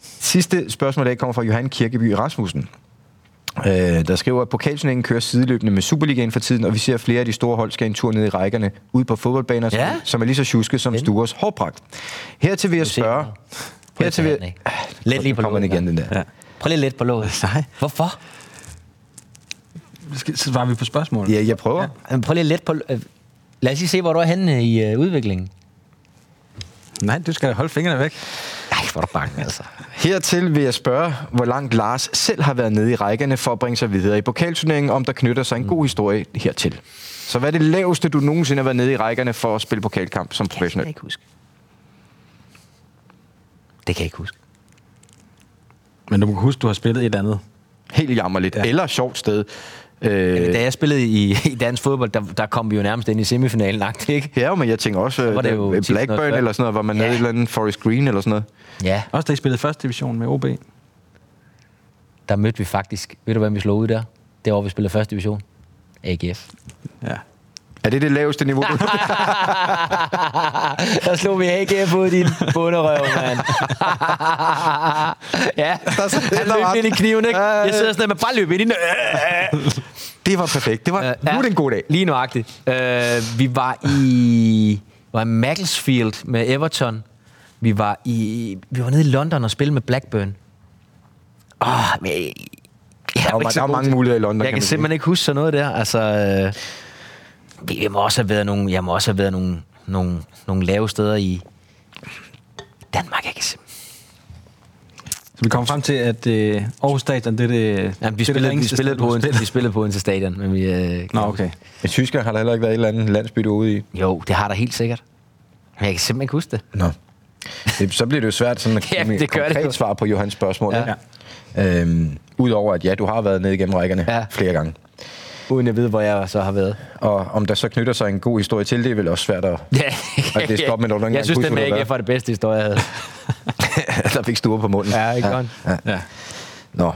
Speaker 2: Sidste spørgsmål i dag kommer fra Johan Kirkeby Rasmussen. øh, der skriver, at pokalturneringen kører sideløbende med Superligaen for tiden, og vi ser flere af de store hold skal en tur ned i rækkerne, ud på fodboldbaner,
Speaker 3: Ja.
Speaker 2: ja. som er lige så tjusket som Stures hårpragt. Hertil vil jeg
Speaker 3: se
Speaker 2: spørge...
Speaker 3: den. Prøv
Speaker 2: Hertil
Speaker 3: til
Speaker 2: vil
Speaker 3: vi...
Speaker 2: jeg...
Speaker 3: Let lige på
Speaker 2: Kommer den
Speaker 3: låget.
Speaker 2: igen, den der.
Speaker 4: Ja.
Speaker 3: Prøv lige lidt på *laughs* låget.
Speaker 4: Nej.
Speaker 3: Hvorfor?
Speaker 4: Skal- Så svarer vi på spørgsmålet.
Speaker 2: Ja, jeg prøver.
Speaker 3: Jamen, Prøv lige lidt på... øh, Lad os lige se, hvor du er henne øh, i øh, udviklingen.
Speaker 4: Nej, du skal da holde fingrene væk.
Speaker 3: Nej, hvor er du bange, *laughs* altså.
Speaker 2: Hertil vil jeg spørge, hvor langt Lars selv har været nede i rækkerne for at bringe sig videre i pokalturneringen, om der knytter sig en god historie hertil. Så hvad er det laveste, du nogensinde har været nede i rækkerne for at spille pokalkamp som
Speaker 3: Det kan jeg
Speaker 2: professionel?
Speaker 3: ikke huske. Det kan jeg ikke huske.
Speaker 4: Men du må huske, du har spillet et eller andet.
Speaker 2: Helt jammerligt. Ja. Eller sjovt sted.
Speaker 3: Øh.
Speaker 2: Øh,
Speaker 3: Da jeg spillede i, *laughs* i dansk fodbold, der, der kom vi jo nærmest ind i semifinalen, nok, ikke?
Speaker 2: ja, jo, men jeg tænker også,
Speaker 3: var
Speaker 2: var
Speaker 3: det
Speaker 2: det
Speaker 3: jo tit sådan noget
Speaker 2: Blackburn
Speaker 3: før.
Speaker 2: eller sådan noget, hvor man nede
Speaker 3: Ja.
Speaker 2: i et eller andet Forest Green eller sådan noget.
Speaker 3: Ja,
Speaker 4: Også da I spillede første division med OB.
Speaker 3: der mødte vi faktisk... Ved du, hvem vi slog ud der? Det var, vi spillede første division. AGF.
Speaker 4: Ja.
Speaker 2: Er det det laveste niveau? du-
Speaker 3: der slog vi AGF ud i din bunderøv, mand. *laughs* ja,
Speaker 2: der
Speaker 3: han løb
Speaker 2: var
Speaker 3: ind i
Speaker 2: den.
Speaker 3: kniven, ikke?
Speaker 2: Ja,
Speaker 3: Jeg
Speaker 2: ja.
Speaker 3: sidder sådan der med, bare løb ind i den.
Speaker 2: det var perfekt. Det var, nu er det en god dag.
Speaker 3: Lige nuagtigt. Øh, vi var i, var i Macclesfield med Everton. Vi var, i, vi var nede i London og spille med Blackburn. Åh, oh, men... Jeg jeg
Speaker 2: jo
Speaker 3: ikke
Speaker 2: ma-
Speaker 3: så
Speaker 2: der er jo
Speaker 3: god
Speaker 2: mange
Speaker 3: til-
Speaker 2: muligheder i London,
Speaker 3: Jeg
Speaker 2: kan
Speaker 3: kan,
Speaker 2: man sige.
Speaker 3: simpelthen ikke huske sådan noget der. Altså, øh, jeg må også have været nogle, jeg må også have været nogle, nogle, nogle lave steder i Danmark. Jeg kan simpelthen
Speaker 4: Så vi kom frem til, at øh, Aarhus Stadion, det er det...
Speaker 3: Jamen,
Speaker 4: det er
Speaker 3: vi, spillede, vi,
Speaker 4: ringeste
Speaker 3: spillede
Speaker 4: sted, du
Speaker 3: på
Speaker 4: har
Speaker 3: en,
Speaker 4: spillet.
Speaker 3: vi spillede på en til stadion, men vi... Øh,
Speaker 4: Nå, okay.
Speaker 2: I Tyskland har der heller ikke været et eller andet landsby, du er ude i.
Speaker 3: Jo, det har der helt sikkert. Men jeg kan simpelthen ikke huske det.
Speaker 2: Nå. Det, så bliver det jo svært sådan at
Speaker 3: *laughs* Ja,
Speaker 2: give ja,
Speaker 3: det
Speaker 2: et
Speaker 3: gør det jo.
Speaker 2: konkret svar på Johans spørgsmål.
Speaker 3: Ja.
Speaker 2: Ja. Øhm, Udover at ja, du har været nede igennem rækkerne
Speaker 3: Ja.
Speaker 2: ja. flere gange.
Speaker 3: Uden jeg ved, hvor jeg så har været.
Speaker 2: Og om der så knytter sig en god historie til, det er vel også svært
Speaker 3: *laughs*
Speaker 2: at...
Speaker 3: Ja.
Speaker 2: Og det er stoppet med, når du ikke engang
Speaker 3: Jeg synes,
Speaker 2: husker,
Speaker 3: den med
Speaker 2: hvor du
Speaker 3: AGF
Speaker 2: var.
Speaker 3: var det bedste historie, *laughs* jeg havde.
Speaker 2: der fik Sture på munden.
Speaker 3: Ja, ikke godt.
Speaker 2: ja.
Speaker 4: Ja.
Speaker 2: Nå.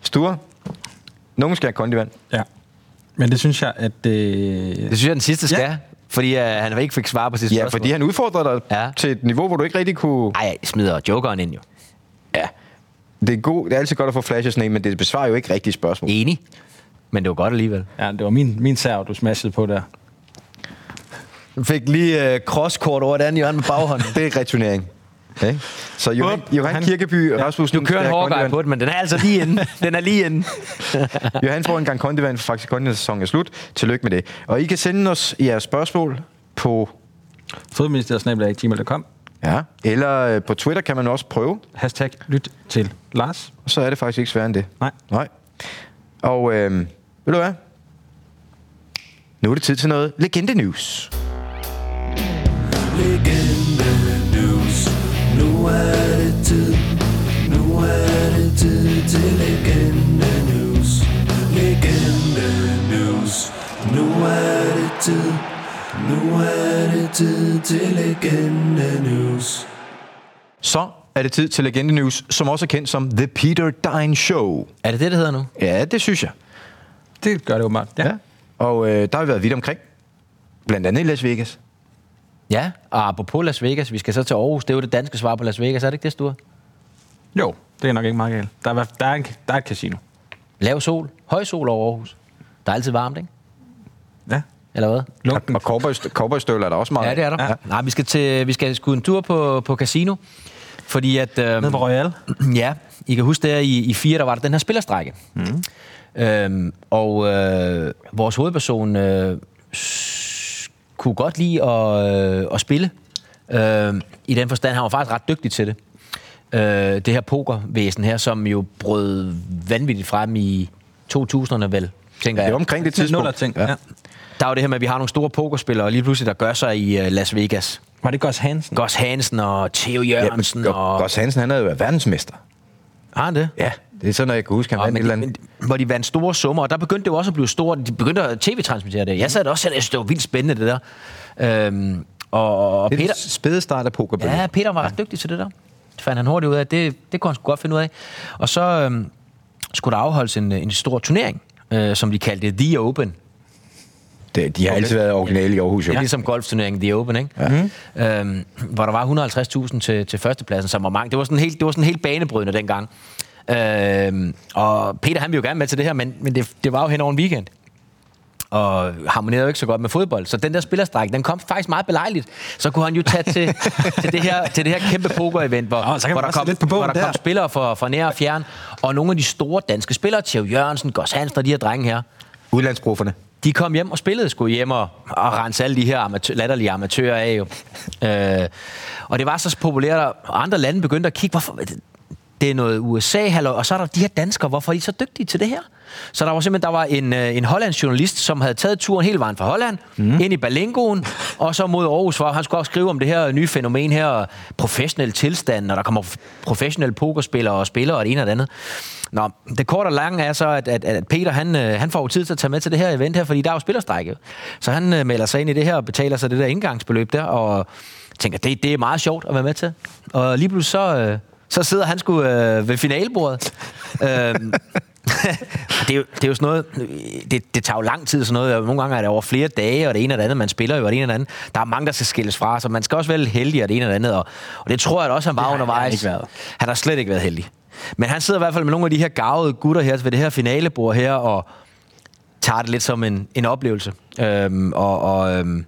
Speaker 2: Sture, nogen skal have kondivand.
Speaker 4: ja. Men det synes jeg, at... Øh,
Speaker 3: Det synes jeg, den sidste skal.
Speaker 4: Ja.
Speaker 3: Fordi øh, han ikke fik svar på sit
Speaker 2: Ja,
Speaker 3: spørgsmål.
Speaker 2: fordi han udfordrer dig
Speaker 3: Ja.
Speaker 2: ja. til et niveau, hvor du ikke rigtig kunne...
Speaker 3: Ej, jeg smider jokeren ind jo.
Speaker 2: Ja. Det er, god, det er altid godt at få flashes ned, men det besvarer jo ikke rigtige spørgsmål.
Speaker 3: Enig. Men det var godt alligevel.
Speaker 4: ja, det var min, min serv, du smashede på der.
Speaker 3: Han fik lige øh, crosskort over den, Johan med baghånden.
Speaker 2: Det er returnering. Okay. Så Johan,
Speaker 4: Up.
Speaker 2: Johan
Speaker 4: Han-
Speaker 2: Kirkeby ja. Rasmussen...
Speaker 3: Du kører en
Speaker 2: skal have
Speaker 3: hårdgej
Speaker 2: kondivand.
Speaker 3: på den, men den er altså lige inde. *laughs* Den er lige inde.
Speaker 2: Johan får en gang kondivand, for faktisk kondivand sæsonen er slut. Tillykke med det. Og I kan sende os jeres spørgsmål på...
Speaker 4: Fodministeriet-gmail.com.
Speaker 2: Ja. Eller øh, på Twitter kan man også prøve.
Speaker 4: Hashtag lyt til Lars.
Speaker 2: Og så er det faktisk ikke sværere end det.
Speaker 4: Nej.
Speaker 2: Nej. Og øh, ved du hvad? Nu er det tid til noget Legende News. Så er det tid til Legende News, som også er kendt som The Peter Dine Show.
Speaker 3: Er det det, det hedder nu?
Speaker 2: Ja, det synes jeg.
Speaker 4: Det gør det åbenbart. Ja.
Speaker 2: Ja. Og øh, der har vi været vidt omkring. Blandt andet i Las Vegas.
Speaker 3: Ja, og apropos Las Vegas, vi skal så til Aarhus. Det er jo det danske svar på Las Vegas, er det ikke det, Sture?
Speaker 4: Jo, det er nok ikke meget galt. Der er, i hvert fald- der er, en, der er et casino.
Speaker 3: Lav sol. Høj sol over Aarhus. Der er altid varmt, ikke?
Speaker 4: Ja.
Speaker 3: Eller hvad?
Speaker 4: Lunken.
Speaker 2: Og cowboystøvler cowboystøvler er der også meget.
Speaker 3: Mm. Ja, det er der. Ja. Nej, vi skal, til, vi skal sgu en tur på, på casino. Fordi at... Øh,
Speaker 4: Nede på Royal.
Speaker 3: Ja, I kan huske der i, i fire, der var der den her spillerstrække.
Speaker 2: Mhm.
Speaker 3: Mm. Øhm, og øh, vores hovedperson øh, s- kunne godt lide at, øh, at spille. Øh, I den forstand, han var faktisk ret dygtig til det. Øh, det her pokervæsen her, som jo brød vanvittigt frem i 2000'erne vel, tænker
Speaker 2: Det
Speaker 3: jeg.
Speaker 2: er omkring det
Speaker 4: Til nuller
Speaker 2: tidspunkt.
Speaker 4: ting. Ja. ja.
Speaker 3: Der er jo det her med, at vi har nogle store pokerspillere, lige pludselig der gør sig i øh, Las Vegas.
Speaker 4: Var det Goss Hansen?
Speaker 3: Goss Hansen og Theo
Speaker 2: Ja, men
Speaker 3: Jørgensen ja, og...
Speaker 2: Goss Hansen, han havde jo været verdensmester.
Speaker 3: Har han det?
Speaker 2: Ja, det er sådan, at jeg kan huske, han vandt et eller
Speaker 3: men, men,
Speaker 2: andet.
Speaker 3: hvor de vandt store summer, og der begyndte det jo også at blive stort. De begyndte at tv-transmittere det. Jeg sad der også selv, jeg synes, det var vildt spændende, det der. Øhm, og, og
Speaker 2: Det er
Speaker 3: Peter,
Speaker 2: den spæde start af pokerbølgen.
Speaker 3: ja,
Speaker 2: Ja.
Speaker 3: Peter var ret dygtig til det der. Det fandt han hurtigt ud af. Det, det kunne han sgu godt finde ud af. Og så øhm, skulle der afholdes en, en stor turnering, øh, som de kaldte The Open.
Speaker 2: Det, de har altid været originale i Aarhus, jo.
Speaker 3: Det er ligesom golfturneringen The Open, ikke? Ja.
Speaker 4: Mhm.
Speaker 3: Øhm, hvor der var 150.000 til, til førstepladsen, som var mange. Det var sådan helt, det var sådan helt banebrydende dengang. Øh, og Peter, han ville jo gerne med til det her, men, men det, det var jo hen over en weekend og harmonerede jo ikke så godt med fodbold. Så den der spillerstræk, den kom faktisk meget belejligt. Så kunne han jo tage
Speaker 4: *laughs*
Speaker 3: til, til, det, her, til det her kæmpe poker-event, hvor,
Speaker 4: Nå, så kan man
Speaker 3: hvor,
Speaker 4: bare
Speaker 3: der,
Speaker 4: se
Speaker 3: kom,
Speaker 4: lidt på bogen
Speaker 3: hvor der,
Speaker 4: der.
Speaker 3: kom spillere fra, fra nær og fjern. Og nogle af de store danske spillere, Theo Jørgensen, Gås Hansen og de her drenge her, *laughs*
Speaker 2: Udlandsprofferne.
Speaker 3: de kom hjem og spillede sgu hjem og, og rense alle de her amatø- latterlige amatører af jo. Øh, og det var så populært, og andre lande begyndte at kigge, hvorfor... Det er noget USA, halløj, og så er der de her danskere, hvorfor er de så dygtige til det her? Så der var simpelthen der var en, øh, en hollandsk journalist, som havde taget turen hele vejen fra Holland, mm. ind i Berlingoen, og så mod Aarhus, hvor han skulle også skrive om det her nye fænomen her, og professionel tilstand, og der kommer professionelle pokerspillere og spillere og det ene og det andet. Nå, det korte og lange er så, at, at, at Peter han, øh, han får jo tid til at tage med til det her event her, fordi der er jo spillerstrække. Så han øh, melder sig ind i det her og betaler sig det der indgangsbeløb der, og tænker, det, det er meget sjovt at være med til. Og lige pludselig så, øh, så sidder han sgu øh, ved
Speaker 4: *laughs*
Speaker 3: finalebordet. øhm, *laughs* det, er jo, det er jo sådan noget, det, det tager jo lang tid sådan noget, og nogle gange er det over flere dage, og det ene og det andet, man spiller jo, og det ene og det andet. Der er mange, der skal skilles fra, så man skal også være lidt heldig, og det ene og det andet, og, og det tror jeg da også, han var
Speaker 4: han
Speaker 3: undervejs.
Speaker 4: ikke været.
Speaker 3: Han har slet ikke været heldig. Men han sidder i hvert fald med nogle af de her gavede gutter her ved det her finalebord her, og tager det lidt som en, en oplevelse. Øhm, og og øhm,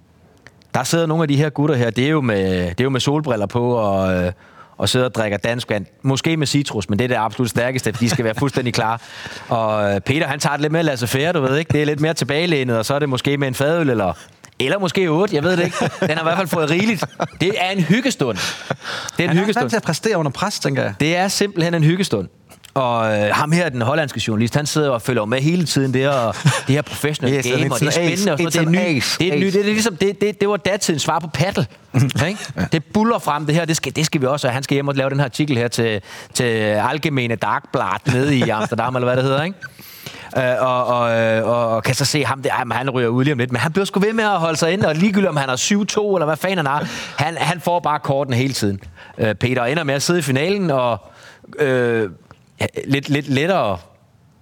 Speaker 3: der sidder nogle af de her gutter her, det er jo med, det er jo med solbriller på, og, øh, og sidder og drikker dansk vand. Måske med citrus, men det er det absolut stærkeste, for de skal være fuldstændig klar. Og øh, Peter, han tager det lidt mere lasse fære, du ved ikke? Det er lidt mere tilbagelænet, og så er det måske med en fadøl, eller, eller måske otte, jeg ved det ikke. Den har i hvert fald fået rigeligt. Det er en hyggestund. Det er en
Speaker 4: Han er også
Speaker 3: hyggestund.
Speaker 4: vant til at præstere under pres, tænker jeg.
Speaker 3: Det er simpelthen en hyggestund. Og øh, ham her, den hollandske journalist, han sidder og følger jo med hele tiden der, og det her
Speaker 4: *laughs*
Speaker 3: professionelle
Speaker 2: Yes,
Speaker 3: yes,
Speaker 2: and
Speaker 3: game,
Speaker 2: it's
Speaker 3: og det er
Speaker 2: an ace,
Speaker 3: spændende,
Speaker 2: it's
Speaker 3: og så det er
Speaker 2: an
Speaker 3: ny.
Speaker 2: ace,
Speaker 3: Det, er ny,
Speaker 2: ace.
Speaker 3: det, er ligesom, det, det, det var datidens svar på paddle. ikke? Det buller frem, det her, det skal, det skal vi også, og han skal hjem og lave den her artikel her til, til Algemene Dagblad nede i Amsterdam, eller hvad det hedder, ikke? Øh, og, og, øh, og, og kan så se ham der, ej, men han ryger ud lige om lidt, men han bliver sgu ved med at holde sig inde, og ligegyldigt om han er 7-2, eller hvad fanden han er, han, han får bare korten hele tiden. Øh, Peter og ender med at sidde i finalen, og øh, ja, lidt, lidt lettere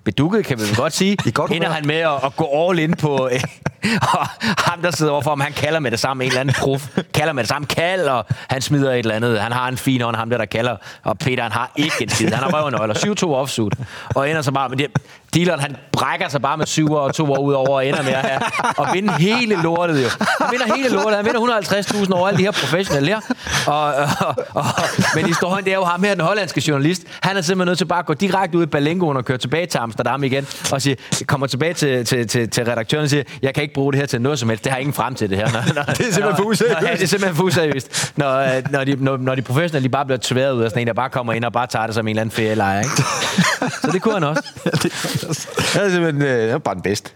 Speaker 3: bedukket, kan vi vel godt sige,
Speaker 2: *laughs* I godt
Speaker 3: ender
Speaker 2: humør.
Speaker 3: han med at, at gå all in på, *laughs* øh, og ham der sidder overfor ham, han kalder med det samme en eller anden prof, kalder med det samme kald, og han smider et eller andet, han har en fin hånd, ham der der kalder, og Peter han har ikke en skid, han har røvernøgler, 7-2 offsuit, og ender så bare med det, dealeren han brækker sig bare med 7 og 2 år ud over, og ender med at have, og vinde hele lortet jo, han vinder hele lortet, han vinder 150.000 over alle de her professionelle her, og, og, og, men historien det er jo ham her, den hollandske journalist, han er simpelthen nødt til bare at gå direkte ud i Berlingoen og køre tilbage til Amsterdam igen, og sige, kommer tilbage til, til, til, til redaktøren og siger, jeg kan ikke bruge det her til noget som helst, det har ingen frem til det her. Når, når, det
Speaker 2: er simpelthen for useriøst.
Speaker 3: Når, ja, det er simpelthen for useriøst. Når, øh, når, de, når, når de professionelle de bare bliver tværet ud af sådan en, der bare kommer ind og bare tager det som en eller anden ferielejr. Ikke? Så det kunne han
Speaker 2: *laughs*
Speaker 3: også.
Speaker 2: Det er simpelthen øh, det er bare den bedste.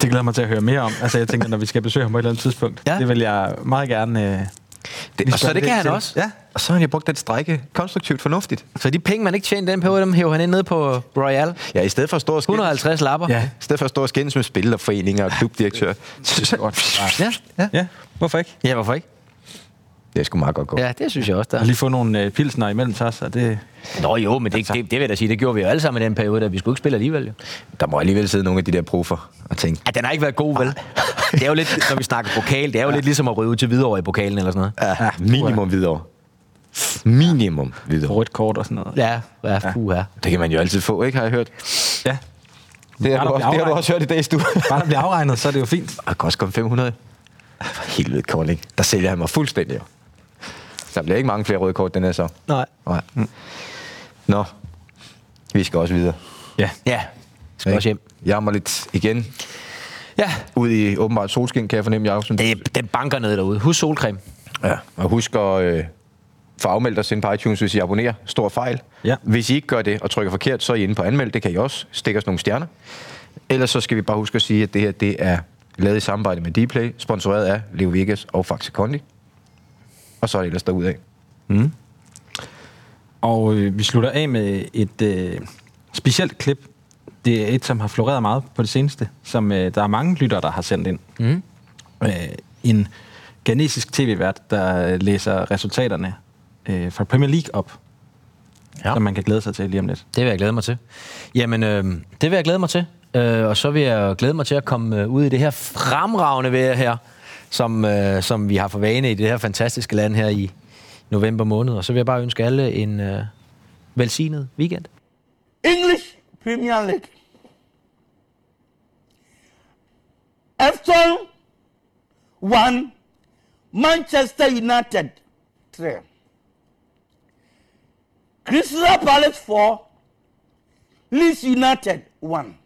Speaker 4: Det glæder jeg mig til at høre mere om. Altså, jeg tænker, når vi skal besøge ham på et eller andet tidspunkt.
Speaker 3: Ja.
Speaker 4: Ja. Det vil jeg meget gerne... Øh, vi
Speaker 2: Det, og,
Speaker 4: spørger
Speaker 2: så,
Speaker 3: det
Speaker 4: lidt
Speaker 3: kan han
Speaker 4: til.
Speaker 3: også.
Speaker 4: Ja.
Speaker 2: og så har jeg brugt den strække konstruktivt fornuftigt.
Speaker 3: Så de penge, man ikke tjener i den periode, dem hæver han ind ned på Royal.
Speaker 2: Ja, i stedet for at stå og skændes,
Speaker 3: 150 lapper.
Speaker 4: Ja.
Speaker 2: i stedet for at stå og skændes med spillerforeninger og klubdirektører. *laughs*
Speaker 3: Ja, ja.
Speaker 4: ja, hvorfor ikke?
Speaker 3: ja hvorfor ikke?
Speaker 2: det er sgu meget godt gå.
Speaker 3: Ja, det synes jeg også, der.
Speaker 4: Og lige få nogle øh, pilsner imellem sig, så det...
Speaker 3: Nå jo, men det, det, det vil jeg da sige, det gjorde vi jo alle sammen i den periode, da vi skulle ikke spille alligevel. Jo.
Speaker 2: Der må alligevel sidde nogle af de der proffer og tænke,
Speaker 3: Ja, den har ikke været god, vel? Det er jo lidt, når vi snakker pokal, det er jo ja. lidt ligesom at ryge ud til Hvidovre i pokalen eller sådan noget.
Speaker 2: ja, "Ah, minimum videre. Minimum videre.
Speaker 4: Rødt kort og sådan noget.
Speaker 3: Ja, ja, puha.
Speaker 2: Det kan man jo altid få, ikke, har jeg hørt.
Speaker 4: ja.
Speaker 2: Det har,
Speaker 4: Bare
Speaker 2: du også, det
Speaker 4: der bliver
Speaker 2: har du
Speaker 4: afregnet.
Speaker 2: også hørt i dag, Stu.
Speaker 4: Bare der bliver afregnet, så er det jo fint.
Speaker 2: *laughs* Og kan også komme 500. For helvede, Kolding. Der sælger han mig fuldstændig. jo. Der bliver ikke mange flere røde kort den her så.
Speaker 3: Nej.
Speaker 2: Nej. Nå, vi skal også videre.
Speaker 4: Ja.
Speaker 3: Ja, skal også hjem.
Speaker 2: Jeg må lidt igen
Speaker 3: Ja,
Speaker 2: ud i åbenbart solskin, kan jeg fornemme, Jacobsen.
Speaker 3: det, den banker ned derude. Husk solcreme.
Speaker 2: Ja. Og husk at øh, få afmeldt os ind på iTunes, hvis I abonnerer. Stor fejl.
Speaker 4: Ja.
Speaker 2: Hvis I ikke gør det og trykker forkert, så er I inde på anmeld. Det kan I også. Stik os nogle stjerner. Ellers så skal vi bare huske at sige, at det her det er lavet i samarbejde med Dplay, sponsoreret af Leo Vegas og Faxe Kondi. Og så er det ellers derudad.
Speaker 4: Og øh, vi slutter af med et øh, specielt klip. Det er et, som har floreret meget på det seneste, som øh, der er mange lyttere, der har sendt ind. Mm. Øh, en ghanesisk tv-vært, der øh, læser resultaterne øh, fra Premier League op,
Speaker 3: Ja.
Speaker 4: ja. som man kan glæde sig til lige om lidt.
Speaker 3: Det vil jeg glæde mig til. Jamen, øh, det vil jeg glæde mig til. Øh, og så vil jeg glæde mig til at komme øh, ud i det her fremragende vejr her, som, øh, som vi har for vane i det her fantastiske land her i november måned. Og så vil jeg bare ønske alle en øh, velsignet weekend.
Speaker 6: English Premier League. Everton 1, Manchester United 3. Crystal Palace 4, Leeds United 1.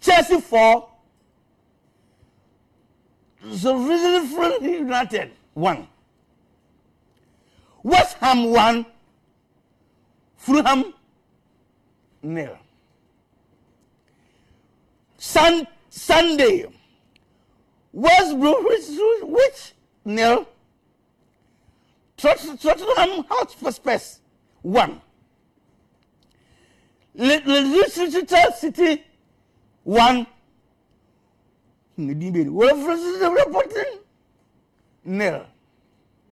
Speaker 6: Chelsea 4, Sheffield United 1. West Ham 1, Fulham nil. Sun, Sunday, West Bromwich which nil. Tot- Tottenham Hotspur Spurs one. Le- Leicester City one. Ndibiri. Wolverhampton nil.